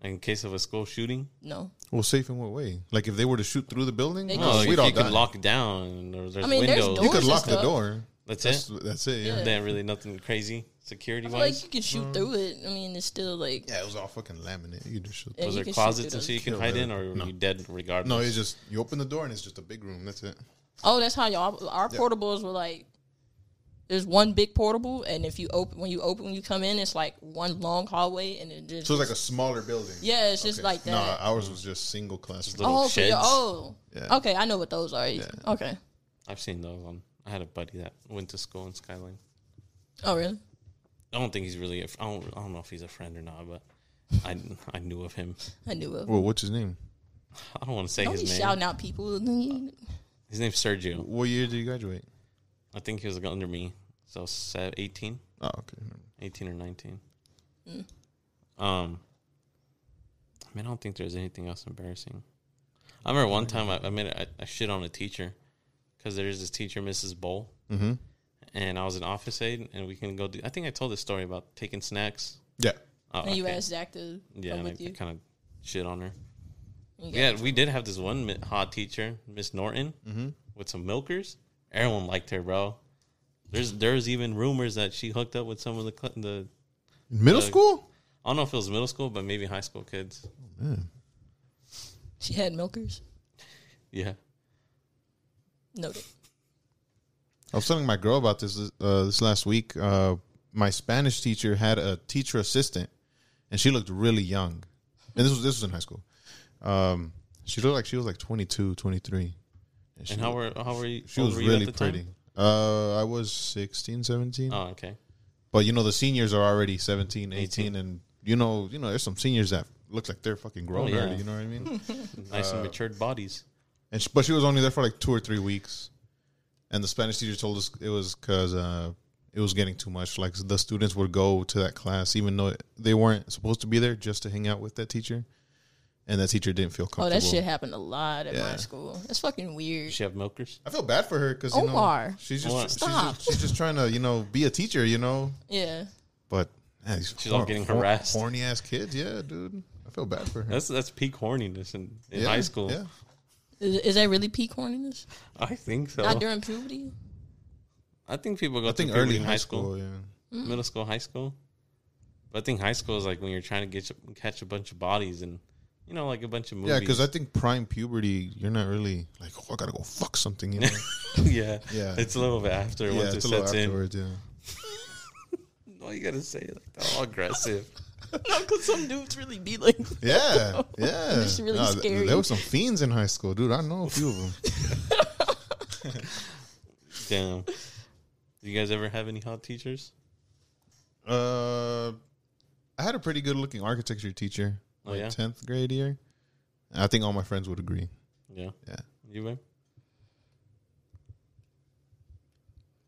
[SPEAKER 1] in case of a school shooting?
[SPEAKER 2] no.
[SPEAKER 3] Well, safe in what way? Like if they were to shoot through the building,
[SPEAKER 2] They
[SPEAKER 3] oh,
[SPEAKER 2] No,
[SPEAKER 1] No, if
[SPEAKER 3] we'd
[SPEAKER 1] you
[SPEAKER 3] all
[SPEAKER 1] could
[SPEAKER 3] die.
[SPEAKER 1] lock down or there's
[SPEAKER 2] I mean, there's
[SPEAKER 1] windows.
[SPEAKER 3] you
[SPEAKER 2] doors.
[SPEAKER 3] could
[SPEAKER 2] and
[SPEAKER 3] lock the
[SPEAKER 2] stuff.
[SPEAKER 3] door.
[SPEAKER 1] That's
[SPEAKER 3] That's
[SPEAKER 1] it.
[SPEAKER 3] that's it. Yeah.
[SPEAKER 2] Yeah.
[SPEAKER 3] Yeah,
[SPEAKER 1] Then really nothing crazy security
[SPEAKER 2] I feel like
[SPEAKER 1] wise.
[SPEAKER 2] you can shoot through it. I mean, it's still like
[SPEAKER 3] it was all fucking laminate. You could just shoot.
[SPEAKER 2] Yeah.
[SPEAKER 1] Was
[SPEAKER 2] you
[SPEAKER 1] there
[SPEAKER 2] can shoot
[SPEAKER 1] closets
[SPEAKER 2] through
[SPEAKER 1] and shit you can
[SPEAKER 3] those.
[SPEAKER 1] hide
[SPEAKER 3] Kill
[SPEAKER 1] in, or were
[SPEAKER 3] no.
[SPEAKER 1] you dead regardless?
[SPEAKER 3] No, it's just you open the door and it's just a big room. That's it.
[SPEAKER 2] oh, that's how y'all our portables were like. There's one big portable, and if you open when you open when you come in, it's like one long hallway, and it just
[SPEAKER 3] So it's like a smaller building.
[SPEAKER 2] yeah, it's just like that.
[SPEAKER 3] No, ours was just single class.
[SPEAKER 1] little
[SPEAKER 2] oh, for your-
[SPEAKER 1] sheds.
[SPEAKER 2] oh,
[SPEAKER 3] Yeah.
[SPEAKER 2] okay, I know what those are. Okay,
[SPEAKER 1] I've seen those on. I had a buddy that went to school in Skyline.
[SPEAKER 2] oh really?
[SPEAKER 1] I don't think he's really. A, fr- I don't. I don't know if he's a friend or not, but I I knew of him.
[SPEAKER 2] I knew it.
[SPEAKER 3] Well, what's his name?
[SPEAKER 1] I don't want to say
[SPEAKER 2] Don't be
[SPEAKER 1] his name.
[SPEAKER 2] shouting out people.
[SPEAKER 3] Uh,
[SPEAKER 1] His name's Sergio.
[SPEAKER 3] What year did you graduate?
[SPEAKER 1] I think he was under me, so se- 18,
[SPEAKER 3] Oh, okay.
[SPEAKER 1] 18 or nineteen.
[SPEAKER 2] Hmm.
[SPEAKER 1] Um, I mean, I don't think there's anything else embarrassing. I remember one time I, I made a- I, I shit on a teacher because there's this teacher, Mrs. Bowl,
[SPEAKER 3] Mm-hmm.
[SPEAKER 1] and I was an office aide, and we can go do. I think I told this story about taking snacks.
[SPEAKER 3] Yeah.
[SPEAKER 1] Oh,
[SPEAKER 2] And you
[SPEAKER 1] okay.
[SPEAKER 2] asked Zach to
[SPEAKER 1] yeah,
[SPEAKER 2] come
[SPEAKER 1] and I,
[SPEAKER 2] with you.
[SPEAKER 1] kind of shit on her.
[SPEAKER 2] You got-
[SPEAKER 1] Yeah, we did have this one mi- hot teacher, Miss Norton,
[SPEAKER 3] Mm-hmm.
[SPEAKER 1] with some milkers. Everyone liked her, bro. There's there's even rumors that she hooked up with some of the cl- the
[SPEAKER 3] Middle
[SPEAKER 1] Uh,
[SPEAKER 3] school?
[SPEAKER 1] I don't know if it was middle school, but maybe high school kids.
[SPEAKER 2] She had milkers.
[SPEAKER 1] Yeah,
[SPEAKER 2] Noted.
[SPEAKER 3] I was telling my girl about this uh, this last week. Uh, my Spanish teacher had a teacher assistant, and she looked really young. And this was this was in high school. Um, she looked like she was like 22, 23. she,
[SPEAKER 1] and how were how were you?
[SPEAKER 3] she
[SPEAKER 1] old
[SPEAKER 3] was
[SPEAKER 1] were you at
[SPEAKER 3] really
[SPEAKER 1] the time?
[SPEAKER 3] pretty. Uh, I was 16, 17.
[SPEAKER 1] Oh, okay.
[SPEAKER 3] But you know the seniors are already 17, 18,
[SPEAKER 1] 18.
[SPEAKER 3] and you know, you know there's some seniors that look like they're fucking grown
[SPEAKER 1] Oh, yeah.
[SPEAKER 3] already, you know what I mean?
[SPEAKER 1] Nice
[SPEAKER 3] Uh,
[SPEAKER 1] and matured bodies.
[SPEAKER 3] And she, but she was only there for like two or three weeks, and the Spanish teacher told us it was because uh, it was getting too much. Like the students would go to that class even though they weren't supposed to be there, just to hang out with that teacher, and that teacher didn't feel
[SPEAKER 2] Oh,
[SPEAKER 3] comfortable.
[SPEAKER 2] that shit happened a lot at my
[SPEAKER 3] Yeah.
[SPEAKER 2] school. That's fucking weird.
[SPEAKER 1] Did she have milkers?
[SPEAKER 3] I feel bad for her because you know
[SPEAKER 2] Omar.
[SPEAKER 3] she's just,
[SPEAKER 1] Omar.
[SPEAKER 3] she's
[SPEAKER 2] Stop.
[SPEAKER 3] just she's just trying to you know be a teacher, you know.
[SPEAKER 2] Yeah.
[SPEAKER 3] But man, these
[SPEAKER 1] She's all
[SPEAKER 3] hor-
[SPEAKER 1] getting
[SPEAKER 3] hor-
[SPEAKER 1] harassed.
[SPEAKER 3] horny ass kids. Yeah, dude, I feel bad for her.
[SPEAKER 1] That's that's peak horniness in, in
[SPEAKER 3] Yeah,
[SPEAKER 1] high school.
[SPEAKER 3] yeah.
[SPEAKER 2] Is, is that really peak horniness?
[SPEAKER 1] I think so.
[SPEAKER 2] Not during puberty?
[SPEAKER 1] I think people go.
[SPEAKER 3] I think
[SPEAKER 1] through puberty
[SPEAKER 3] early
[SPEAKER 1] in
[SPEAKER 3] high school. yeah.
[SPEAKER 1] middle school, high school. But I think high school is like when you're trying to get your- catch a bunch of bodies and you know like a bunch of movies.
[SPEAKER 3] Yeah, because I think prime puberty, you're not really like, oh, I gotta go fuck something. You know?
[SPEAKER 1] yeah,
[SPEAKER 3] Yeah.
[SPEAKER 1] it's a little bit after
[SPEAKER 3] yeah,
[SPEAKER 1] once it
[SPEAKER 3] it's a little
[SPEAKER 1] sets in.
[SPEAKER 3] afterwards. Yeah.
[SPEAKER 1] Why you gotta say it like that? All aggressive.
[SPEAKER 2] No, because some dudes really be like,
[SPEAKER 3] Yeah, yeah.
[SPEAKER 2] It's really
[SPEAKER 3] No, th-
[SPEAKER 2] scary.
[SPEAKER 3] there were some fiends in high school, dude. I know a few of them.
[SPEAKER 1] Damn. Do you guys ever have any hot teachers?
[SPEAKER 3] Uh, I had a pretty good looking architecture teacher,
[SPEAKER 1] Oh,
[SPEAKER 3] like
[SPEAKER 1] yeah?
[SPEAKER 3] tenth grade year. And I think all my friends would agree.
[SPEAKER 1] Yeah.
[SPEAKER 3] Yeah.
[SPEAKER 1] You were.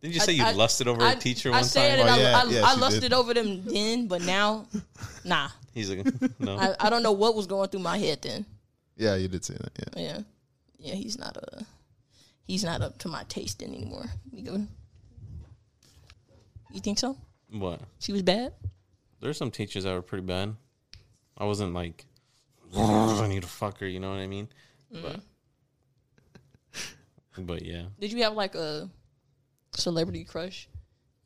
[SPEAKER 1] Didn't you
[SPEAKER 2] I-
[SPEAKER 1] say you
[SPEAKER 2] I-
[SPEAKER 1] lusted over a
[SPEAKER 2] I,
[SPEAKER 1] teacher
[SPEAKER 2] I
[SPEAKER 1] one
[SPEAKER 2] said
[SPEAKER 1] time?
[SPEAKER 2] it,
[SPEAKER 3] Oh,
[SPEAKER 2] I,
[SPEAKER 3] yeah,
[SPEAKER 2] I,
[SPEAKER 3] yeah,
[SPEAKER 2] I
[SPEAKER 3] she
[SPEAKER 2] lusted
[SPEAKER 3] did.
[SPEAKER 2] over them then, but now, nah.
[SPEAKER 1] He's like, no.
[SPEAKER 2] I, I don't know what was going through my head then.
[SPEAKER 3] Yeah, you did say that. Yeah.
[SPEAKER 2] Yeah. Yeah, he's not a. He's not up to my taste anymore. You go- You think so?
[SPEAKER 1] what?
[SPEAKER 2] She was bad?
[SPEAKER 1] There's some teachers that were pretty bad. I wasn't like, I need a fucker. You know what I mean? But, but yeah.
[SPEAKER 2] Did you have like a celebrity crush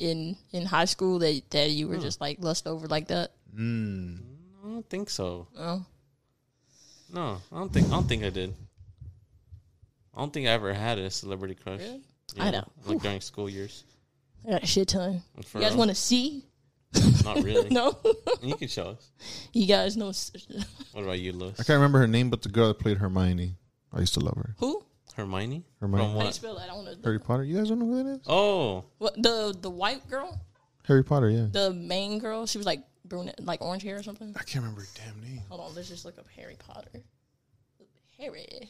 [SPEAKER 2] in in high school that that you
[SPEAKER 1] Hmm.
[SPEAKER 2] were just like lust over like that?
[SPEAKER 1] I don't think so.
[SPEAKER 2] Oh,
[SPEAKER 1] No, I don't think. I don't think I did. I don't think I ever had a celebrity crush.
[SPEAKER 2] Really?
[SPEAKER 1] Yeah,
[SPEAKER 2] I know.
[SPEAKER 1] Like during school years.
[SPEAKER 2] I got a shit ton.
[SPEAKER 1] For
[SPEAKER 2] You guys
[SPEAKER 1] real.
[SPEAKER 2] want to see?
[SPEAKER 1] Not really.
[SPEAKER 2] No,
[SPEAKER 1] You can show us.
[SPEAKER 2] you guys know
[SPEAKER 1] What about you, Louis?
[SPEAKER 3] I can't remember her name, but the girl that played Hermione, I used to love her.
[SPEAKER 2] who?
[SPEAKER 1] Hermione?
[SPEAKER 3] Hermione.
[SPEAKER 1] From
[SPEAKER 2] How do you
[SPEAKER 1] what?
[SPEAKER 2] spell that? I want to.
[SPEAKER 3] Harry Potter. You guys don't know who that is?
[SPEAKER 1] Oh,
[SPEAKER 2] What the the white girl,
[SPEAKER 3] Harry Potter. Yeah.
[SPEAKER 2] the main girl? She was like brunette, like orange hair or something.
[SPEAKER 3] I can't remember her damn name.
[SPEAKER 2] Hold on, let's just look up Harry Potter. Harry.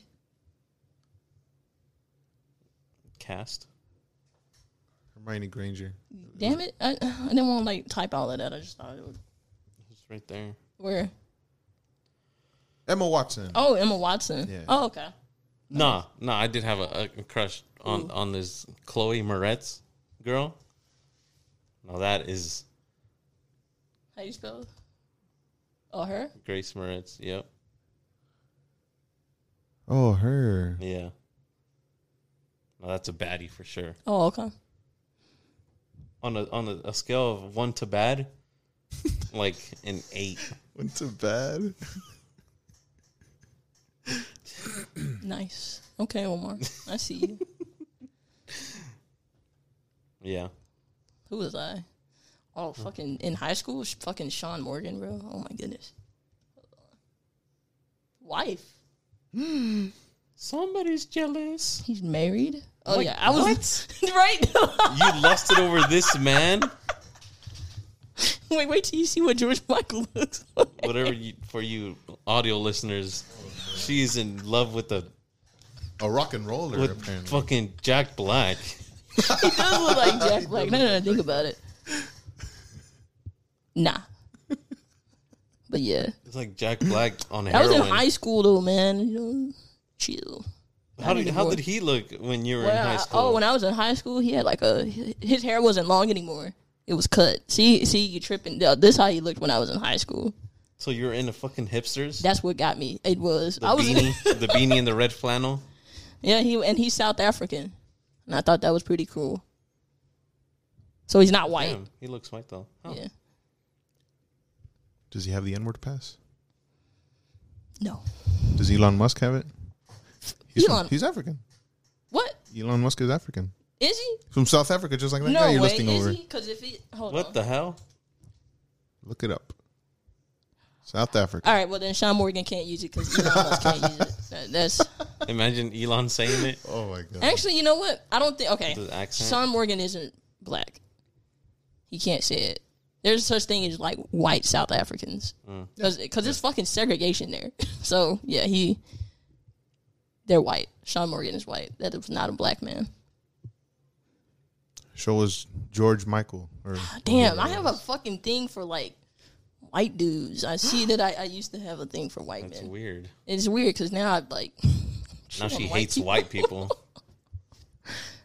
[SPEAKER 1] cast.
[SPEAKER 3] Hermione Granger.
[SPEAKER 2] Damn it! I, I didn't want to like type all of that. I just thought it would.
[SPEAKER 1] It's right there.
[SPEAKER 2] Where?
[SPEAKER 3] Emma Watson.
[SPEAKER 2] Oh, Emma Watson.
[SPEAKER 3] Yeah.
[SPEAKER 2] Oh, okay.
[SPEAKER 1] Nah, nah, I did have a, a crush on, on this Chloe Moretz girl. Now that is
[SPEAKER 2] How you spell? it? Oh, her.
[SPEAKER 1] Grace Moretz. Yep.
[SPEAKER 3] Oh, her.
[SPEAKER 1] Yeah. Now that's a baddie for sure.
[SPEAKER 2] Oh, okay.
[SPEAKER 1] On a on a, a scale of one to bad, like an eight.
[SPEAKER 3] Went to bad.
[SPEAKER 2] Nice. Okay, Omar. I see you.
[SPEAKER 1] Yeah.
[SPEAKER 2] Who was I? Oh, fucking in high school, sh- fucking Sean Morgan, bro. Oh my goodness. Wife.
[SPEAKER 1] Somebody's jealous.
[SPEAKER 2] He's married. Oh
[SPEAKER 1] Wait,
[SPEAKER 2] yeah, I was right.
[SPEAKER 1] You lusted over this man.
[SPEAKER 2] wait, wait till you see what George Michael looks like.
[SPEAKER 1] Whatever you, for you audio listeners, she's in love with the
[SPEAKER 3] A rock and roller,
[SPEAKER 1] with
[SPEAKER 3] apparently.
[SPEAKER 1] fucking Jack Black.
[SPEAKER 2] He does look like Jack Black. No, no, no. Think about it. Nah. But yeah,
[SPEAKER 1] It's like Jack Black on
[SPEAKER 2] that was
[SPEAKER 1] heroin.
[SPEAKER 2] in high school though, man. You know, chill.
[SPEAKER 1] how did how
[SPEAKER 2] anymore.
[SPEAKER 1] did he look when you were
[SPEAKER 2] Well,
[SPEAKER 1] in high
[SPEAKER 2] I-
[SPEAKER 1] school?
[SPEAKER 2] Oh, when I was in high school, he had like a his hair wasn't long anymore. It was cut. See, see, you tripping. Th- This how he looked when I was in high school.
[SPEAKER 1] so you were in the fucking hipsters.
[SPEAKER 2] That's what got me. It was
[SPEAKER 1] the
[SPEAKER 2] I was
[SPEAKER 1] beanie, the beanie and the red flannel.
[SPEAKER 2] yeah. He and he's South African, and I thought that was pretty cool. So he's not white.
[SPEAKER 1] Damn, he looks white though. Huh.
[SPEAKER 2] Yeah.
[SPEAKER 3] Does he have the N word pass?
[SPEAKER 2] No.
[SPEAKER 3] Does Elon Musk have it? He's,
[SPEAKER 2] Elon-
[SPEAKER 3] From, he's African.
[SPEAKER 2] What
[SPEAKER 3] Elon Musk is African.
[SPEAKER 2] is he?
[SPEAKER 3] From South Africa, just like that
[SPEAKER 2] No
[SPEAKER 3] guy you're
[SPEAKER 2] way.
[SPEAKER 3] listing
[SPEAKER 2] Is
[SPEAKER 3] over.
[SPEAKER 2] he? Because if he hold
[SPEAKER 1] What
[SPEAKER 2] on.
[SPEAKER 1] the hell?
[SPEAKER 3] Look it up. South Africa.
[SPEAKER 2] All right. Well, then Sean Morgan can't use it because Elon Musk can't use it. That- That's
[SPEAKER 1] Imagine Elon saying it.
[SPEAKER 3] Oh my god.
[SPEAKER 2] actually, you know what? I don't think. Okay.
[SPEAKER 1] The accent.
[SPEAKER 2] Sean Morgan isn't black. He can't say it. There's such thing as like white South Africans
[SPEAKER 1] Mm.
[SPEAKER 2] because it's fucking segregation there. so yeah, he they're white. Sean Morgan is white. That was not a black man.
[SPEAKER 3] Show was George Michael. Or
[SPEAKER 2] Damn, I have a fucking thing for like white dudes. I see that I, I used to have a thing for white
[SPEAKER 1] That's
[SPEAKER 2] men.
[SPEAKER 1] weird.
[SPEAKER 2] It's weird because now I like
[SPEAKER 1] Now
[SPEAKER 2] Shit on
[SPEAKER 1] she
[SPEAKER 2] white
[SPEAKER 1] hates
[SPEAKER 2] people.
[SPEAKER 1] white people.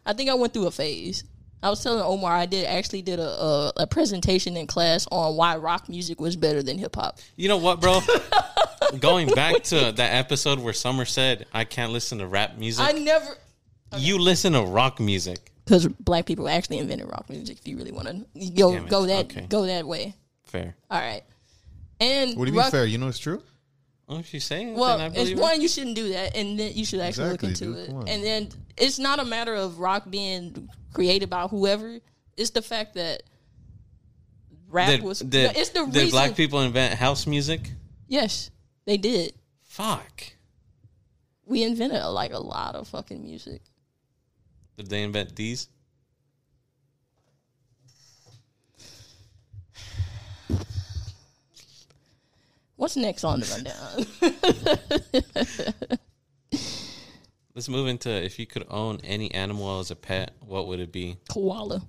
[SPEAKER 2] I think I went through a phase. I was telling Omar I did actually did a a, a presentation in class on why rock music was better than hip hop.
[SPEAKER 1] You know what, bro? Going back to that episode where Summer said, I can't listen to rap
[SPEAKER 2] I
[SPEAKER 1] music,
[SPEAKER 2] never
[SPEAKER 1] you listen to rock music.
[SPEAKER 2] because black people actually invented rock music. If you really want to go
[SPEAKER 1] Damn it.
[SPEAKER 2] go that
[SPEAKER 1] Okay.
[SPEAKER 2] go that way,
[SPEAKER 1] Fair.
[SPEAKER 2] all right. And
[SPEAKER 3] What do you mean
[SPEAKER 2] rock,
[SPEAKER 3] fair? You know it's true?
[SPEAKER 1] Oh, she's saying it, then I
[SPEAKER 2] Well,
[SPEAKER 1] believe
[SPEAKER 2] it's
[SPEAKER 1] it.
[SPEAKER 2] one you shouldn't do that, and then you should actually look
[SPEAKER 3] Exactly,
[SPEAKER 2] into
[SPEAKER 3] dude.
[SPEAKER 2] it.
[SPEAKER 3] Come on.
[SPEAKER 2] And then it's not a matter of rock being created by whoever. It's the fact that rap
[SPEAKER 1] Did,
[SPEAKER 2] was.
[SPEAKER 1] did,
[SPEAKER 2] it's the
[SPEAKER 1] did
[SPEAKER 2] reason.
[SPEAKER 1] black people invent house music?
[SPEAKER 2] yes, they did.
[SPEAKER 1] Fuck.
[SPEAKER 2] We invented like a lot of fucking music.
[SPEAKER 1] Did they invent these?
[SPEAKER 2] What's next on the rundown?
[SPEAKER 1] Let's move into if you could own any animal as a pet, what would it be?
[SPEAKER 2] Koala.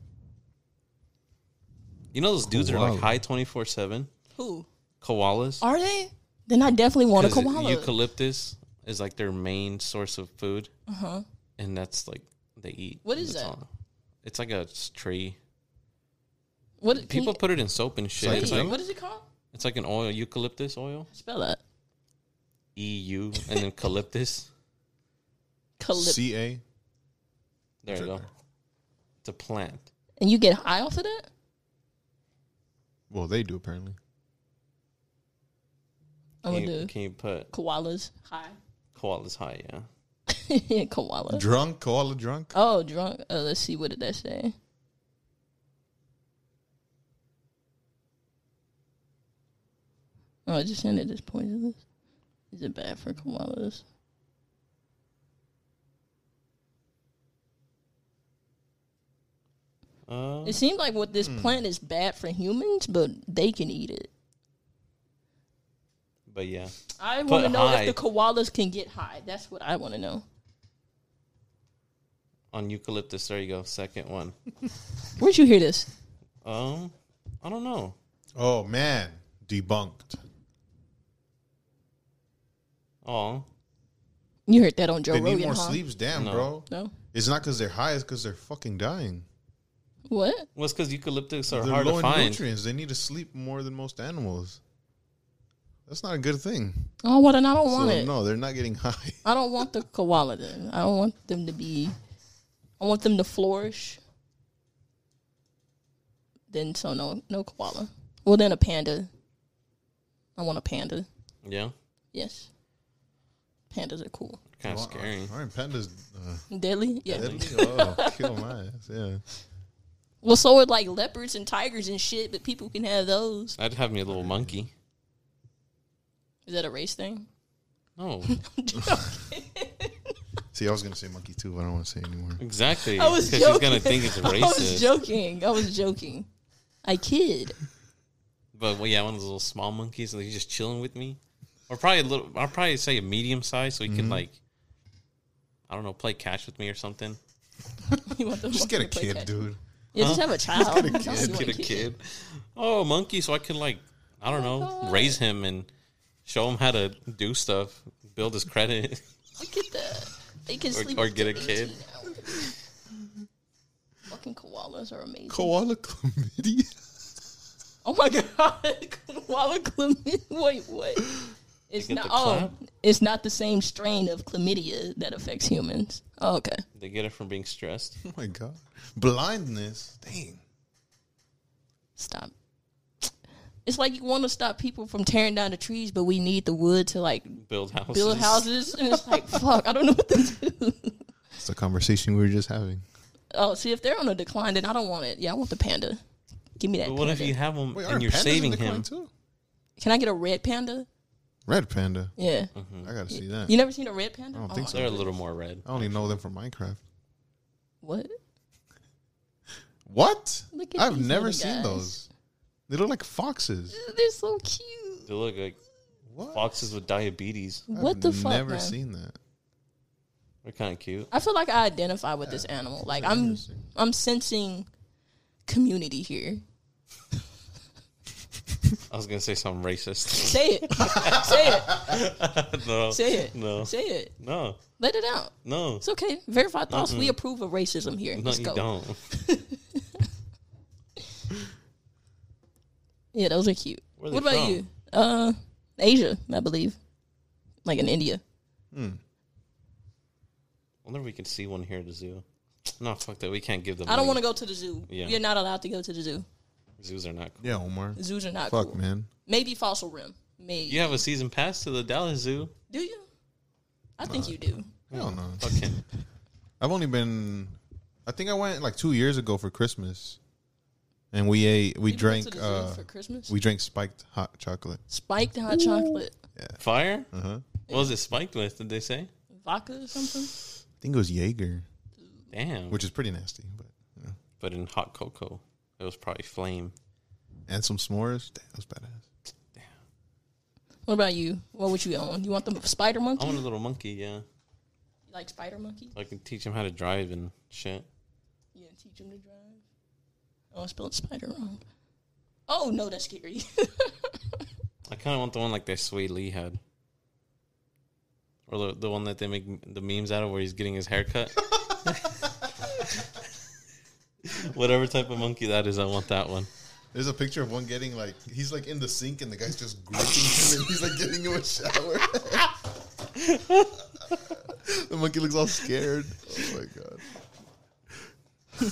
[SPEAKER 1] You know, those dudes are
[SPEAKER 3] Koala.
[SPEAKER 1] like high 24 7
[SPEAKER 2] Who
[SPEAKER 1] koalas.
[SPEAKER 2] are they? Then I definitely want a
[SPEAKER 1] 'Cause
[SPEAKER 2] koala.
[SPEAKER 1] Eucalyptus is like their main source of food. And that's like they eat.
[SPEAKER 2] Uh-huh. What is
[SPEAKER 1] That's
[SPEAKER 2] that?
[SPEAKER 1] all. It's like a s- tree.
[SPEAKER 2] what can
[SPEAKER 1] People
[SPEAKER 2] you-
[SPEAKER 1] put it in soap and shit.
[SPEAKER 3] like
[SPEAKER 1] It's
[SPEAKER 3] a
[SPEAKER 1] like,
[SPEAKER 2] what is it called?
[SPEAKER 1] it's like an oil, eucalyptus oil.
[SPEAKER 2] Spell that.
[SPEAKER 1] EU and then eucalyptus.
[SPEAKER 2] Calyp-
[SPEAKER 3] C A.
[SPEAKER 1] There you go. It's a plant.
[SPEAKER 2] and you get high off of that?
[SPEAKER 3] Well, they do apparently.
[SPEAKER 2] I'm
[SPEAKER 1] Can
[SPEAKER 2] gonna
[SPEAKER 1] you,
[SPEAKER 2] do
[SPEAKER 1] can you put
[SPEAKER 2] koalas high.
[SPEAKER 1] koalas high? Yeah.
[SPEAKER 2] koala.
[SPEAKER 3] Drunk, koala drunk.
[SPEAKER 2] Oh, drunk. Uh, let's see. What did that say? Oh, it just ended this poisonous. Is it bad for koalas?
[SPEAKER 1] Uh,
[SPEAKER 2] It seems like what
[SPEAKER 3] Hmm.
[SPEAKER 2] this plant is bad for humans, but they can eat it.
[SPEAKER 1] but yeah,
[SPEAKER 2] I want to know
[SPEAKER 1] high.
[SPEAKER 2] if the koalas can get high. That's what I want to know.
[SPEAKER 1] on eucalyptus, there you go. Second one.
[SPEAKER 2] Where'd you hear this?
[SPEAKER 1] Um, I don't know.
[SPEAKER 3] Oh man, debunked.
[SPEAKER 1] Oh,
[SPEAKER 2] You heard that on Joe
[SPEAKER 3] They need
[SPEAKER 2] Rogan,
[SPEAKER 3] more
[SPEAKER 2] huh?
[SPEAKER 3] sleeps. Damn,
[SPEAKER 1] No.
[SPEAKER 3] bro.
[SPEAKER 2] No.
[SPEAKER 3] It's not because they're high. It's because they're fucking dying.
[SPEAKER 2] What?
[SPEAKER 1] well, it's because eucalyptus are
[SPEAKER 3] they're
[SPEAKER 1] hard
[SPEAKER 3] low
[SPEAKER 1] to
[SPEAKER 3] in
[SPEAKER 1] find.
[SPEAKER 3] nutrients. They need to sleep more than most animals. That's not a good thing.
[SPEAKER 2] Oh, well, then I don't
[SPEAKER 3] So,
[SPEAKER 2] want it.
[SPEAKER 3] no, they're not getting high.
[SPEAKER 2] I don't want the koala then. I don't want them to be. I want them to flourish. Then so no no koala. Well then a panda. I want a panda.
[SPEAKER 1] Yeah,
[SPEAKER 2] Yes. Pandas are cool.
[SPEAKER 1] kind of scary.
[SPEAKER 3] Aren't uh, pandas uh,
[SPEAKER 2] Deadly? Yeah.
[SPEAKER 3] deadly? Oh, kill my ass. Yeah.
[SPEAKER 2] Well so are like leopards and tigers and shit, but people can have those.
[SPEAKER 1] I'd have me a little monkey.
[SPEAKER 2] Is that a race thing?
[SPEAKER 1] No,
[SPEAKER 3] See, I was gonna say monkey too, but I don't want to say anymore.
[SPEAKER 1] exactly.
[SPEAKER 2] I was
[SPEAKER 1] 'cause
[SPEAKER 2] joking.
[SPEAKER 1] she's gonna think it's
[SPEAKER 2] I was
[SPEAKER 1] racist.
[SPEAKER 2] joking. I was joking. I kid.
[SPEAKER 1] But well, yeah, one of those little small monkeys that he's just chilling with me, or probably a little. I'll probably say a medium size, so he can like, I don't know, play catch with me or something.
[SPEAKER 2] You want the
[SPEAKER 3] Just get a
[SPEAKER 2] monkey to play
[SPEAKER 3] kid,
[SPEAKER 2] catch.
[SPEAKER 3] dude.
[SPEAKER 2] Yeah, just have a child. Just get
[SPEAKER 1] Just get a kid. Oh, a monkey, so I can like, I don't know,
[SPEAKER 2] Oh,
[SPEAKER 1] raise him and show him how to do stuff, build his credit,
[SPEAKER 2] Look at that. They can
[SPEAKER 1] or,
[SPEAKER 2] sleep.
[SPEAKER 1] or
[SPEAKER 2] with
[SPEAKER 1] get a
[SPEAKER 2] their
[SPEAKER 1] kid.
[SPEAKER 2] teeth out. Fucking koalas are amazing.
[SPEAKER 3] Koala chlamydia.
[SPEAKER 2] oh my god, koala chlamydia. Wait, what? It's
[SPEAKER 1] get
[SPEAKER 2] not.
[SPEAKER 1] the
[SPEAKER 2] Oh,
[SPEAKER 1] clap?
[SPEAKER 2] it's not the same strain of chlamydia that affects humans. Oh, okay.
[SPEAKER 1] They get it from being stressed.
[SPEAKER 3] Oh my god. Blindness. Dang.
[SPEAKER 2] Stop. It's like you want to stop people from tearing down the trees, but we need the wood to like
[SPEAKER 1] Build houses.
[SPEAKER 2] build houses, and it's like fuck. I don't know what to do.
[SPEAKER 3] It's the conversation we were just having.
[SPEAKER 2] Oh, see, if they're on a decline, then I don't want it. Yeah, I want the panda. Give me that.
[SPEAKER 1] But what if
[SPEAKER 2] panda.
[SPEAKER 1] you have him
[SPEAKER 3] aren't
[SPEAKER 1] and you're
[SPEAKER 3] pandas in
[SPEAKER 1] saving
[SPEAKER 3] decline
[SPEAKER 1] him?
[SPEAKER 3] Too?
[SPEAKER 2] Can I get a red panda?
[SPEAKER 3] Red panda.
[SPEAKER 2] Yeah.
[SPEAKER 1] Mm-hmm.
[SPEAKER 3] I gotta see that.
[SPEAKER 2] You never seen a red panda?
[SPEAKER 3] I don't
[SPEAKER 2] Oh,
[SPEAKER 3] think
[SPEAKER 2] my-
[SPEAKER 3] so.
[SPEAKER 1] They're a little more red.
[SPEAKER 3] I only know them from Minecraft.
[SPEAKER 2] What?
[SPEAKER 3] What?
[SPEAKER 2] Look at
[SPEAKER 3] I've
[SPEAKER 2] these
[SPEAKER 3] never
[SPEAKER 2] little
[SPEAKER 3] seen
[SPEAKER 2] guys.
[SPEAKER 3] those. They look like foxes.
[SPEAKER 2] They're so cute.
[SPEAKER 1] They look like
[SPEAKER 3] What?
[SPEAKER 1] foxes with diabetes.
[SPEAKER 2] what the fuck?
[SPEAKER 3] Never
[SPEAKER 2] man?
[SPEAKER 3] seen that.
[SPEAKER 1] They're kind of cute.
[SPEAKER 2] I feel like I identify with this animal. Like I'm,
[SPEAKER 3] interesting.
[SPEAKER 2] I'm sensing community here.
[SPEAKER 1] I was gonna say something racist.
[SPEAKER 2] Say it. Say it.
[SPEAKER 1] no,
[SPEAKER 2] Say it.
[SPEAKER 1] no,
[SPEAKER 2] Say it.
[SPEAKER 1] no,
[SPEAKER 2] Let it out.
[SPEAKER 1] no.
[SPEAKER 2] It's okay. Verify thoughts. We approve of racism here.
[SPEAKER 1] No,
[SPEAKER 2] Let's
[SPEAKER 1] you
[SPEAKER 2] go.
[SPEAKER 1] don't.
[SPEAKER 2] Yeah, those are cute.
[SPEAKER 1] Where are they
[SPEAKER 2] what about
[SPEAKER 1] from?
[SPEAKER 2] you? Uh, Asia, I believe, like in India.
[SPEAKER 1] wonder if we can see one here at the zoo. No, fuck that. We can't give them.
[SPEAKER 2] I don't
[SPEAKER 1] money.
[SPEAKER 2] want to go to the zoo.
[SPEAKER 1] Yeah.
[SPEAKER 2] You're not allowed to go to the zoo.
[SPEAKER 1] Zoos are not cool.
[SPEAKER 3] Yeah, Omar.
[SPEAKER 2] Zoos are not
[SPEAKER 3] Fuck,
[SPEAKER 2] cool.
[SPEAKER 3] man.
[SPEAKER 2] Maybe Fossil Rim. Maybe.
[SPEAKER 1] You have a season pass to the Dallas Zoo.
[SPEAKER 2] Do you? I
[SPEAKER 3] Uh,
[SPEAKER 2] think you do.
[SPEAKER 3] I don't know.
[SPEAKER 1] Okay.
[SPEAKER 3] I've only been. I think I went like two years ago for Christmas, and we ate. We
[SPEAKER 2] You went
[SPEAKER 3] drank.
[SPEAKER 2] to the zoo
[SPEAKER 3] Uh,
[SPEAKER 2] for Christmas.
[SPEAKER 3] we drank spiked hot chocolate.
[SPEAKER 2] Spiked hot chocolate,
[SPEAKER 1] Fire?
[SPEAKER 3] Uh huh.
[SPEAKER 1] What was it spiked with? Did they say?
[SPEAKER 2] vodka or something.
[SPEAKER 3] I think it was Jaeger,
[SPEAKER 1] Damn.
[SPEAKER 3] which is pretty nasty, but you know.
[SPEAKER 1] but in hot cocoa, it was probably flame.
[SPEAKER 3] and some s'mores. Damn, that was badass.
[SPEAKER 2] What about you? What would you own? You want the spider
[SPEAKER 1] I
[SPEAKER 2] monkey?
[SPEAKER 1] want a little monkey, yeah.
[SPEAKER 2] You like spider monkey?
[SPEAKER 1] So I can teach him how to drive and shit.
[SPEAKER 2] Yeah, teach him to drive. Oh, I spelled spider wrong. Oh no, that's scary.
[SPEAKER 1] I kind of want the one like that Sway Lee had. Or the, the one that they make m- the memes out of where he's getting his hair cut. Whatever type of monkey that is, I want that one.
[SPEAKER 3] There's a picture of one getting like he's like in the sink and the guy's just gripping him and he's like giving him a shower. the monkey looks all scared. Oh my god.
[SPEAKER 2] I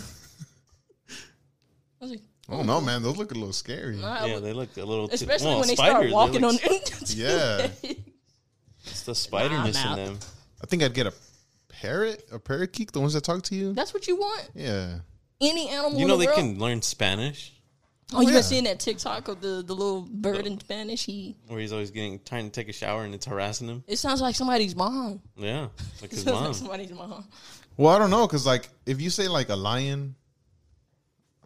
[SPEAKER 2] was like,
[SPEAKER 3] Oh no, man, those look a little scary.
[SPEAKER 2] nah, I
[SPEAKER 1] Yeah,
[SPEAKER 2] would-
[SPEAKER 1] they look a little.
[SPEAKER 2] especially
[SPEAKER 1] well,
[SPEAKER 2] when they
[SPEAKER 1] spiders,
[SPEAKER 2] start walking
[SPEAKER 1] look,
[SPEAKER 2] on.
[SPEAKER 3] Yeah.
[SPEAKER 1] It's the spiderness
[SPEAKER 2] Nah, I'm
[SPEAKER 1] in
[SPEAKER 2] out.
[SPEAKER 1] them.
[SPEAKER 3] I think I'd get a parrot or parakeet, the ones that talk to you?
[SPEAKER 2] That's what you want.
[SPEAKER 3] Yeah.
[SPEAKER 2] Any animal.
[SPEAKER 1] You
[SPEAKER 2] in
[SPEAKER 1] know
[SPEAKER 2] the
[SPEAKER 1] they
[SPEAKER 2] world.
[SPEAKER 1] can learn Spanish,
[SPEAKER 2] Oh, you
[SPEAKER 3] yeah.
[SPEAKER 2] guys seen that TikTok of the, the little bird in Spanish? He
[SPEAKER 1] where he's always getting trying to take a shower and it's harassing him.
[SPEAKER 2] it sounds like somebody's mom.
[SPEAKER 1] Yeah, it's like his
[SPEAKER 2] Sounds like
[SPEAKER 1] mom.
[SPEAKER 2] somebody's mom.
[SPEAKER 3] Well, I don't know, because like if you say like a lion,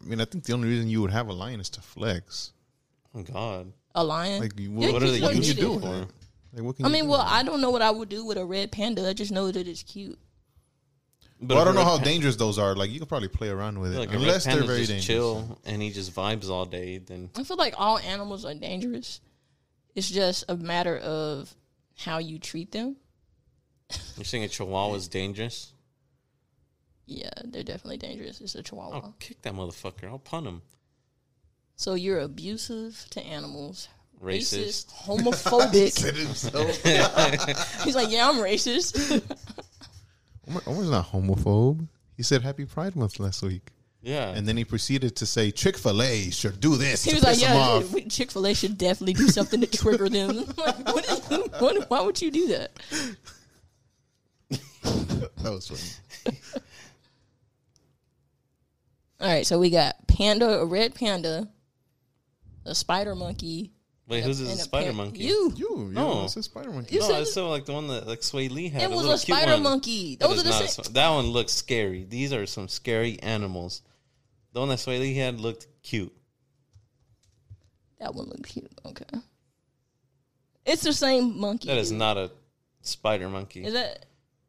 [SPEAKER 3] I mean, I think the only reason you would have a lion is to flex.
[SPEAKER 1] Oh God,
[SPEAKER 2] A lion.
[SPEAKER 3] Like, you-
[SPEAKER 2] Yeah,
[SPEAKER 3] what,
[SPEAKER 1] what
[SPEAKER 2] you
[SPEAKER 1] are they
[SPEAKER 2] don't
[SPEAKER 3] can you
[SPEAKER 1] using
[SPEAKER 2] need
[SPEAKER 3] do
[SPEAKER 1] it
[SPEAKER 2] it.
[SPEAKER 3] with
[SPEAKER 1] for?
[SPEAKER 3] it? Like, what can
[SPEAKER 2] I
[SPEAKER 3] you
[SPEAKER 2] mean,
[SPEAKER 3] do
[SPEAKER 2] well,
[SPEAKER 3] with it?
[SPEAKER 2] I don't know what I would do with a red panda. I just know that it's cute.
[SPEAKER 1] But
[SPEAKER 3] Well, I
[SPEAKER 1] if a
[SPEAKER 3] don't know
[SPEAKER 1] red
[SPEAKER 3] how
[SPEAKER 1] pan-
[SPEAKER 3] dangerous those are. Like you could probably play around with it,
[SPEAKER 1] Like
[SPEAKER 3] unless they're very
[SPEAKER 1] just
[SPEAKER 3] dangerous.
[SPEAKER 1] chill and he just vibes all day. Then
[SPEAKER 2] I feel like all animals are dangerous. It's just a matter of how you treat them.
[SPEAKER 1] you're saying a chihuahua's dangerous?
[SPEAKER 2] Yeah, they're definitely dangerous. It's a chihuahua.
[SPEAKER 1] I'll kick that motherfucker. I'll punt him.
[SPEAKER 2] So you're abusive to animals.
[SPEAKER 1] Racist.
[SPEAKER 2] Racist, homophobic.
[SPEAKER 3] Said himself.
[SPEAKER 2] He's like, yeah, I'm racist.
[SPEAKER 3] Omar, Omar's not homophobe. He said Happy Pride Month last week,
[SPEAKER 1] Yeah.
[SPEAKER 3] and then he proceeded to say Chick Fil A should do this.
[SPEAKER 2] He
[SPEAKER 3] to
[SPEAKER 2] was like,
[SPEAKER 3] piss him
[SPEAKER 2] yeah,
[SPEAKER 3] off."
[SPEAKER 2] Chick Fil A should definitely do something to trigger them. like, what is, what, why would you do that?
[SPEAKER 3] that was funny.
[SPEAKER 2] All right, so we got panda, a red panda, a spider monkey,
[SPEAKER 1] Wait, who's this
[SPEAKER 2] and a
[SPEAKER 1] spider
[SPEAKER 2] par-
[SPEAKER 1] monkey?
[SPEAKER 2] You.
[SPEAKER 3] You, you,
[SPEAKER 1] Oh.
[SPEAKER 3] it's a Spider Monkey.
[SPEAKER 2] You
[SPEAKER 1] no,
[SPEAKER 2] said-
[SPEAKER 1] it's still like the one that like Sway Lee had.
[SPEAKER 2] It
[SPEAKER 1] a
[SPEAKER 2] was
[SPEAKER 1] little
[SPEAKER 2] a
[SPEAKER 1] cute
[SPEAKER 2] spider
[SPEAKER 1] one.
[SPEAKER 2] monkey.
[SPEAKER 1] That,
[SPEAKER 2] Those
[SPEAKER 1] is
[SPEAKER 2] are the
[SPEAKER 1] not a
[SPEAKER 2] same.
[SPEAKER 1] sp- that one looks scary. These are some scary animals. The one that Sway Lee had looked cute.
[SPEAKER 2] That one looked cute. Okay. It's the same monkey.
[SPEAKER 1] That is not a spider monkey.
[SPEAKER 2] Is that?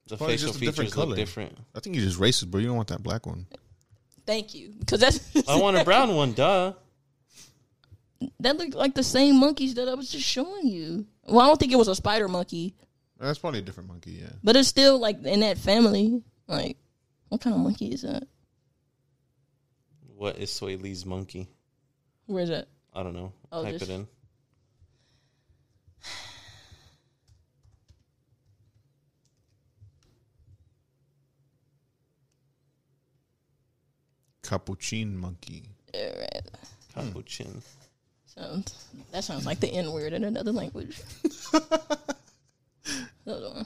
[SPEAKER 1] the
[SPEAKER 3] probably
[SPEAKER 1] facial
[SPEAKER 3] just a different
[SPEAKER 1] features look
[SPEAKER 3] color.
[SPEAKER 1] different.
[SPEAKER 3] I think you're just racist, bro. You don't want that black one.
[SPEAKER 2] Thank you, because that's
[SPEAKER 1] I want a brown one, duh.
[SPEAKER 2] that looked like the same monkeys that I was just showing you. Well, I don't think it was a spider monkey,
[SPEAKER 3] That's probably a different monkey. Yeah.
[SPEAKER 2] but it's still like in that family. Like, what kind of monkey is that?
[SPEAKER 1] What is Sway Lee's monkey?
[SPEAKER 2] Where is that?
[SPEAKER 1] I don't know.
[SPEAKER 2] Oh,
[SPEAKER 1] Type
[SPEAKER 2] just-
[SPEAKER 1] it in.
[SPEAKER 3] Capuchin monkey.
[SPEAKER 2] All right.
[SPEAKER 3] Hmm.
[SPEAKER 1] Capuchin.
[SPEAKER 2] Sounds that sounds like the N word in another language. Another one.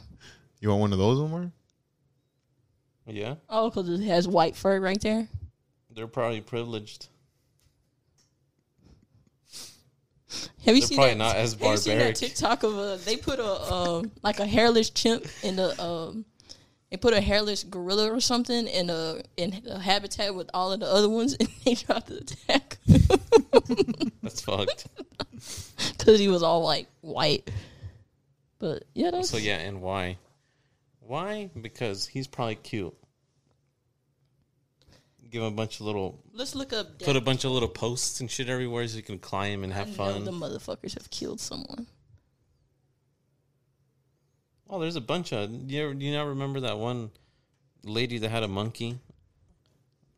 [SPEAKER 3] You want one of those, Omar?
[SPEAKER 1] Yeah.
[SPEAKER 2] Oh, because it has white fur right there.
[SPEAKER 1] They're probably privileged.
[SPEAKER 2] Have you
[SPEAKER 1] They're
[SPEAKER 2] seen
[SPEAKER 1] probably
[SPEAKER 2] that?
[SPEAKER 1] not as
[SPEAKER 2] have you seen that
[SPEAKER 1] barbaric.
[SPEAKER 2] TikTok of a? They put a um, like a hairless chimp in the um, they put a hairless gorilla or something in a in a habitat with all of the other ones, and they tried to attack
[SPEAKER 1] That's fucked.
[SPEAKER 2] because he was all like white. But yeah, that's
[SPEAKER 1] So yeah, and why? Why? Because he's probably cute. Give him a bunch of little
[SPEAKER 2] let's look up.
[SPEAKER 1] put a bunch of little posts and shit everywhere so you can climb and have
[SPEAKER 2] death. I know
[SPEAKER 1] fun.
[SPEAKER 2] the motherfuckers have killed someone.
[SPEAKER 1] Oh, there's a bunch of you. Ever, you now remember that one lady that had a monkey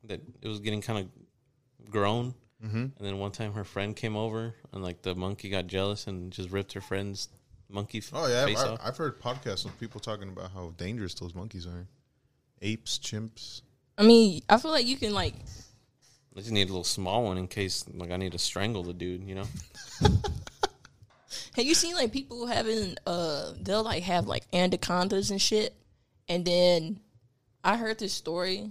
[SPEAKER 1] that it was getting kind of grown, mm-hmm. and then one time her friend came over and like the monkey got jealous and just ripped her friend's monkey. f-
[SPEAKER 3] Oh yeah, I've,
[SPEAKER 1] face
[SPEAKER 3] I've,
[SPEAKER 1] off.
[SPEAKER 3] I've heard podcasts of people talking about how dangerous those monkeys are. Apes, chimps.
[SPEAKER 2] I mean, I feel like you can like
[SPEAKER 1] I just need a little small one in case like I need to strangle the dude. You know,
[SPEAKER 2] Have you seen like people having uh they'll like have like anacondas and shit and then I heard this story.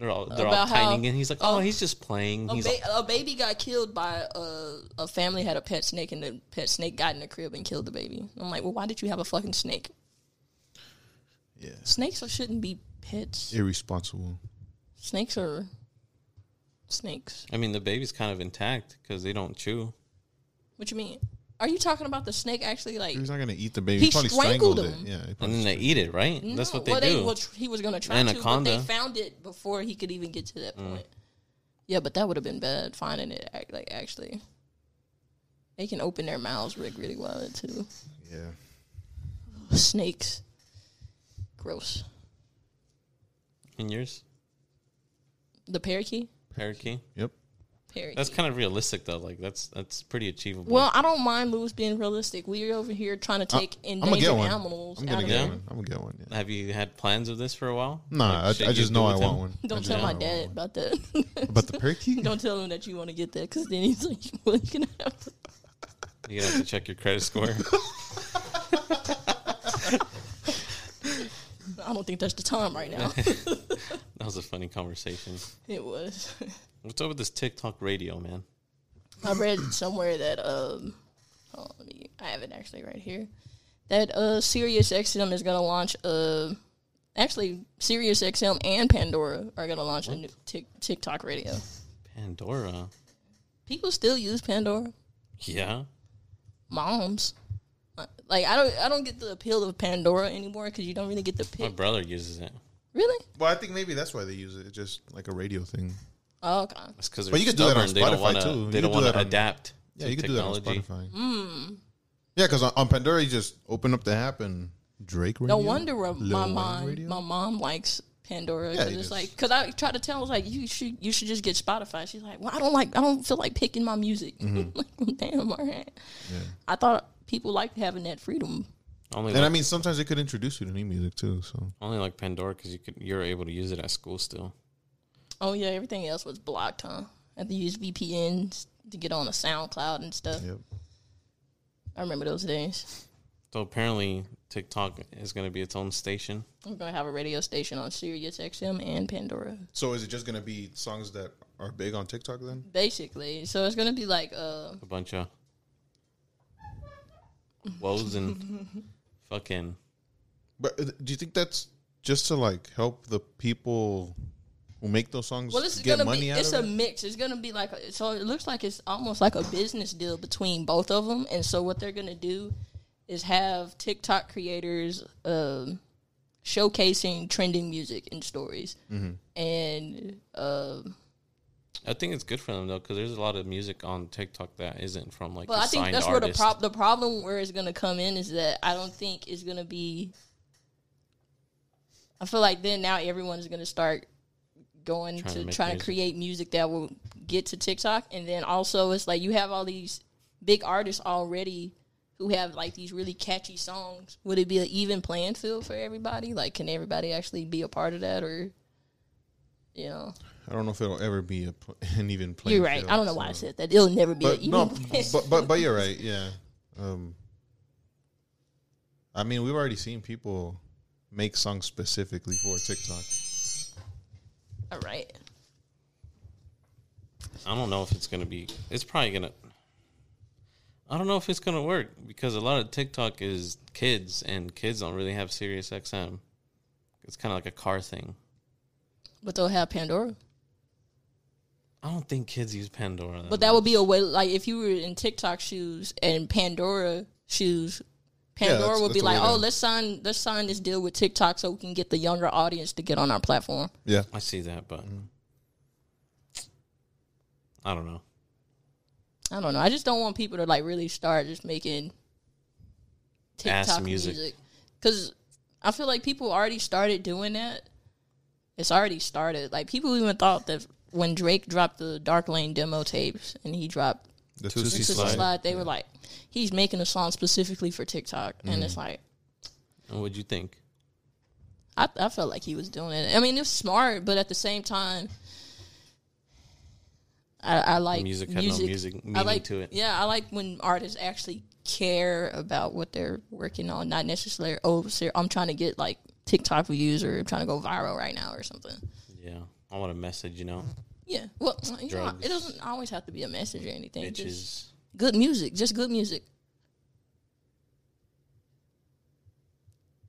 [SPEAKER 1] they're all they're all
[SPEAKER 2] About how-
[SPEAKER 1] tiny, and he's like, oh, he's just playing.
[SPEAKER 2] A,
[SPEAKER 1] He's all-
[SPEAKER 2] ba- a baby got killed by a a family had a pet snake and the pet snake got in the crib and killed the baby. I'm like, well, why did you have a fucking snake?
[SPEAKER 3] Yeah.
[SPEAKER 2] Snakes are- shouldn't be pets.
[SPEAKER 3] Irresponsible.
[SPEAKER 2] Snakes are snakes.
[SPEAKER 1] I mean, the baby's kind of intact because they don't chew.
[SPEAKER 2] What you mean? Are you talking about the snake actually like?
[SPEAKER 3] He's not gonna eat the baby.
[SPEAKER 2] He
[SPEAKER 3] He, probably
[SPEAKER 2] strangled him.
[SPEAKER 3] strangled, it. Yeah. he
[SPEAKER 1] And
[SPEAKER 3] probably
[SPEAKER 1] then they eat it, right? That's
[SPEAKER 2] No,
[SPEAKER 1] what they
[SPEAKER 2] well,
[SPEAKER 1] do.
[SPEAKER 2] was- he was gonna try to,
[SPEAKER 1] Anaconda.
[SPEAKER 2] but they found it before he could even get to that
[SPEAKER 1] Mm.
[SPEAKER 2] point. Yeah, but that would have been bad finding it. act- Like actually, they can open their mouths like really wide too.
[SPEAKER 3] yeah.
[SPEAKER 2] Snakes, gross.
[SPEAKER 1] and yours,
[SPEAKER 2] The parakeet,
[SPEAKER 1] parakeet.
[SPEAKER 3] Yep.
[SPEAKER 2] parakeet.
[SPEAKER 1] That's kind of realistic though. Like that's that's pretty achievable.
[SPEAKER 2] well, I don't mind Lewis being realistic. We're over here trying to take
[SPEAKER 3] I'm gonna
[SPEAKER 2] endangered
[SPEAKER 3] get one.
[SPEAKER 2] animals
[SPEAKER 3] I'm
[SPEAKER 2] out
[SPEAKER 3] gonna
[SPEAKER 2] of
[SPEAKER 3] get
[SPEAKER 1] them.
[SPEAKER 3] one. I'm gonna get one. Yeah.
[SPEAKER 1] Have you had plans of this for a while?
[SPEAKER 3] Nah,
[SPEAKER 1] Like, shit
[SPEAKER 3] I, I
[SPEAKER 1] you
[SPEAKER 3] just
[SPEAKER 1] do
[SPEAKER 3] know I
[SPEAKER 1] with
[SPEAKER 3] want
[SPEAKER 1] him?
[SPEAKER 3] one. I
[SPEAKER 2] Don't
[SPEAKER 3] just
[SPEAKER 2] tell
[SPEAKER 3] know
[SPEAKER 2] my
[SPEAKER 3] I want
[SPEAKER 2] dad
[SPEAKER 3] one.
[SPEAKER 2] about that.
[SPEAKER 3] About the parakeet.
[SPEAKER 2] don't tell him that you want to get that because then he's like, "Well, you can have." it."
[SPEAKER 1] You're gonna have to check your credit score.
[SPEAKER 2] Nah, I don't think that's the time right now.
[SPEAKER 1] That was a funny conversation.
[SPEAKER 2] it was.
[SPEAKER 1] What's up with this TikTok radio, man?
[SPEAKER 2] I read somewhere that um, hold on, let me- I have it actually right here. That uh, SiriusXM is gonna launch uh, actually SiriusXM and Pandora are gonna launch a new Tik TikTok radio.
[SPEAKER 1] Pandora.
[SPEAKER 2] People still use Pandora.
[SPEAKER 1] Yeah.
[SPEAKER 2] Moms, Uh, like I don't, I don't get the appeal of Pandora anymore because you don't really get the
[SPEAKER 1] My
[SPEAKER 2] pick.
[SPEAKER 3] Uh,
[SPEAKER 1] brother uses it.
[SPEAKER 2] Really?
[SPEAKER 3] Well, I think maybe that's why they use it. It's just like a radio thing.
[SPEAKER 2] Oh, okay.
[SPEAKER 1] That's because
[SPEAKER 3] But
[SPEAKER 1] they're
[SPEAKER 3] you could do
[SPEAKER 1] stubborn.
[SPEAKER 3] that on
[SPEAKER 1] they don't
[SPEAKER 3] Spotify,
[SPEAKER 1] want
[SPEAKER 3] too.
[SPEAKER 1] to.
[SPEAKER 3] You
[SPEAKER 1] They
[SPEAKER 3] could
[SPEAKER 1] don't
[SPEAKER 3] do
[SPEAKER 1] want
[SPEAKER 3] that
[SPEAKER 1] to
[SPEAKER 3] on-
[SPEAKER 1] adapt.
[SPEAKER 3] Yeah,
[SPEAKER 1] to
[SPEAKER 3] you could
[SPEAKER 1] technology.
[SPEAKER 3] do that on Spotify.
[SPEAKER 2] Hmm.
[SPEAKER 3] Yeah, because on, on Pandora you just open up the app and Drake radio.
[SPEAKER 2] No wonder why
[SPEAKER 3] Lil
[SPEAKER 2] my
[SPEAKER 3] Wayne
[SPEAKER 2] mom,
[SPEAKER 3] radio?
[SPEAKER 2] my mom likes Pandora
[SPEAKER 3] Yeah,
[SPEAKER 2] because
[SPEAKER 3] you
[SPEAKER 2] it's
[SPEAKER 3] just-
[SPEAKER 2] like because I tried to tell her like you should you should just get Spotify. She's like, well, I don't like I don't feel like picking my music.
[SPEAKER 3] Mm-hmm.
[SPEAKER 2] like, well, damn, all right. I thought people liked having that freedom.
[SPEAKER 1] Only
[SPEAKER 3] And I
[SPEAKER 1] like,
[SPEAKER 3] mean, sometimes they could introduce you to new music too. So
[SPEAKER 1] only like Pandora because you could you're able to use it at school still.
[SPEAKER 2] Oh yeah, everything else was blocked, huh? I had to use VPNs to get on a SoundCloud and stuff.
[SPEAKER 3] yep.
[SPEAKER 2] I remember those days.
[SPEAKER 1] So apparently TikTok is going to be its own station.
[SPEAKER 2] I'm gonna have a radio station on Sirius XM and Pandora.
[SPEAKER 3] So is it just gonna be songs that are big on TikTok then?
[SPEAKER 2] Basically, so it's gonna be like uh
[SPEAKER 1] A bunch of woes and fucking
[SPEAKER 3] But uh, do you think that's just to like help the people who make those songs
[SPEAKER 2] Well, it's
[SPEAKER 3] get
[SPEAKER 2] gonna
[SPEAKER 3] money
[SPEAKER 2] be
[SPEAKER 3] out
[SPEAKER 2] it's a
[SPEAKER 3] of it?
[SPEAKER 2] mix. It's gonna be like a, so. It looks like it's almost like a business deal between both of them. And so what they're gonna do is have TikTok creators um, showcasing trending music and stories,
[SPEAKER 3] Mm-hmm.
[SPEAKER 2] and um
[SPEAKER 1] I think it's good for them though, because there's a lot of music on TikTok that isn't from like. a
[SPEAKER 2] But I think
[SPEAKER 1] signed
[SPEAKER 2] that's where the
[SPEAKER 1] artist.
[SPEAKER 2] prob- the problem where it's gonna come in is that I don't think it's gonna be. I feel like then now everyone is gonna start going
[SPEAKER 1] Trying to
[SPEAKER 2] to
[SPEAKER 1] make
[SPEAKER 2] trying to
[SPEAKER 1] music.
[SPEAKER 2] create music that will get to TikTok, and then also it's like you have all these big artists already who have like these really catchy songs. Would it be an even playing field for everybody? Like, can everybody actually be a part of that, or you know,
[SPEAKER 3] I don't know if it'll ever be a pl- an even playing.
[SPEAKER 2] you're right. I don't know why I said that. It'll never be an
[SPEAKER 3] But
[SPEAKER 2] even.
[SPEAKER 3] no,
[SPEAKER 2] playing-
[SPEAKER 3] but, but but you're right. Yeah. Um, I mean, we've already seen people make songs specifically for TikTok.
[SPEAKER 2] all right.
[SPEAKER 1] I don't know if it's gonna be. It's probably gonna. I don't know if it's gonna work because a lot of TikTok is kids, and kids don't really have Sirius XM. It's kind of like a car thing.
[SPEAKER 2] But they'll have Pandora.
[SPEAKER 1] I don't think kids use Pandora.
[SPEAKER 2] But that would be a way, like if you were in TikTok shoes and Pandora shoes, Pandora
[SPEAKER 3] that's-
[SPEAKER 2] would be
[SPEAKER 3] that's a
[SPEAKER 2] like,
[SPEAKER 3] way to-
[SPEAKER 2] "Oh, let's sign, let's sign this deal with TikTok so we can get the younger audience to get on our platform."
[SPEAKER 3] Yeah.
[SPEAKER 1] I see that, but I don't know.
[SPEAKER 2] I don't know. I just don't want people to like really start just making
[SPEAKER 1] Ass
[SPEAKER 2] TikTok
[SPEAKER 1] music.
[SPEAKER 2] music because I feel like people already started doing that. It's already started. Like people even thought that when Drake dropped the Dark Lane demo tapes and he dropped
[SPEAKER 3] The
[SPEAKER 1] Tootsie
[SPEAKER 3] Tootsie
[SPEAKER 2] to
[SPEAKER 1] Slide.
[SPEAKER 2] the slide, they were like, "He's making a song specifically for TikTok," and
[SPEAKER 1] Mm.
[SPEAKER 2] it's like.
[SPEAKER 1] And what'd you think?
[SPEAKER 2] I, I felt like he was doing it. I mean, it's smart, but at the same time, I, I like
[SPEAKER 1] music had no music
[SPEAKER 2] I
[SPEAKER 1] meaning
[SPEAKER 2] like
[SPEAKER 1] to it.
[SPEAKER 2] Yeah, I like when artists actually care about what they're working on, not necessarily. Oh, sir, I'm trying to get like TikTok views or I'm trying to go viral right now or something.
[SPEAKER 1] Yeah, I want a message. You know,
[SPEAKER 2] Yeah, well, you know,
[SPEAKER 1] Drugs.
[SPEAKER 2] it doesn't always have to be a message or anything.
[SPEAKER 1] bitches.
[SPEAKER 2] Just good music, just good music.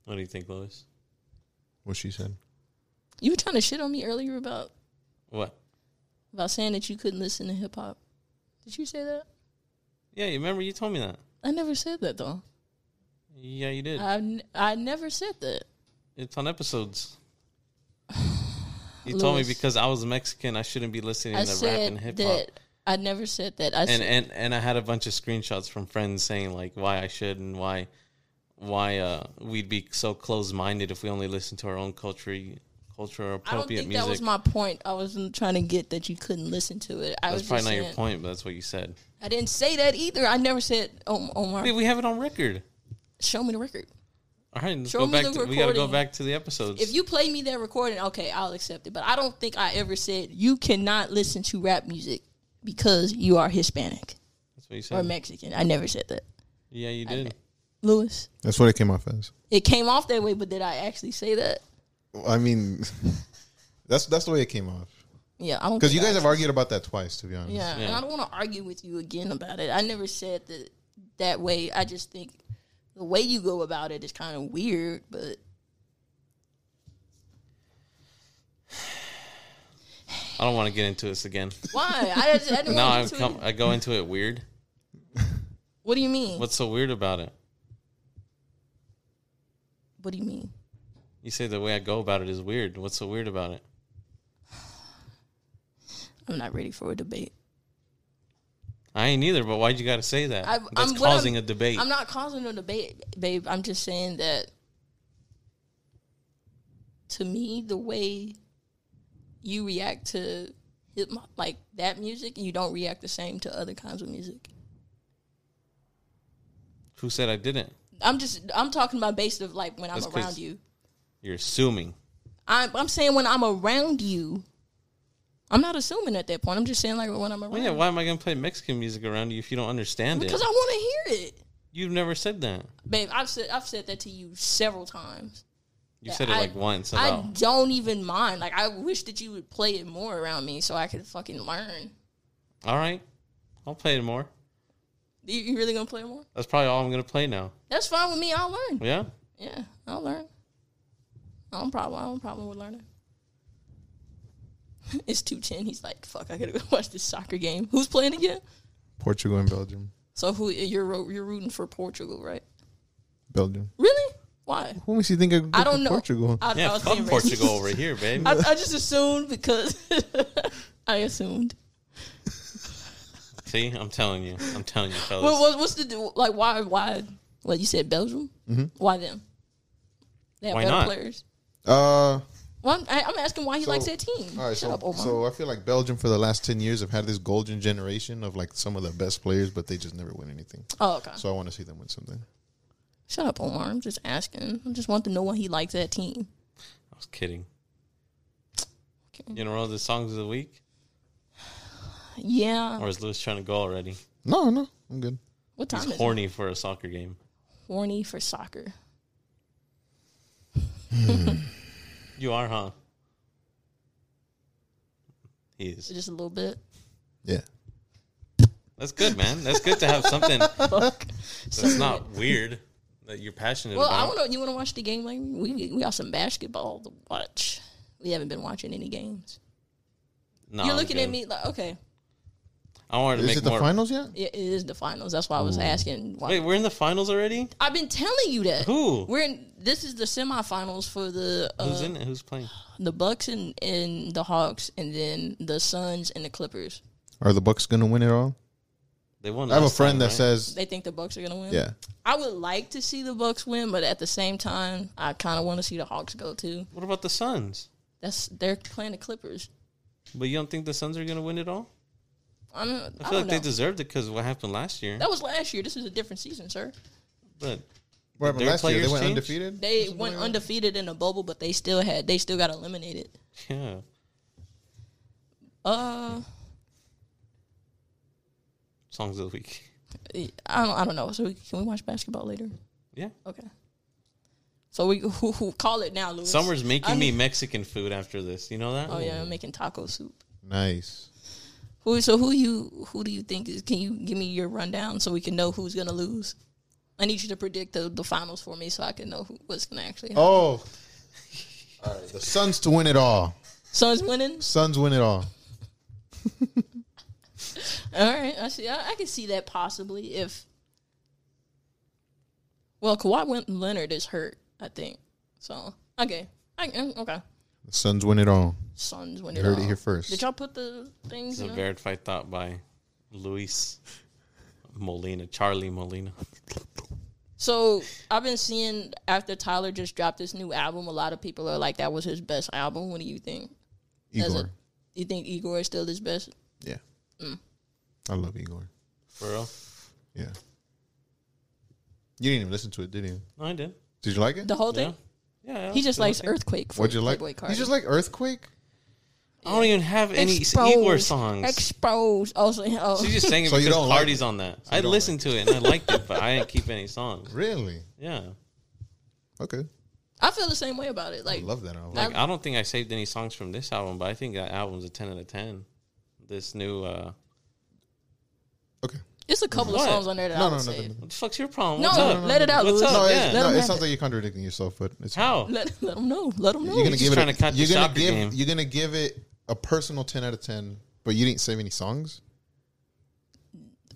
[SPEAKER 1] What do you think, Lois?
[SPEAKER 3] What she said.
[SPEAKER 2] You were trying to shit on me earlier about
[SPEAKER 1] What?
[SPEAKER 2] about saying that you couldn't listen to hip hop. Did you say that?
[SPEAKER 1] Yeah, you remember you told me that.
[SPEAKER 2] I never said that though.
[SPEAKER 1] Yeah, you did.
[SPEAKER 2] I've n- I never said that.
[SPEAKER 1] It's on episodes. You told me
[SPEAKER 2] Louis.
[SPEAKER 1] because I was Mexican, I shouldn't be listening
[SPEAKER 2] I
[SPEAKER 1] to rap
[SPEAKER 2] said
[SPEAKER 1] and hip hop.
[SPEAKER 2] that. I never said that. I
[SPEAKER 1] And,
[SPEAKER 2] said,
[SPEAKER 1] and and I had a bunch of screenshots from friends saying like why I should and why why uh, we'd be so closed minded if we only listen to our own culture culture
[SPEAKER 2] I don't
[SPEAKER 1] appropriate
[SPEAKER 2] think
[SPEAKER 1] music.
[SPEAKER 2] that was my point. I wasn't trying to get that you couldn't listen to it. I
[SPEAKER 1] that's
[SPEAKER 2] was
[SPEAKER 1] probably
[SPEAKER 2] just
[SPEAKER 1] not
[SPEAKER 2] saying,
[SPEAKER 1] your point, but that's what you said.
[SPEAKER 2] I didn't say that either. I never said, "Oh, Omar,
[SPEAKER 1] Wait, we have it on record.
[SPEAKER 2] show me the record."
[SPEAKER 1] All right, let's
[SPEAKER 2] Show
[SPEAKER 1] go
[SPEAKER 2] me
[SPEAKER 1] back.
[SPEAKER 2] the
[SPEAKER 1] To, we gotta go
[SPEAKER 2] recording.
[SPEAKER 1] back to the episodes.
[SPEAKER 2] If you play me that recording, okay, I'll accept it. But I don't think I ever said you cannot listen to rap music because you are Hispanic
[SPEAKER 1] that's what you
[SPEAKER 2] or
[SPEAKER 1] said.
[SPEAKER 2] Mexican. I never said that.
[SPEAKER 1] yeah, you did.
[SPEAKER 2] Lewis?
[SPEAKER 3] That's what it came off as.
[SPEAKER 2] It came off that way, but did I actually say that?
[SPEAKER 3] I mean, that's that's the way it came off.
[SPEAKER 2] Yeah, I don't
[SPEAKER 3] Because
[SPEAKER 2] think
[SPEAKER 3] you
[SPEAKER 2] I-
[SPEAKER 3] guys have argued about that twice, to be honest.
[SPEAKER 2] Yeah, and
[SPEAKER 1] Yeah.
[SPEAKER 2] I don't want to argue with you again about it. I never said that that way. I just think the way you go about it is kind of weird, but
[SPEAKER 1] I don't want to get into this again.
[SPEAKER 2] why? I, just, I didn't
[SPEAKER 1] Now
[SPEAKER 2] want
[SPEAKER 1] I
[SPEAKER 2] to get
[SPEAKER 1] come,
[SPEAKER 2] to it.
[SPEAKER 1] I go into it weird.
[SPEAKER 2] What do you mean?
[SPEAKER 1] What's so weird about it?
[SPEAKER 2] What do you mean?
[SPEAKER 1] You say the way I go about it is weird. What's so weird about it?
[SPEAKER 2] I'm not ready for a debate.
[SPEAKER 1] I ain't either. But why'd you got to say that?
[SPEAKER 2] I,
[SPEAKER 1] That's
[SPEAKER 2] I'm, what I'm-
[SPEAKER 1] causing a debate.
[SPEAKER 2] I'm not causing a debate, babe. I'm just saying that to me, the way you react to hip like that music, you don't react the same to other kinds of music.
[SPEAKER 1] Who said I didn't?
[SPEAKER 2] I'm just I'm talking about based of like when I'm
[SPEAKER 1] That's 'cause-
[SPEAKER 2] around you.
[SPEAKER 1] You're assuming.
[SPEAKER 2] I'm I'm saying when I'm around you. I'm not assuming at that point. I'm just saying like when I'm around
[SPEAKER 1] Well, yeah. Why am I gonna play Mexican music around you if you don't understand
[SPEAKER 2] because
[SPEAKER 1] it?
[SPEAKER 2] I want to hear it.
[SPEAKER 1] You've never said that.
[SPEAKER 2] Babe, I've said I've said that to you several times.
[SPEAKER 1] You said it
[SPEAKER 2] I-
[SPEAKER 1] like once
[SPEAKER 2] I
[SPEAKER 1] about
[SPEAKER 2] don't even mind. Like I wish that you would play it more around me so I could fucking learn.
[SPEAKER 1] All right, I'll play it more.
[SPEAKER 2] You, you really gonna play it more?
[SPEAKER 1] That's probably all I'm gonna play now.
[SPEAKER 2] That's fine with me. I'll learn.
[SPEAKER 1] Yeah,
[SPEAKER 2] Yeah, I'll learn. I don't problem. I don't problem with learning. it's two ten. He's like, fuck. I gotta go watch this soccer game. Who's playing again?
[SPEAKER 3] Portugal and Belgium.
[SPEAKER 2] So who you're ro- you're rooting for Portugal, right?
[SPEAKER 3] Belgium.
[SPEAKER 2] Really? Why?
[SPEAKER 3] Who makes you think of
[SPEAKER 2] I don't know.
[SPEAKER 3] Portugal?
[SPEAKER 2] I,
[SPEAKER 1] yeah.
[SPEAKER 2] was
[SPEAKER 1] Fuck
[SPEAKER 2] being racist.
[SPEAKER 1] Portugal over here, babe.
[SPEAKER 2] I, I just assumed because I assumed.
[SPEAKER 1] See, I'm telling you, I'm telling you, fellas.
[SPEAKER 2] What, what, what's the do- like? Why? Why? What you said? Belgium?
[SPEAKER 3] Mm-hmm.
[SPEAKER 2] Why them? They have
[SPEAKER 1] Why
[SPEAKER 2] better
[SPEAKER 1] not?
[SPEAKER 2] players.
[SPEAKER 3] Uh,
[SPEAKER 2] Well, I'm, I, I'm asking why he
[SPEAKER 3] So-
[SPEAKER 2] likes that team.
[SPEAKER 3] all right.
[SPEAKER 2] Shut
[SPEAKER 3] So,
[SPEAKER 2] up, Omar.
[SPEAKER 3] so I feel like Belgium for the last ten years have had this golden generation of like some of the best players, but they just never win anything.
[SPEAKER 2] oh, okay.
[SPEAKER 3] So I want to see them win something.
[SPEAKER 2] Shut up, Omar. I'm just asking. I just want to know why he likes that team.
[SPEAKER 1] I was kidding.
[SPEAKER 2] Okay.
[SPEAKER 1] You know, the songs of the week,
[SPEAKER 2] Yeah.
[SPEAKER 1] or is Lewis trying to go already?
[SPEAKER 3] No, no, I'm good.
[SPEAKER 2] What time
[SPEAKER 1] He's
[SPEAKER 2] is
[SPEAKER 1] horny for a soccer game.
[SPEAKER 2] it? Horny for soccer.
[SPEAKER 1] You are, huh? He is.
[SPEAKER 2] Just a little bit.
[SPEAKER 3] Yeah.
[SPEAKER 1] That's good, man. That's good to have something
[SPEAKER 2] Fuck.
[SPEAKER 1] that's not weird that you're passionate
[SPEAKER 2] Well, I
[SPEAKER 1] about.
[SPEAKER 2] want to. You want to watch the game? Like we we got some basketball to watch. We haven't been watching any games.
[SPEAKER 1] No,
[SPEAKER 2] You're
[SPEAKER 1] I'm
[SPEAKER 2] looking
[SPEAKER 1] good.
[SPEAKER 2] at me like, okay,
[SPEAKER 1] I wanted to
[SPEAKER 3] Is
[SPEAKER 1] make
[SPEAKER 3] it the
[SPEAKER 1] more.
[SPEAKER 3] finals yet?
[SPEAKER 2] it, it is the finals. That's why I was asking. Why.
[SPEAKER 1] Wait, we're in the finals already.
[SPEAKER 2] I've been telling you that.
[SPEAKER 1] Who?
[SPEAKER 2] We're in. This is the semifinals for the
[SPEAKER 1] Who's
[SPEAKER 2] uh,
[SPEAKER 1] in it? Who's playing?
[SPEAKER 2] the Bucks and, and the Hawks, and then the Suns and the Clippers.
[SPEAKER 3] Are the Bucks gonna win it all?
[SPEAKER 1] They won.
[SPEAKER 3] I have a
[SPEAKER 1] last
[SPEAKER 3] friend
[SPEAKER 1] time,
[SPEAKER 3] that
[SPEAKER 1] right?
[SPEAKER 3] says,
[SPEAKER 2] They think the Bucks are gonna win.
[SPEAKER 3] yeah.
[SPEAKER 2] I would like to see the Bucks win, but at the same time, I kind of want to see the Hawks go too.
[SPEAKER 1] What about the Suns?
[SPEAKER 2] That's they're playing the Clippers.
[SPEAKER 1] But you don't think the Suns are going to win it all?
[SPEAKER 2] I don't.
[SPEAKER 1] I
[SPEAKER 2] I
[SPEAKER 1] feel
[SPEAKER 2] don't
[SPEAKER 1] like
[SPEAKER 2] know.
[SPEAKER 1] they deserved it because what happened last year.
[SPEAKER 2] that was last year. This is a different season, sir.
[SPEAKER 1] But
[SPEAKER 3] What
[SPEAKER 1] their
[SPEAKER 3] happened last year? They
[SPEAKER 1] players
[SPEAKER 3] went
[SPEAKER 1] changed?
[SPEAKER 3] undefeated.
[SPEAKER 2] They went undefeated in a bubble, but they still had they still got eliminated.
[SPEAKER 1] yeah,
[SPEAKER 2] Uh,
[SPEAKER 1] songs of the week.
[SPEAKER 2] I don't I don't know. So we, can we watch basketball later?
[SPEAKER 1] Yeah,
[SPEAKER 2] Okay. So we who, who call it now, Louis?
[SPEAKER 1] summer's making
[SPEAKER 2] I
[SPEAKER 1] me Mexican food after this. You know that?
[SPEAKER 2] Oh yeah, I'm making taco soup.
[SPEAKER 3] Nice.
[SPEAKER 2] Who so who you who do you think is? Can you give me your rundown so we can know who's gonna lose? I need you to predict the, the finals for me so I can know who, what's gonna actually happen.
[SPEAKER 3] Oh. All right. The Suns to win it all.
[SPEAKER 2] Suns winning.
[SPEAKER 3] Suns win it all.
[SPEAKER 2] All right, I see. I, I can see that possibly if. Well, Kawhi Win- Leonard is hurt, I think. So okay, I, mm, okay.
[SPEAKER 3] The Suns win it all.
[SPEAKER 2] Suns win
[SPEAKER 3] You
[SPEAKER 2] it
[SPEAKER 3] heard it
[SPEAKER 2] all.
[SPEAKER 3] here first.
[SPEAKER 2] Did y'all put the things?
[SPEAKER 1] It's a
[SPEAKER 2] In a-
[SPEAKER 1] verified thought by Luis Molina, Charlie Molina.
[SPEAKER 2] so I've been seeing after Tyler just dropped this new album, a lot of people are like, "That was his best album." What do you think? Does
[SPEAKER 3] Igor.
[SPEAKER 2] it- you think Igor is still his best?
[SPEAKER 3] Yeah.
[SPEAKER 2] Mm.
[SPEAKER 3] I love Igor.
[SPEAKER 1] For real?
[SPEAKER 3] Yeah. You didn't even listen to it, did you?
[SPEAKER 1] No, I did.
[SPEAKER 3] Did you like it?
[SPEAKER 2] The whole
[SPEAKER 1] Yeah.
[SPEAKER 2] thing.
[SPEAKER 1] Yeah.
[SPEAKER 2] He just
[SPEAKER 1] the whole
[SPEAKER 2] likes
[SPEAKER 1] thing.
[SPEAKER 2] Earthquake. For
[SPEAKER 3] What'd you like?
[SPEAKER 2] Playboy Cardi.
[SPEAKER 3] You just like Earthquake?
[SPEAKER 1] I don't even have any Igor songs.
[SPEAKER 2] Exposed. Oh, so, oh.
[SPEAKER 1] She just sang it
[SPEAKER 3] So you
[SPEAKER 1] because
[SPEAKER 3] don't like
[SPEAKER 1] parties on that. I
[SPEAKER 3] you don't
[SPEAKER 1] listened to it and I liked it, but I didn't keep any songs.
[SPEAKER 3] Really?
[SPEAKER 1] Yeah,
[SPEAKER 3] Okay.
[SPEAKER 2] I feel the same way about it.
[SPEAKER 3] I
[SPEAKER 2] Like,
[SPEAKER 3] love that album.
[SPEAKER 1] like I don't think I saved any songs from this album, but I think that album's a ten out of ten. This new, uh,
[SPEAKER 3] okay.
[SPEAKER 2] it's a couple
[SPEAKER 1] What?
[SPEAKER 2] of songs on there that
[SPEAKER 3] No,
[SPEAKER 2] I would
[SPEAKER 3] no,
[SPEAKER 2] say.
[SPEAKER 3] nothing.
[SPEAKER 1] what the fuck's your problem?
[SPEAKER 2] No,
[SPEAKER 1] What's
[SPEAKER 2] no,
[SPEAKER 1] up?
[SPEAKER 2] let it out,
[SPEAKER 1] What's
[SPEAKER 2] Louis.
[SPEAKER 1] up?
[SPEAKER 3] No,
[SPEAKER 2] Let-
[SPEAKER 1] yeah.
[SPEAKER 3] Oh, it's,
[SPEAKER 2] let
[SPEAKER 3] no,
[SPEAKER 2] him
[SPEAKER 3] it
[SPEAKER 2] have
[SPEAKER 3] sounds
[SPEAKER 2] it.
[SPEAKER 3] like you're contradicting yourself, but it's
[SPEAKER 1] How?
[SPEAKER 2] Let, let them know. Let them know.
[SPEAKER 3] You're gonna
[SPEAKER 1] just
[SPEAKER 3] give it.
[SPEAKER 1] trying
[SPEAKER 3] A,
[SPEAKER 1] to catch
[SPEAKER 3] you're
[SPEAKER 1] the
[SPEAKER 3] gonna
[SPEAKER 1] soccer
[SPEAKER 3] give.
[SPEAKER 1] game.
[SPEAKER 3] You're gonna give it a personal ten out of ten, but you didn't save any songs.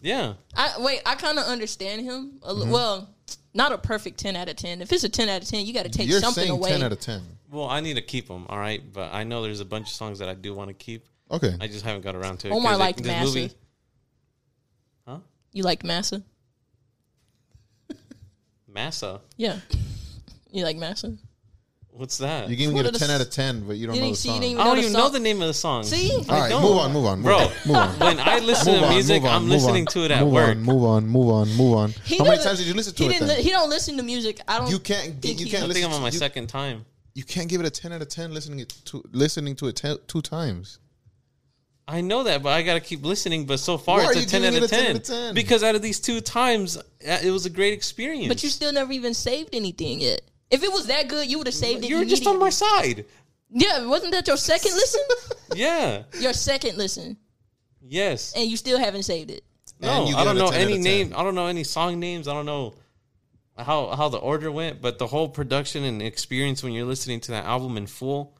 [SPEAKER 1] Yeah,
[SPEAKER 2] I wait. I kind of understand him. A
[SPEAKER 3] Mm-hmm.
[SPEAKER 2] li- Well, not a perfect ten out of ten. If it's a ten out of ten, you got to take
[SPEAKER 3] you're
[SPEAKER 2] something
[SPEAKER 3] saying
[SPEAKER 2] away.
[SPEAKER 3] ten out of ten.
[SPEAKER 1] well, I need to keep them, all right. But I know there's a bunch of songs that I do want to keep.
[SPEAKER 3] Okay.
[SPEAKER 1] I just haven't got around to it.
[SPEAKER 2] Omar
[SPEAKER 1] 'cause, like,
[SPEAKER 2] liked Massa.
[SPEAKER 1] huh?
[SPEAKER 2] you like Massa?
[SPEAKER 1] Massa,
[SPEAKER 2] Yeah. You like Massa?
[SPEAKER 1] what's that?
[SPEAKER 3] you're giving
[SPEAKER 2] one
[SPEAKER 3] it a
[SPEAKER 2] of the
[SPEAKER 3] ten out
[SPEAKER 2] s-
[SPEAKER 3] of ten, but you don't
[SPEAKER 2] you
[SPEAKER 3] know the
[SPEAKER 2] didn't see- you
[SPEAKER 3] song.
[SPEAKER 2] didn't
[SPEAKER 1] I don't
[SPEAKER 2] know the
[SPEAKER 1] even
[SPEAKER 2] song.
[SPEAKER 1] know the name of the song.
[SPEAKER 2] See,
[SPEAKER 1] I
[SPEAKER 3] All right,
[SPEAKER 1] don't.
[SPEAKER 3] move on, move on, move
[SPEAKER 1] Bro.
[SPEAKER 3] on, move on.
[SPEAKER 1] When I listen
[SPEAKER 3] Move
[SPEAKER 1] to
[SPEAKER 3] on,
[SPEAKER 1] music,
[SPEAKER 3] move on,
[SPEAKER 1] I'm
[SPEAKER 3] move
[SPEAKER 1] listening
[SPEAKER 3] on,
[SPEAKER 1] to it at
[SPEAKER 3] move
[SPEAKER 1] work.
[SPEAKER 3] On, move on, move on, move on.
[SPEAKER 2] He
[SPEAKER 3] How many
[SPEAKER 2] doesn't-
[SPEAKER 3] times did you listen to
[SPEAKER 2] he
[SPEAKER 3] it?
[SPEAKER 2] didn't
[SPEAKER 3] then?
[SPEAKER 2] li- he don't listen to music. I don't.
[SPEAKER 3] you can't. gi-
[SPEAKER 2] think
[SPEAKER 3] You
[SPEAKER 2] he-
[SPEAKER 3] can't
[SPEAKER 1] I
[SPEAKER 3] listen.
[SPEAKER 1] think I'm on
[SPEAKER 3] to-
[SPEAKER 1] my
[SPEAKER 3] you,
[SPEAKER 1] second time.
[SPEAKER 3] you can't give it a ten out of ten. Listening it to listening to it ten, two times.
[SPEAKER 1] I know that, but I gotta keep listening. But so far,
[SPEAKER 3] Why are
[SPEAKER 1] it's a
[SPEAKER 3] you
[SPEAKER 1] ten out
[SPEAKER 3] giving
[SPEAKER 1] of
[SPEAKER 3] it a 10 out
[SPEAKER 1] ten
[SPEAKER 3] of 10?
[SPEAKER 1] because out of these two times, uh, it was a great experience.
[SPEAKER 2] But you still never even saved anything yet. If it was that good, you would have saved it.
[SPEAKER 1] you were just on my side.
[SPEAKER 2] immediately. Yeah, wasn't that your second listen?
[SPEAKER 1] Yeah.
[SPEAKER 2] your second listen,
[SPEAKER 1] Yes.
[SPEAKER 2] and you still haven't saved it.
[SPEAKER 1] No,
[SPEAKER 3] And you
[SPEAKER 1] I
[SPEAKER 3] give
[SPEAKER 1] don't
[SPEAKER 3] it a
[SPEAKER 1] know
[SPEAKER 3] 10 out
[SPEAKER 1] any
[SPEAKER 3] of
[SPEAKER 1] name.
[SPEAKER 3] 10.
[SPEAKER 1] I don't know any song names. I don't know how how the order went, but the whole production and experience when you're listening to that album in full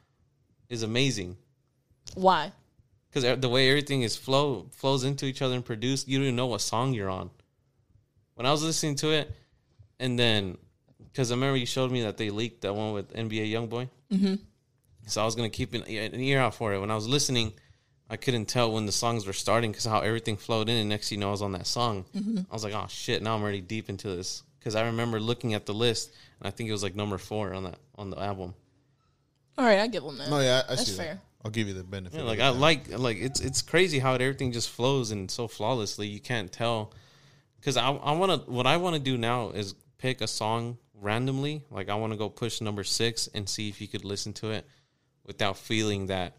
[SPEAKER 1] is amazing
[SPEAKER 2] Why?
[SPEAKER 1] because e, the way everything is flow flows into each other and produced. You don't even know what song you're on. When I was listening to it, and then because I remember you showed me that they leaked that one with NBA YoungBoy, mm-hmm. so I was gonna keep an, an ear out for it. When I was listening, I couldn't tell when the songs were starting because how everything flowed in. And next, thing you know, I was on that song. I was like, oh shit! Now I'm already deep into this because I remember looking at the list and I think it was like number four on that on the album.
[SPEAKER 2] All right, I give him that.
[SPEAKER 3] No, Oh, yeah, I, I
[SPEAKER 2] That's
[SPEAKER 3] see that.
[SPEAKER 2] fair.
[SPEAKER 3] I'll give you the benefit.
[SPEAKER 1] Yeah,
[SPEAKER 3] of
[SPEAKER 1] like
[SPEAKER 3] the
[SPEAKER 1] I
[SPEAKER 3] doubt.
[SPEAKER 1] like like it's it's crazy how it, everything just flows and so flawlessly. You can't tell because I I want to what I want to do now is pick a song randomly. Like I want to go push number six and see if you could listen to it without feeling that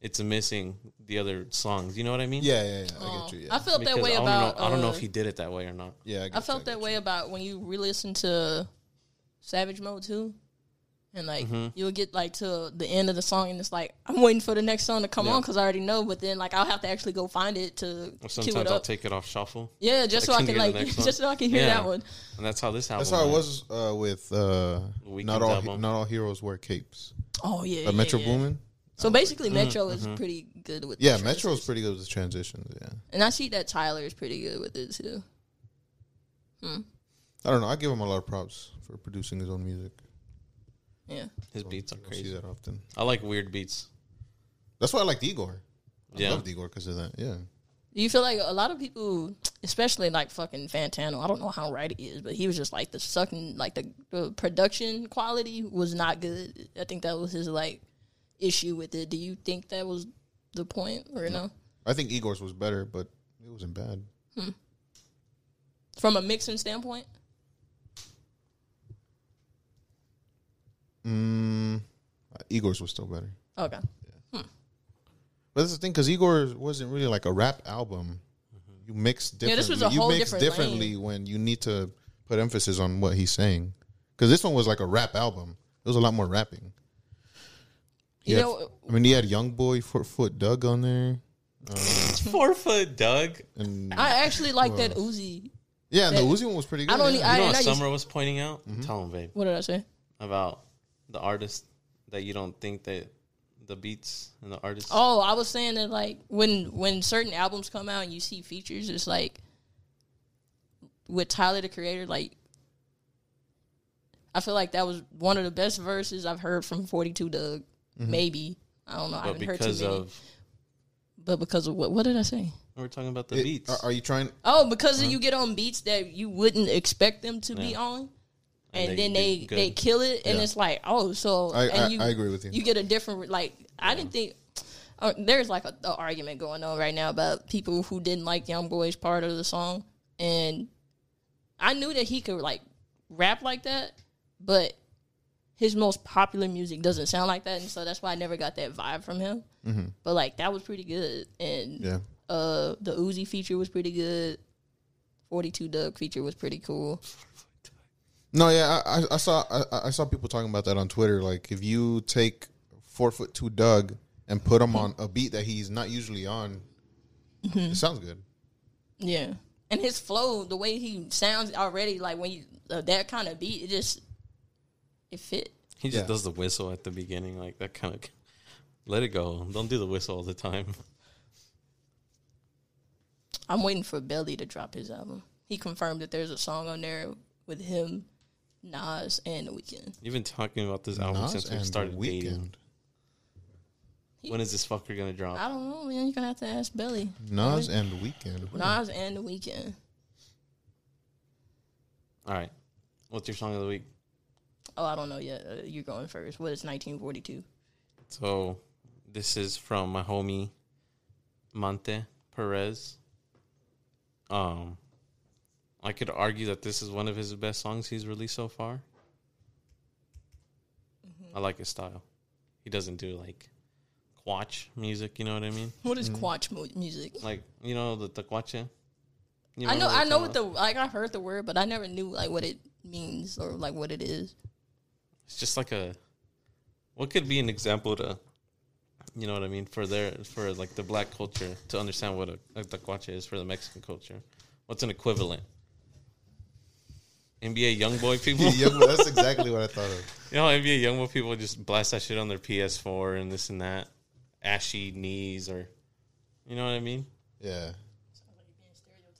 [SPEAKER 1] it's missing the other songs. You know what I mean?
[SPEAKER 3] Yeah, yeah, yeah. I get you. Yeah,
[SPEAKER 2] I felt
[SPEAKER 1] Because
[SPEAKER 2] that way
[SPEAKER 1] I don't
[SPEAKER 2] about.
[SPEAKER 1] know, I don't know
[SPEAKER 2] uh,
[SPEAKER 1] if he did it that way or not.
[SPEAKER 3] yeah. I, get
[SPEAKER 2] I
[SPEAKER 3] you,
[SPEAKER 2] felt
[SPEAKER 3] get
[SPEAKER 2] that way about when you re-listen to Savage Mode too, and like
[SPEAKER 1] Mm-hmm.
[SPEAKER 2] you'll get like to the end of the song, and it's like I'm waiting for the next song to come
[SPEAKER 1] Yeah.
[SPEAKER 2] on because I already know. But then like I'll have to actually go find it to
[SPEAKER 1] Or
[SPEAKER 2] cue it
[SPEAKER 1] sometimes I'll
[SPEAKER 2] up.
[SPEAKER 1] take it off shuffle,
[SPEAKER 2] yeah, just so
[SPEAKER 1] like,
[SPEAKER 2] I
[SPEAKER 1] can
[SPEAKER 2] can
[SPEAKER 1] you hear
[SPEAKER 2] like
[SPEAKER 1] the next one?
[SPEAKER 2] just so I can hear
[SPEAKER 1] Yeah.
[SPEAKER 2] that one.
[SPEAKER 1] and that's how this album.
[SPEAKER 3] That's how it
[SPEAKER 1] went.
[SPEAKER 3] was uh, with uh,
[SPEAKER 1] Weeknd's
[SPEAKER 3] not all
[SPEAKER 1] album.
[SPEAKER 3] not all heroes wear capes.
[SPEAKER 2] Oh yeah,
[SPEAKER 3] But
[SPEAKER 2] yeah,
[SPEAKER 3] Metro
[SPEAKER 2] yeah.
[SPEAKER 3] Boomin.
[SPEAKER 1] Oh,
[SPEAKER 2] So basically,
[SPEAKER 1] mm-hmm,
[SPEAKER 2] Metro is pretty good with the
[SPEAKER 3] Yeah, Metro's
[SPEAKER 2] transitions.
[SPEAKER 3] pretty good with the transitions. Yeah,
[SPEAKER 2] and I see that Tyler is pretty good with it too.
[SPEAKER 3] I don't know. I give him a lot of props for producing his own music.
[SPEAKER 2] Yeah,
[SPEAKER 1] His beats are
[SPEAKER 3] I don't see
[SPEAKER 1] crazy.
[SPEAKER 3] that often.
[SPEAKER 1] I like weird beats.
[SPEAKER 3] That's why I liked Igor. I
[SPEAKER 1] Yeah.
[SPEAKER 3] loved Igor because of that. Yeah,
[SPEAKER 2] do you feel like a lot of people, especially like fucking Fantano, I don't know how right it is, but he was just like the sucking, like the, the production quality was not good. I think that was his like issue with it. Do you think that was the point or no?
[SPEAKER 3] I think Igor's was better, but it wasn't bad.
[SPEAKER 2] From a mixing standpoint,
[SPEAKER 3] Mm, Igor's was still better.
[SPEAKER 2] okay.
[SPEAKER 3] But that's the thing because Igor wasn't really like a rap album.
[SPEAKER 1] Mm-hmm.
[SPEAKER 3] You mix differently.
[SPEAKER 2] Yeah, this was a
[SPEAKER 3] you
[SPEAKER 2] whole
[SPEAKER 3] mix
[SPEAKER 2] different
[SPEAKER 3] differently when you need to put emphasis on what he's saying. Because this one was like a rap album. It was a lot more rapping.
[SPEAKER 2] You
[SPEAKER 3] Yeah.
[SPEAKER 2] know,
[SPEAKER 3] I mean, he had Young Boy, Four Foot Doug on there,
[SPEAKER 1] Four foot Doug.
[SPEAKER 3] and
[SPEAKER 2] I actually like that Uzi.
[SPEAKER 3] yeah, and the Uzi one was pretty good.
[SPEAKER 2] I don't. I,
[SPEAKER 3] yeah.
[SPEAKER 1] You know
[SPEAKER 2] and
[SPEAKER 1] what
[SPEAKER 2] I just,
[SPEAKER 1] Summer was pointing out?
[SPEAKER 3] Mm-hmm.
[SPEAKER 1] Tell him, babe.
[SPEAKER 2] what did I say?
[SPEAKER 1] about the artist that you don't think that the beats and the artists.
[SPEAKER 2] Oh, I was saying that like when when certain albums come out and you see features, it's like with Tyler the Creator, like I feel like that was one of the best verses I've heard from Forty Two Doug.
[SPEAKER 3] Mm-hmm.
[SPEAKER 2] Maybe I don't know. I
[SPEAKER 1] but
[SPEAKER 2] haven't heard too
[SPEAKER 1] because
[SPEAKER 2] many.
[SPEAKER 1] of
[SPEAKER 2] but because of what? What did I say?
[SPEAKER 1] we're talking about the
[SPEAKER 3] It-
[SPEAKER 1] beats.
[SPEAKER 3] are, are you trying?
[SPEAKER 2] Oh, because you get on beats that you wouldn't expect them to be on. And,
[SPEAKER 1] they
[SPEAKER 2] then they,
[SPEAKER 1] do good.
[SPEAKER 2] they kill it, and
[SPEAKER 3] Yeah.
[SPEAKER 2] it's like, oh, so
[SPEAKER 3] I-
[SPEAKER 2] and
[SPEAKER 3] I- I agree with you.
[SPEAKER 2] You get a different like. I didn't think uh, there's like a, a argument going on right now about people who didn't like Young Boy's part of the song, and I knew that he could like rap like that, but his most popular music doesn't sound like that, and so that's why I never got that vibe from him. But like that was pretty good, and
[SPEAKER 3] Yeah.
[SPEAKER 2] uh, the Uzi feature was pretty good. Forty Two Doug feature was pretty cool.
[SPEAKER 3] No, yeah, I, I- I saw I, I saw people talking about that on Twitter. Like, if you take four foot two Doug and put him on a beat that he's not usually on, it sounds good.
[SPEAKER 2] Yeah, and his flow, the way he sounds already, like when you uh, that kind of beat, it just it fit.
[SPEAKER 1] He just
[SPEAKER 3] Yeah.
[SPEAKER 1] does the whistle at the beginning, like that kind of. Let it go. Don't do the whistle all the time.
[SPEAKER 2] I'm waiting for Belly to drop his album. He confirmed that there's a song on there with him, Nas, and The Weeknd.
[SPEAKER 1] You've been talking about this album
[SPEAKER 3] Nas
[SPEAKER 1] since we
[SPEAKER 3] and
[SPEAKER 1] started
[SPEAKER 3] The
[SPEAKER 1] dating. When is this fucker gonna drop?
[SPEAKER 2] I don't know, man. You're gonna have to ask Belly.
[SPEAKER 3] Nas and Weekend.
[SPEAKER 2] Nas and The Weeknd.
[SPEAKER 1] All right. What's your song of the week?
[SPEAKER 2] Oh, I don't know yet. Uh, you're going first. What is 1942?
[SPEAKER 1] So this is from my homie Monte Perez. Um I could argue that this is one of his best songs he's released so far.
[SPEAKER 2] Mm-hmm.
[SPEAKER 1] I like his style. He doesn't do like quatch music, you know what I mean?
[SPEAKER 2] What is Quatch mu- music?
[SPEAKER 1] Like, you know the the quacha? You
[SPEAKER 2] I know,
[SPEAKER 1] what I'm
[SPEAKER 2] I know
[SPEAKER 1] talking
[SPEAKER 2] what the like. I heard the word, but I never knew like what it means or like what it is.
[SPEAKER 1] it's just like a what could be an example to you know what I mean for their for like the black culture to understand what a, a tacuache is for the Mexican culture. What's an equivalent? NBA young boy people, you
[SPEAKER 3] yeah, well, that's exactly what I thought of.
[SPEAKER 1] know, how NBA young boy people just blast that shit on their PS4 and this and that, ashy knees or, you know what I mean,
[SPEAKER 3] Yeah.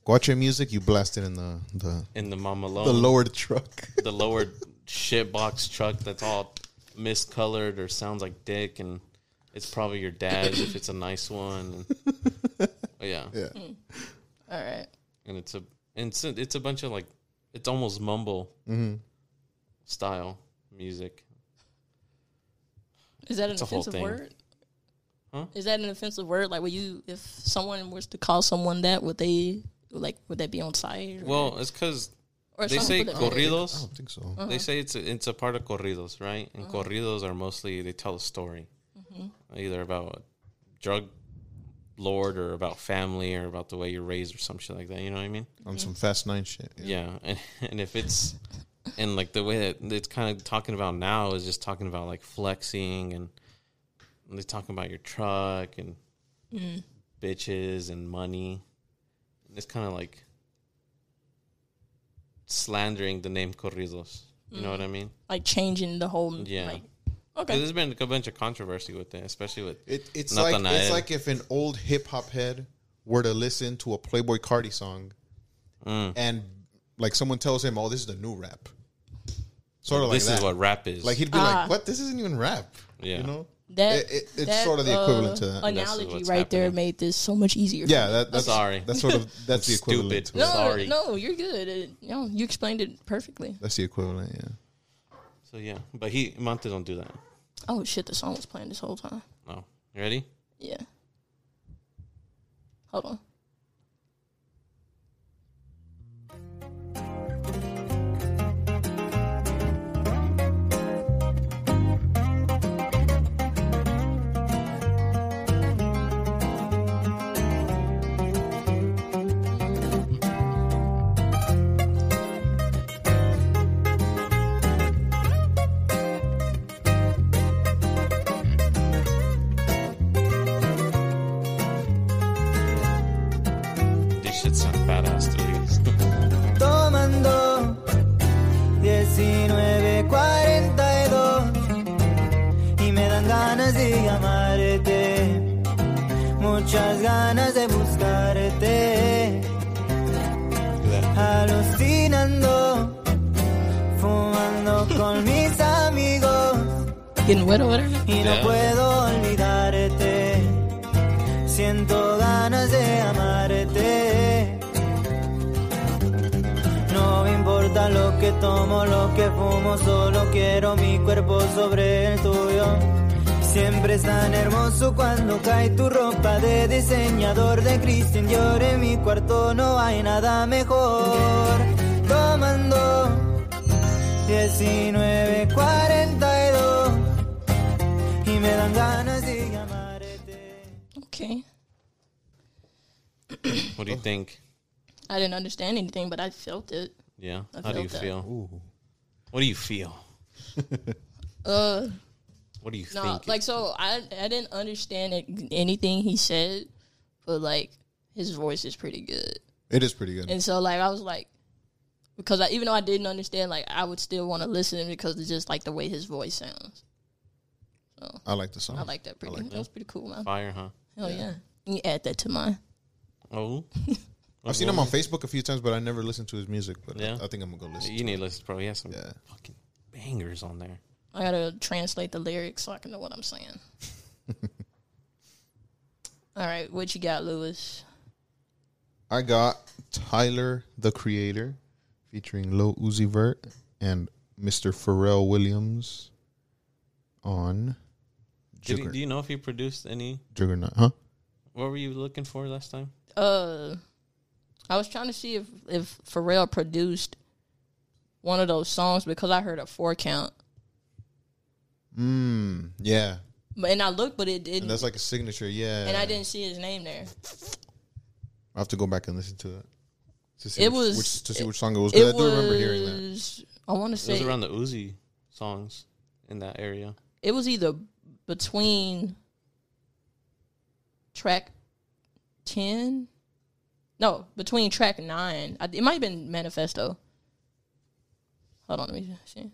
[SPEAKER 3] Watch your music. You blast it in the the,
[SPEAKER 1] in the mama
[SPEAKER 3] the lowered truck.
[SPEAKER 1] the lowered shit box truck that's all miscolored or sounds like dick and it's probably your dad's if it's a nice one. yeah.
[SPEAKER 3] yeah.
[SPEAKER 2] All right.
[SPEAKER 1] And it's a and it's a, it's a bunch of like it's almost mumble style music.
[SPEAKER 2] Is that an
[SPEAKER 1] It's a whole
[SPEAKER 2] offensive
[SPEAKER 1] thing.
[SPEAKER 2] word?
[SPEAKER 1] Huh?
[SPEAKER 2] Is that an offensive word? Like, would you, if someone was to call someone that, would they, like, would that be on site? Or,
[SPEAKER 1] Well, it's cuz
[SPEAKER 2] or
[SPEAKER 1] they
[SPEAKER 2] something
[SPEAKER 1] say
[SPEAKER 2] for the-
[SPEAKER 3] I
[SPEAKER 1] corridos.
[SPEAKER 3] don't Oh, think so.
[SPEAKER 1] They say it's a, it's a part of corridos, right? And corridos are mostly they tell a story, either about a drug lord or about family or about the way you're raised or some shit like that. You know what I mean?
[SPEAKER 3] On some Fast Nine shit.
[SPEAKER 1] Yeah, and, and if it's and like the way that it's kind of talking about now is just talking about like flexing and they're talking about your truck and
[SPEAKER 2] mm,
[SPEAKER 1] bitches and money. It's kind of like slandering the name corridos. You know what I
[SPEAKER 3] Mm.
[SPEAKER 1] mean?
[SPEAKER 2] like changing the whole.
[SPEAKER 1] Yeah.
[SPEAKER 2] Like,
[SPEAKER 1] 'Cause
[SPEAKER 2] okay.
[SPEAKER 1] There's been a bunch of controversy with it, especially with
[SPEAKER 3] It, it's
[SPEAKER 1] Nothing
[SPEAKER 3] like
[SPEAKER 1] I
[SPEAKER 3] it's
[SPEAKER 1] had.
[SPEAKER 3] like if an old hip hop head were to listen to a Playboy Cardi song,
[SPEAKER 1] Mm.
[SPEAKER 3] and like someone tells him, "Oh, this is the new rap," sort of like
[SPEAKER 1] this
[SPEAKER 3] that.
[SPEAKER 1] is what rap is.
[SPEAKER 3] like he'd be
[SPEAKER 2] Ah.
[SPEAKER 3] like, "What? This isn't even rap."
[SPEAKER 1] Yeah.
[SPEAKER 3] you know,
[SPEAKER 2] That,
[SPEAKER 3] it- it- it's
[SPEAKER 2] that,
[SPEAKER 3] sort of the
[SPEAKER 2] uh,
[SPEAKER 3] equivalent to that.
[SPEAKER 1] That's
[SPEAKER 2] Analogy right
[SPEAKER 1] what's
[SPEAKER 2] there
[SPEAKER 1] happening.
[SPEAKER 2] made this so much easier. for
[SPEAKER 3] yeah.
[SPEAKER 2] me.
[SPEAKER 3] That, that's
[SPEAKER 1] Sorry.
[SPEAKER 3] That's sort of that's the
[SPEAKER 1] Stupid.
[SPEAKER 3] equivalent. To it.
[SPEAKER 2] No,
[SPEAKER 1] Sorry.
[SPEAKER 2] no, you're good. It, you, know, you explained it perfectly.
[SPEAKER 3] That's the equivalent. Yeah.
[SPEAKER 1] so yeah, but he Monte don't do that.
[SPEAKER 2] Oh shit, the song was playing this whole time.
[SPEAKER 1] No, you ready?
[SPEAKER 2] Yeah. Hold on.
[SPEAKER 1] This shit sound badass to these.
[SPEAKER 4] tomando 1942 y me dan ganas de llamarte, muchas ganas de buscarte, alucinando, fumando con mis amigos
[SPEAKER 2] Getting wet or whatever?
[SPEAKER 4] y no
[SPEAKER 1] Ya.
[SPEAKER 4] puedo olvidarte. Siento ganas de amarte. No me importa lo que tomo, lo que fumo, solo quiero mi cuerpo sobre el tuyo. Siempre es tan hermoso cuando cae tu ropa de diseñador de Christian Dior. En mi cuarto no hay nada mejor. Tomando 1942 me dan ganas de llamarte.
[SPEAKER 2] Okay.
[SPEAKER 1] What
[SPEAKER 3] Oh.
[SPEAKER 1] do you think?
[SPEAKER 2] I didn't understand anything, but I felt it.
[SPEAKER 1] Yeah.
[SPEAKER 2] I
[SPEAKER 1] How do
[SPEAKER 2] felt
[SPEAKER 1] you
[SPEAKER 2] that.
[SPEAKER 1] feel? What do you feel?
[SPEAKER 2] Uh,
[SPEAKER 1] What do you
[SPEAKER 2] no,
[SPEAKER 1] think?
[SPEAKER 2] like so I I didn't understand it, anything he said, but like his voice is pretty good,
[SPEAKER 3] It is pretty good.
[SPEAKER 2] and so like I was like, because I even though I didn't understand, like I would still want to listen because it's just like the way his voice sounds.
[SPEAKER 3] I like the song.
[SPEAKER 2] I like that pretty. that. was pretty cool, man.
[SPEAKER 1] fire, huh?
[SPEAKER 2] Hell yeah. You add that to mine.
[SPEAKER 1] Oh,
[SPEAKER 3] I've seen him on Facebook a few times, but I never listened to his music. But
[SPEAKER 1] Yeah.
[SPEAKER 3] I, I think I'm gonna go listen.
[SPEAKER 1] you need to listen, bro. He has some
[SPEAKER 3] Yeah.
[SPEAKER 1] fucking bangers on there.
[SPEAKER 2] I gotta translate the lyrics so I can know what I'm saying. All right, what you got, Lewis?
[SPEAKER 3] I got Tyler the Creator featuring Lil Uzi Vert and Mr. Pharrell Williams on
[SPEAKER 1] Did he-
[SPEAKER 3] Jugger-
[SPEAKER 1] do you know if he produced any?
[SPEAKER 3] Juggernaut, huh?
[SPEAKER 1] What were you looking for last time?
[SPEAKER 2] Uh, I was trying to see if if Pharrell produced one of those songs because I heard a four count,
[SPEAKER 3] Mm, yeah.
[SPEAKER 2] but and I looked, but it
[SPEAKER 3] And
[SPEAKER 2] didn't,
[SPEAKER 3] that's like a signature, yeah.
[SPEAKER 2] and I didn't see his name there.
[SPEAKER 3] I have to go back and listen to it to see
[SPEAKER 2] It
[SPEAKER 3] which,
[SPEAKER 2] was-
[SPEAKER 3] which- to see which song it was. 'cause
[SPEAKER 2] It
[SPEAKER 3] I do remember hearing that.
[SPEAKER 2] was I want to
[SPEAKER 1] It was
[SPEAKER 2] say
[SPEAKER 1] around the Uzi songs in that area.
[SPEAKER 2] it was either between track 10 no between track 9 I, it might have been manifesto hold on let me see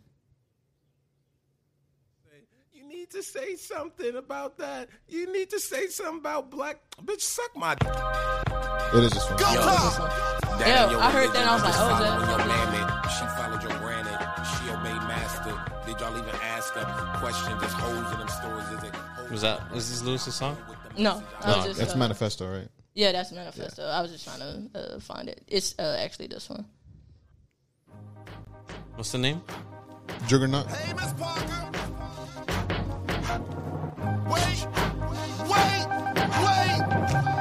[SPEAKER 5] You need to say something about that. You need to say something about black. Bitch, suck my.
[SPEAKER 3] It is this one.
[SPEAKER 2] yeah i heard that and i was like oh is that
[SPEAKER 6] your mammy. She followed your granny. She obeyed master. Did y'all even ask her questions? Just hoes in them stores. Is it hoes
[SPEAKER 1] Was that? Is this Lewis's song?
[SPEAKER 2] no i was
[SPEAKER 1] No,
[SPEAKER 2] just
[SPEAKER 3] That's
[SPEAKER 2] uh,
[SPEAKER 3] Manifesto, right?
[SPEAKER 2] yeah that's manifesto i was just trying to uh, find it it's uh, actually this one
[SPEAKER 1] What's the name?
[SPEAKER 3] Juggernaut.
[SPEAKER 6] Hey, Miss Parker. Wait, wait, wait, wait.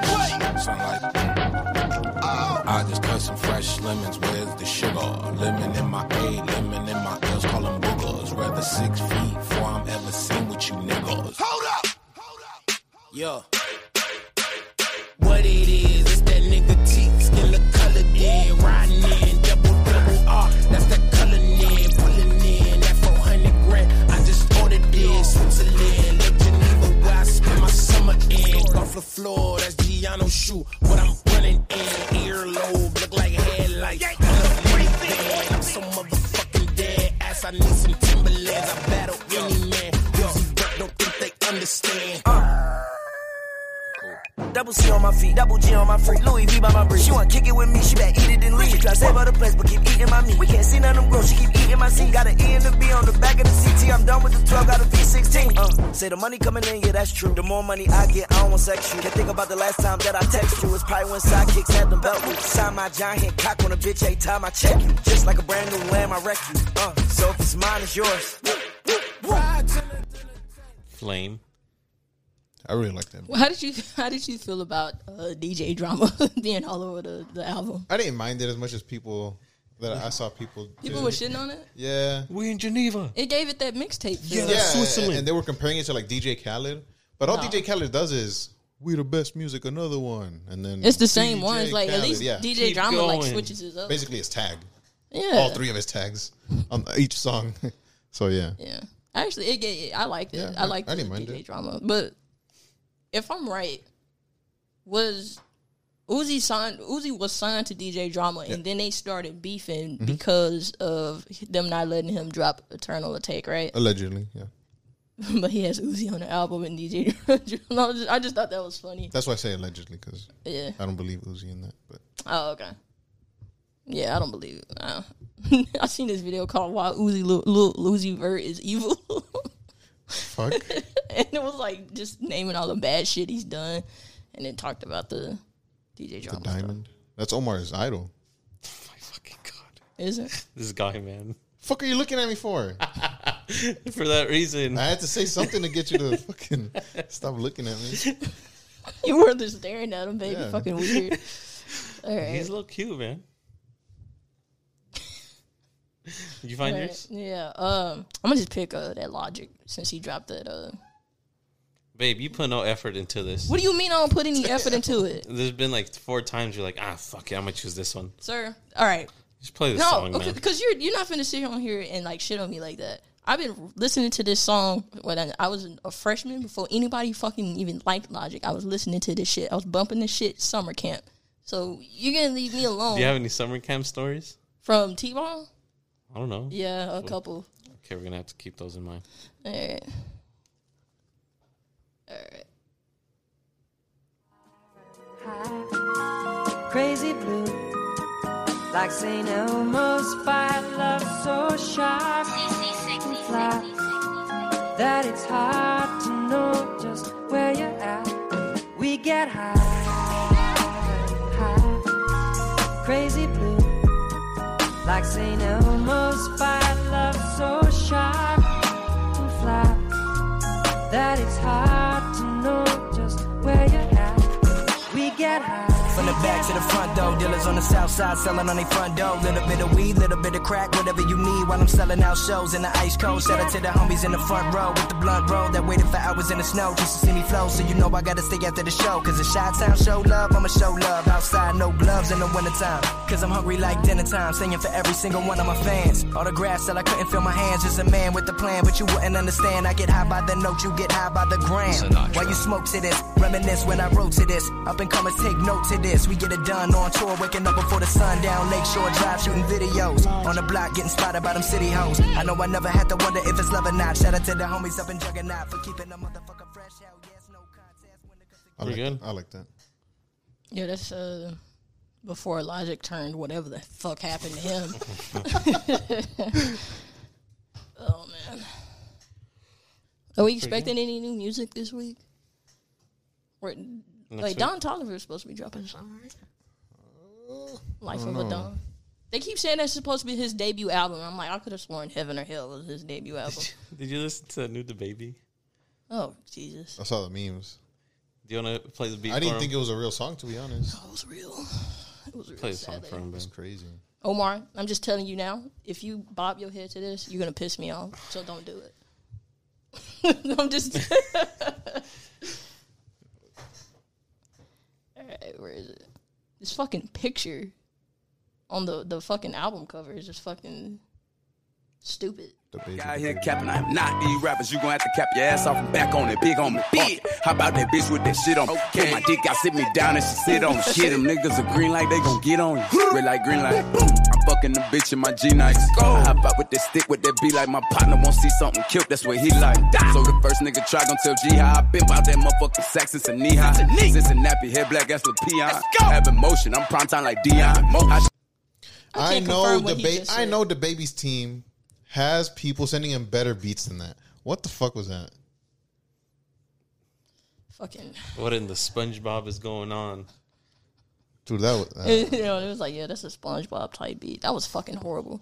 [SPEAKER 6] Oh. Something like, I just cut some fresh lemons. Where's the sugar? Lemon in my A, lemon in my L's. Call them boogers. Rather six feet before I'm ever seen with you niggas. Hold up, hold up. Yeah. What it is, it's that nigga T, skin look colored in, riding in, double double R, that's that color in, pulling in, that 400 grand, I just ordered in, Switzerland, Lake Geneva, where I spend my summer in, Gulf of Floor, that's Giano shoe, what I'm running in, earlobe, look like headlights, I love everything, I'm so motherfucking dead, ass, I need some Timberlands, I battle any man, Uzi Vert don't think they understand,
[SPEAKER 7] Double C on my feet, double G on my freak. Louis V by my brick. She want kick it with me, she back eat it and leave. She try save all the plates, but keep eating my meat. We can't see none of them grow, she keep eating my seat. Got an E and a B on the back of the CT. I'm done with the 12, got a V16. Uh, say the money coming in, yeah, that's true. The more money I get, I don't want sex you. Can't think about the last time that I text you. It's probably when sidekicks had them belt loops. Sign my giant cock when a bitch ain't time, I check you. Just like a brand new lamb, I wreck you. Uh, so if it's mine, it's yours.
[SPEAKER 6] ride to the
[SPEAKER 1] Flame.
[SPEAKER 3] I really like that.
[SPEAKER 2] how did you how did you feel about uh, dj drama being all over the, the album
[SPEAKER 3] I didn't mind it as much as people that I saw people.
[SPEAKER 2] people
[SPEAKER 3] do.
[SPEAKER 2] were shitting on it
[SPEAKER 3] yeah.
[SPEAKER 1] We in Geneva.
[SPEAKER 2] it gave it that mixtape feel.
[SPEAKER 3] yeah,
[SPEAKER 1] Switzerland.
[SPEAKER 3] And they were comparing it to like DJ Khaled. But all
[SPEAKER 2] No.
[SPEAKER 3] DJ Khaled does is we the best music, another one, and then
[SPEAKER 2] It's the same
[SPEAKER 3] DJ
[SPEAKER 2] ones. Like
[SPEAKER 3] Khaled,
[SPEAKER 2] at least
[SPEAKER 3] yeah.
[SPEAKER 2] DJ
[SPEAKER 1] Keep
[SPEAKER 2] Drama like
[SPEAKER 1] going.
[SPEAKER 2] switches his up.
[SPEAKER 3] Basically, his tag,
[SPEAKER 2] yeah,
[SPEAKER 3] all three of his tags on each song. so yeah,
[SPEAKER 2] Yeah, actually, it, ga- I liked it.
[SPEAKER 3] Yeah,
[SPEAKER 2] I liked
[SPEAKER 3] I
[SPEAKER 2] I
[SPEAKER 3] didn't mind
[SPEAKER 2] DJ
[SPEAKER 3] it.
[SPEAKER 2] Drama, but if I'm right, was Uzi signed? Uzi was signed to DJ Drama, and then they started beefing
[SPEAKER 3] Mm-hmm.
[SPEAKER 2] because of them not letting him drop Eternal Attack,
[SPEAKER 3] Uh.
[SPEAKER 2] right?
[SPEAKER 3] allegedly, yeah.
[SPEAKER 2] but he has Uzi on the album, and DJ. Drama. I just- I just thought that was funny.
[SPEAKER 3] That's why I say allegedly because
[SPEAKER 2] Yeah.
[SPEAKER 3] I don't believe Uzi in that. But
[SPEAKER 2] Oh, okay. Yeah, I don't believe it. Uh, I seen this video called "Why Uzi Lil, Lil, Uzi Vert is Evil,"
[SPEAKER 3] fuck,
[SPEAKER 2] and it was like just naming all the bad shit he's done, and then talked about the DJ
[SPEAKER 3] the
[SPEAKER 2] drama. stuff.
[SPEAKER 3] diamond. That's Omar's idol.
[SPEAKER 1] Oh My fucking god.
[SPEAKER 2] Is it?
[SPEAKER 1] This guy, man.
[SPEAKER 3] Fuck, are you looking at me for?
[SPEAKER 1] For that reason,
[SPEAKER 3] I had to say something to get you to fucking stop looking at me.
[SPEAKER 2] You were just staring at him, baby.
[SPEAKER 3] Yeah.
[SPEAKER 2] Fucking weird. All right.
[SPEAKER 1] he's a little cute, man. Did you find
[SPEAKER 2] All right.
[SPEAKER 1] yours?
[SPEAKER 2] Yeah. Um, I'm gonna just pick uh, that logic since he dropped that uh
[SPEAKER 1] babe, you put no effort into this.
[SPEAKER 2] What do you mean I don't put any effort into it,
[SPEAKER 1] There's been like four times you're like, ah, fuck it, I'm gonna choose this one.
[SPEAKER 2] sir? All right.
[SPEAKER 1] Just play this
[SPEAKER 2] No,
[SPEAKER 1] song, man.
[SPEAKER 2] because you're you're not finna sit on here and like shit on me like that. I've been listening to this song when I, I was a freshman before anybody fucking even liked Logic. I was listening to this shit. I was bumping this shit summer camp. So you're gonna leave me alone
[SPEAKER 1] Do you have any summer camp stories?
[SPEAKER 2] from T-ball?
[SPEAKER 1] I don't know.
[SPEAKER 2] Yeah, a couple.
[SPEAKER 1] Okay, we're gonna have to keep those in mind.
[SPEAKER 2] All right. All right.
[SPEAKER 8] crazy blue. Like St. Elmo's fire, love so sharp and fly that it's hard to know just where you're at. We get high, high, crazy blue. Like St. Elmo's fire, love so sharp and fly that it's hard to know just where you're at. We get high.
[SPEAKER 7] From the back to the front door, dealers on the south side selling on their front door. Little bit of weed, little bit of crack, whatever you need while I'm selling out shows in the ice cold. Shout out to the homies in the front row with the blunt roll that waited for hours in the snow just to see me flow. So you know I gotta stay after the show. Cause a shot town show love, I'ma show love. Outside, no gloves in the wintertime. Cause I'm hungry like dinner time, singing for every single one of my fans. Autographs that I couldn't feel my hands, just a man with a plan, but you wouldn't understand. I get high by the note, you get high by the gram. While you smoke to this, reminisce when I wrote to this. Up and comers take note to this. We get it done on tour, waking up before the sundown. Lakeshore Drive, shooting videos. On the block, getting spotted by them city hoes. I know I never had to wonder if it's love or not. Shout out to the homies up in Juggernaut for keeping the motherfucker fresh. Hell yes, no contest. When it comes to-
[SPEAKER 3] I like,
[SPEAKER 1] Pretty good.
[SPEAKER 3] I like that.
[SPEAKER 2] Yeah, that's uh before Logic turned whatever the fuck happened to him. oh man. Are we expecting any new music this week? Or, like
[SPEAKER 1] week?
[SPEAKER 2] Don Tolliver is supposed to be dropping something. right? Life of a Don. They keep saying that's supposed to be his debut album. I'm like, I could have sworn Heaven or Hell was his debut album.
[SPEAKER 1] Did you listen to New the Baby?
[SPEAKER 2] oh Jesus,
[SPEAKER 3] I saw the memes.
[SPEAKER 1] Do you wanna play the beat?
[SPEAKER 3] I didn't
[SPEAKER 1] for
[SPEAKER 3] think
[SPEAKER 1] him?
[SPEAKER 3] it was a real song, to be honest.
[SPEAKER 2] that was real. It was real.
[SPEAKER 1] play the
[SPEAKER 2] sad
[SPEAKER 1] song
[SPEAKER 2] that
[SPEAKER 1] for him,
[SPEAKER 3] It's
[SPEAKER 1] babe.
[SPEAKER 3] crazy.
[SPEAKER 2] Omar, I'm just telling you now, if you bob your head to this, you're gonna piss me off. So don't do it. I'm just Alright, where is it? This fucking picture on the, the fucking album cover is just fucking stupid.
[SPEAKER 3] The baby.
[SPEAKER 6] Out here capping, I'm not these rappers. You gon' have to cap your ass off and back on it, big on me. Big. How about that bitch with that shit on? Okay. My dick got sit me down and she sit on me. Shit, them niggas are green light, they gon' get on you. Red light, green light. I'm fucking the bitch in my G nights. How about with that stick, with that be like? My partner won't see something killed, that's what he like. So the first nigga try gon' tell G how I been about that motherfucking sack since a knee high. Since a nappy head black ass with peon. Have emotion, I'm prime time like Dion. I
[SPEAKER 3] I,
[SPEAKER 2] can't
[SPEAKER 3] know
[SPEAKER 2] confirm
[SPEAKER 3] the
[SPEAKER 2] what he just
[SPEAKER 3] ba- I
[SPEAKER 2] said.
[SPEAKER 3] know the baby's team has people sending him better beats than that. What the fuck was that?
[SPEAKER 2] Fucking
[SPEAKER 1] What in the SpongeBob is going on?
[SPEAKER 3] Dude, that was that-
[SPEAKER 2] you know, it was like, yeah, that's a SpongeBob type beat. That was fucking horrible.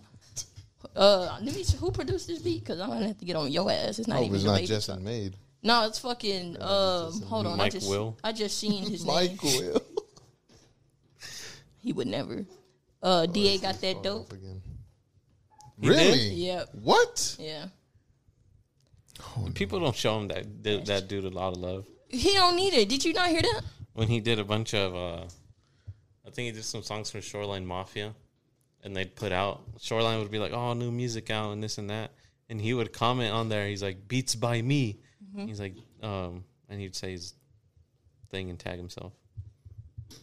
[SPEAKER 2] Uh, let me see who produced this beat? Because I'm gonna have to get on your ass. It's not
[SPEAKER 3] hope
[SPEAKER 2] even
[SPEAKER 3] Oh, it's
[SPEAKER 2] your
[SPEAKER 3] not
[SPEAKER 2] baby
[SPEAKER 3] Justin
[SPEAKER 2] song.
[SPEAKER 3] made.
[SPEAKER 2] No, it's fucking. Um, hold on, I
[SPEAKER 1] Mike
[SPEAKER 2] just
[SPEAKER 1] Will?
[SPEAKER 2] I just seen his name.
[SPEAKER 3] Michael.
[SPEAKER 2] He would never. Uh, Da got that dope.
[SPEAKER 3] Again. Really?
[SPEAKER 2] Yep.
[SPEAKER 3] What? Oh,
[SPEAKER 2] Yeah,
[SPEAKER 1] People don't show him that that- that dude a lot of love.
[SPEAKER 2] he don't need it. Did you not hear that?
[SPEAKER 1] When he did a bunch of, uh, I think he did some songs from Shoreline Mafia, and they'd put out Shoreline would be like, "Oh, new music out and this and that," and he would comment on there. He's like, "Beats by me."
[SPEAKER 2] Mm-hmm.
[SPEAKER 1] He's like, um, and he'd say his thing and tag himself.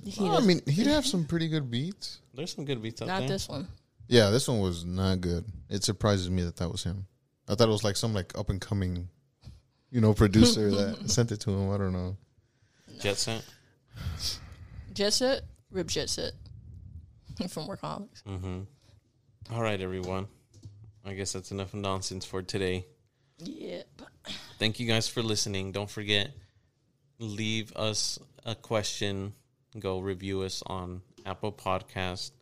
[SPEAKER 2] He
[SPEAKER 3] I
[SPEAKER 2] does-
[SPEAKER 3] mean, he'd have some pretty good beats.
[SPEAKER 1] There's some good beats out
[SPEAKER 2] not
[SPEAKER 1] there.
[SPEAKER 2] this one.
[SPEAKER 3] Yeah, this one was not good. It surprises me that that was him. I thought it was like some like up and coming, you know, producer that sent it to him. I don't know.
[SPEAKER 1] Jet Set.
[SPEAKER 2] Jet set, rip jet set from Workaholics.
[SPEAKER 1] Mm. All right, everyone. I guess that's enough nonsense for today.
[SPEAKER 2] Yeah,
[SPEAKER 1] Thank you guys for listening. Don't forget, leave us a question. Go review us on Apple Podcast.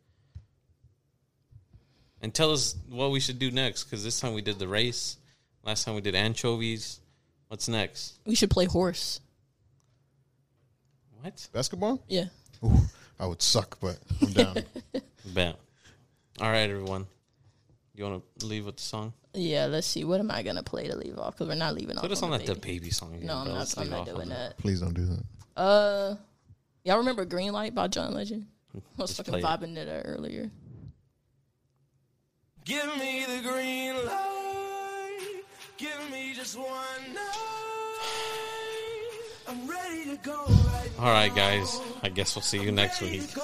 [SPEAKER 1] And tell us what we should do next because this time we did the race. Last time we did anchovies. What's next?
[SPEAKER 2] we should play horse.
[SPEAKER 1] What?
[SPEAKER 3] Basketball?
[SPEAKER 2] Yeah,
[SPEAKER 3] Ooh, I would suck, but I'm down.
[SPEAKER 1] Bet. All right, everyone. You want to leave with the song?
[SPEAKER 2] Yeah, let's see. What am I gonna play to leave off? Because we're not leaving off.
[SPEAKER 1] Put us on
[SPEAKER 2] the
[SPEAKER 1] like the baby song. Again,
[SPEAKER 2] No, I'm
[SPEAKER 1] bro.
[SPEAKER 2] not.
[SPEAKER 1] Let's
[SPEAKER 2] I'm
[SPEAKER 1] leave
[SPEAKER 2] not
[SPEAKER 1] off on
[SPEAKER 2] doing that.
[SPEAKER 3] Please don't do that.
[SPEAKER 2] Uh, y'all remember Green Light by John Legend? I
[SPEAKER 1] Mm.
[SPEAKER 2] was
[SPEAKER 1] Just
[SPEAKER 2] fucking
[SPEAKER 1] play it.
[SPEAKER 2] vibing to that earlier.
[SPEAKER 6] Give me the green light. Give me just one night. I'm ready to go right
[SPEAKER 1] All right, guys. I guess we'll see you next week.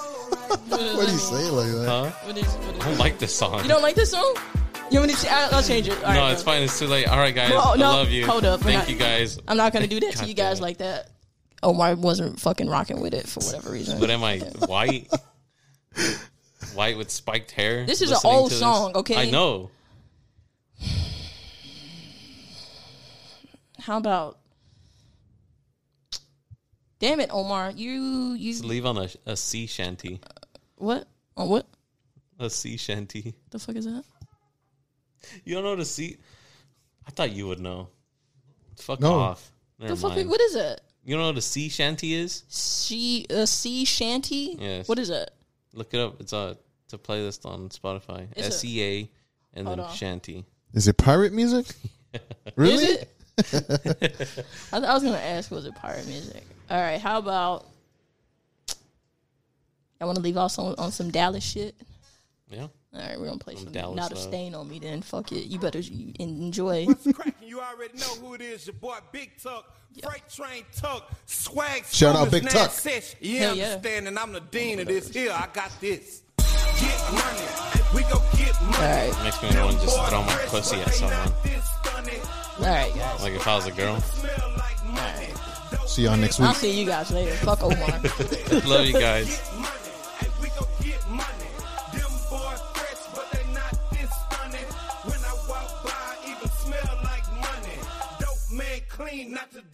[SPEAKER 3] What do you say like that?
[SPEAKER 1] Huh?
[SPEAKER 2] What is? What
[SPEAKER 1] I
[SPEAKER 2] is
[SPEAKER 1] don't like this song.
[SPEAKER 2] you don't like this song? You want me to? Ch- I- I'll change it. All
[SPEAKER 1] no,
[SPEAKER 2] right,
[SPEAKER 1] it's
[SPEAKER 2] bro.
[SPEAKER 1] fine. It's too late. All right, guys.
[SPEAKER 2] Oh, no.
[SPEAKER 1] I love you.
[SPEAKER 2] Hold up. We're
[SPEAKER 1] Thank
[SPEAKER 2] not-
[SPEAKER 1] you, guys.
[SPEAKER 2] I'm not gonna do that to
[SPEAKER 1] God
[SPEAKER 2] you
[SPEAKER 1] damn
[SPEAKER 2] guys
[SPEAKER 1] it.
[SPEAKER 2] like that. Omar wasn't fucking rocking with it for whatever reason.
[SPEAKER 1] What am I? White? white with spiked hair?
[SPEAKER 2] This is an
[SPEAKER 1] Listening
[SPEAKER 2] old
[SPEAKER 1] to this?
[SPEAKER 2] song, okay?
[SPEAKER 1] I know.
[SPEAKER 2] How about? Damn it, Omar! You
[SPEAKER 1] Just
[SPEAKER 2] you
[SPEAKER 1] leave on a, a sea shanty.
[SPEAKER 2] what? On what
[SPEAKER 1] A sea shanty.
[SPEAKER 2] the fuck is that?
[SPEAKER 1] You don't know the sea? I thought you would know. Fuck
[SPEAKER 3] No.
[SPEAKER 1] off. Never
[SPEAKER 2] The fuck?
[SPEAKER 1] mind.
[SPEAKER 2] What is it?
[SPEAKER 1] you know what a sea shanty is?
[SPEAKER 2] She a sea shanty?
[SPEAKER 1] Yes.
[SPEAKER 2] What is it?
[SPEAKER 1] Look it up. It's a it's a playlist on Spotify.
[SPEAKER 2] Is it-
[SPEAKER 1] S E A and then
[SPEAKER 2] Hold on.
[SPEAKER 1] shanty.
[SPEAKER 3] Is it pirate music? really?
[SPEAKER 2] Is it? I, th- I was gonna ask, was it pirate music? All right, how about? I want to leave off on, on some Dallas shit.
[SPEAKER 1] Yeah.
[SPEAKER 2] All right, we're gonna play some,
[SPEAKER 1] Dallas
[SPEAKER 2] not a
[SPEAKER 1] love.
[SPEAKER 2] stain on me. Then fuck it, you better you enjoy.
[SPEAKER 5] cracking. You already know who it is. Your boy Big Tuck, Freight Train Tuck, Swag.
[SPEAKER 3] Shout out
[SPEAKER 5] Smooth
[SPEAKER 3] Big
[SPEAKER 5] as
[SPEAKER 3] Tuck.
[SPEAKER 5] Nance Sish. You
[SPEAKER 2] Hell yeah.
[SPEAKER 5] understand? And I'm the dean of this here. I got this. Get money. We go get money.
[SPEAKER 2] All right,
[SPEAKER 1] Makes me want to just throw my pussy at someone.
[SPEAKER 2] all right, guys.
[SPEAKER 1] Like if I was a girl.
[SPEAKER 3] See y'all next
[SPEAKER 2] I'll
[SPEAKER 3] week.
[SPEAKER 2] see you guys later. Fuck Omar.
[SPEAKER 1] Love you guys.
[SPEAKER 5] When I walk by, even smell like money. Dope man clean, not the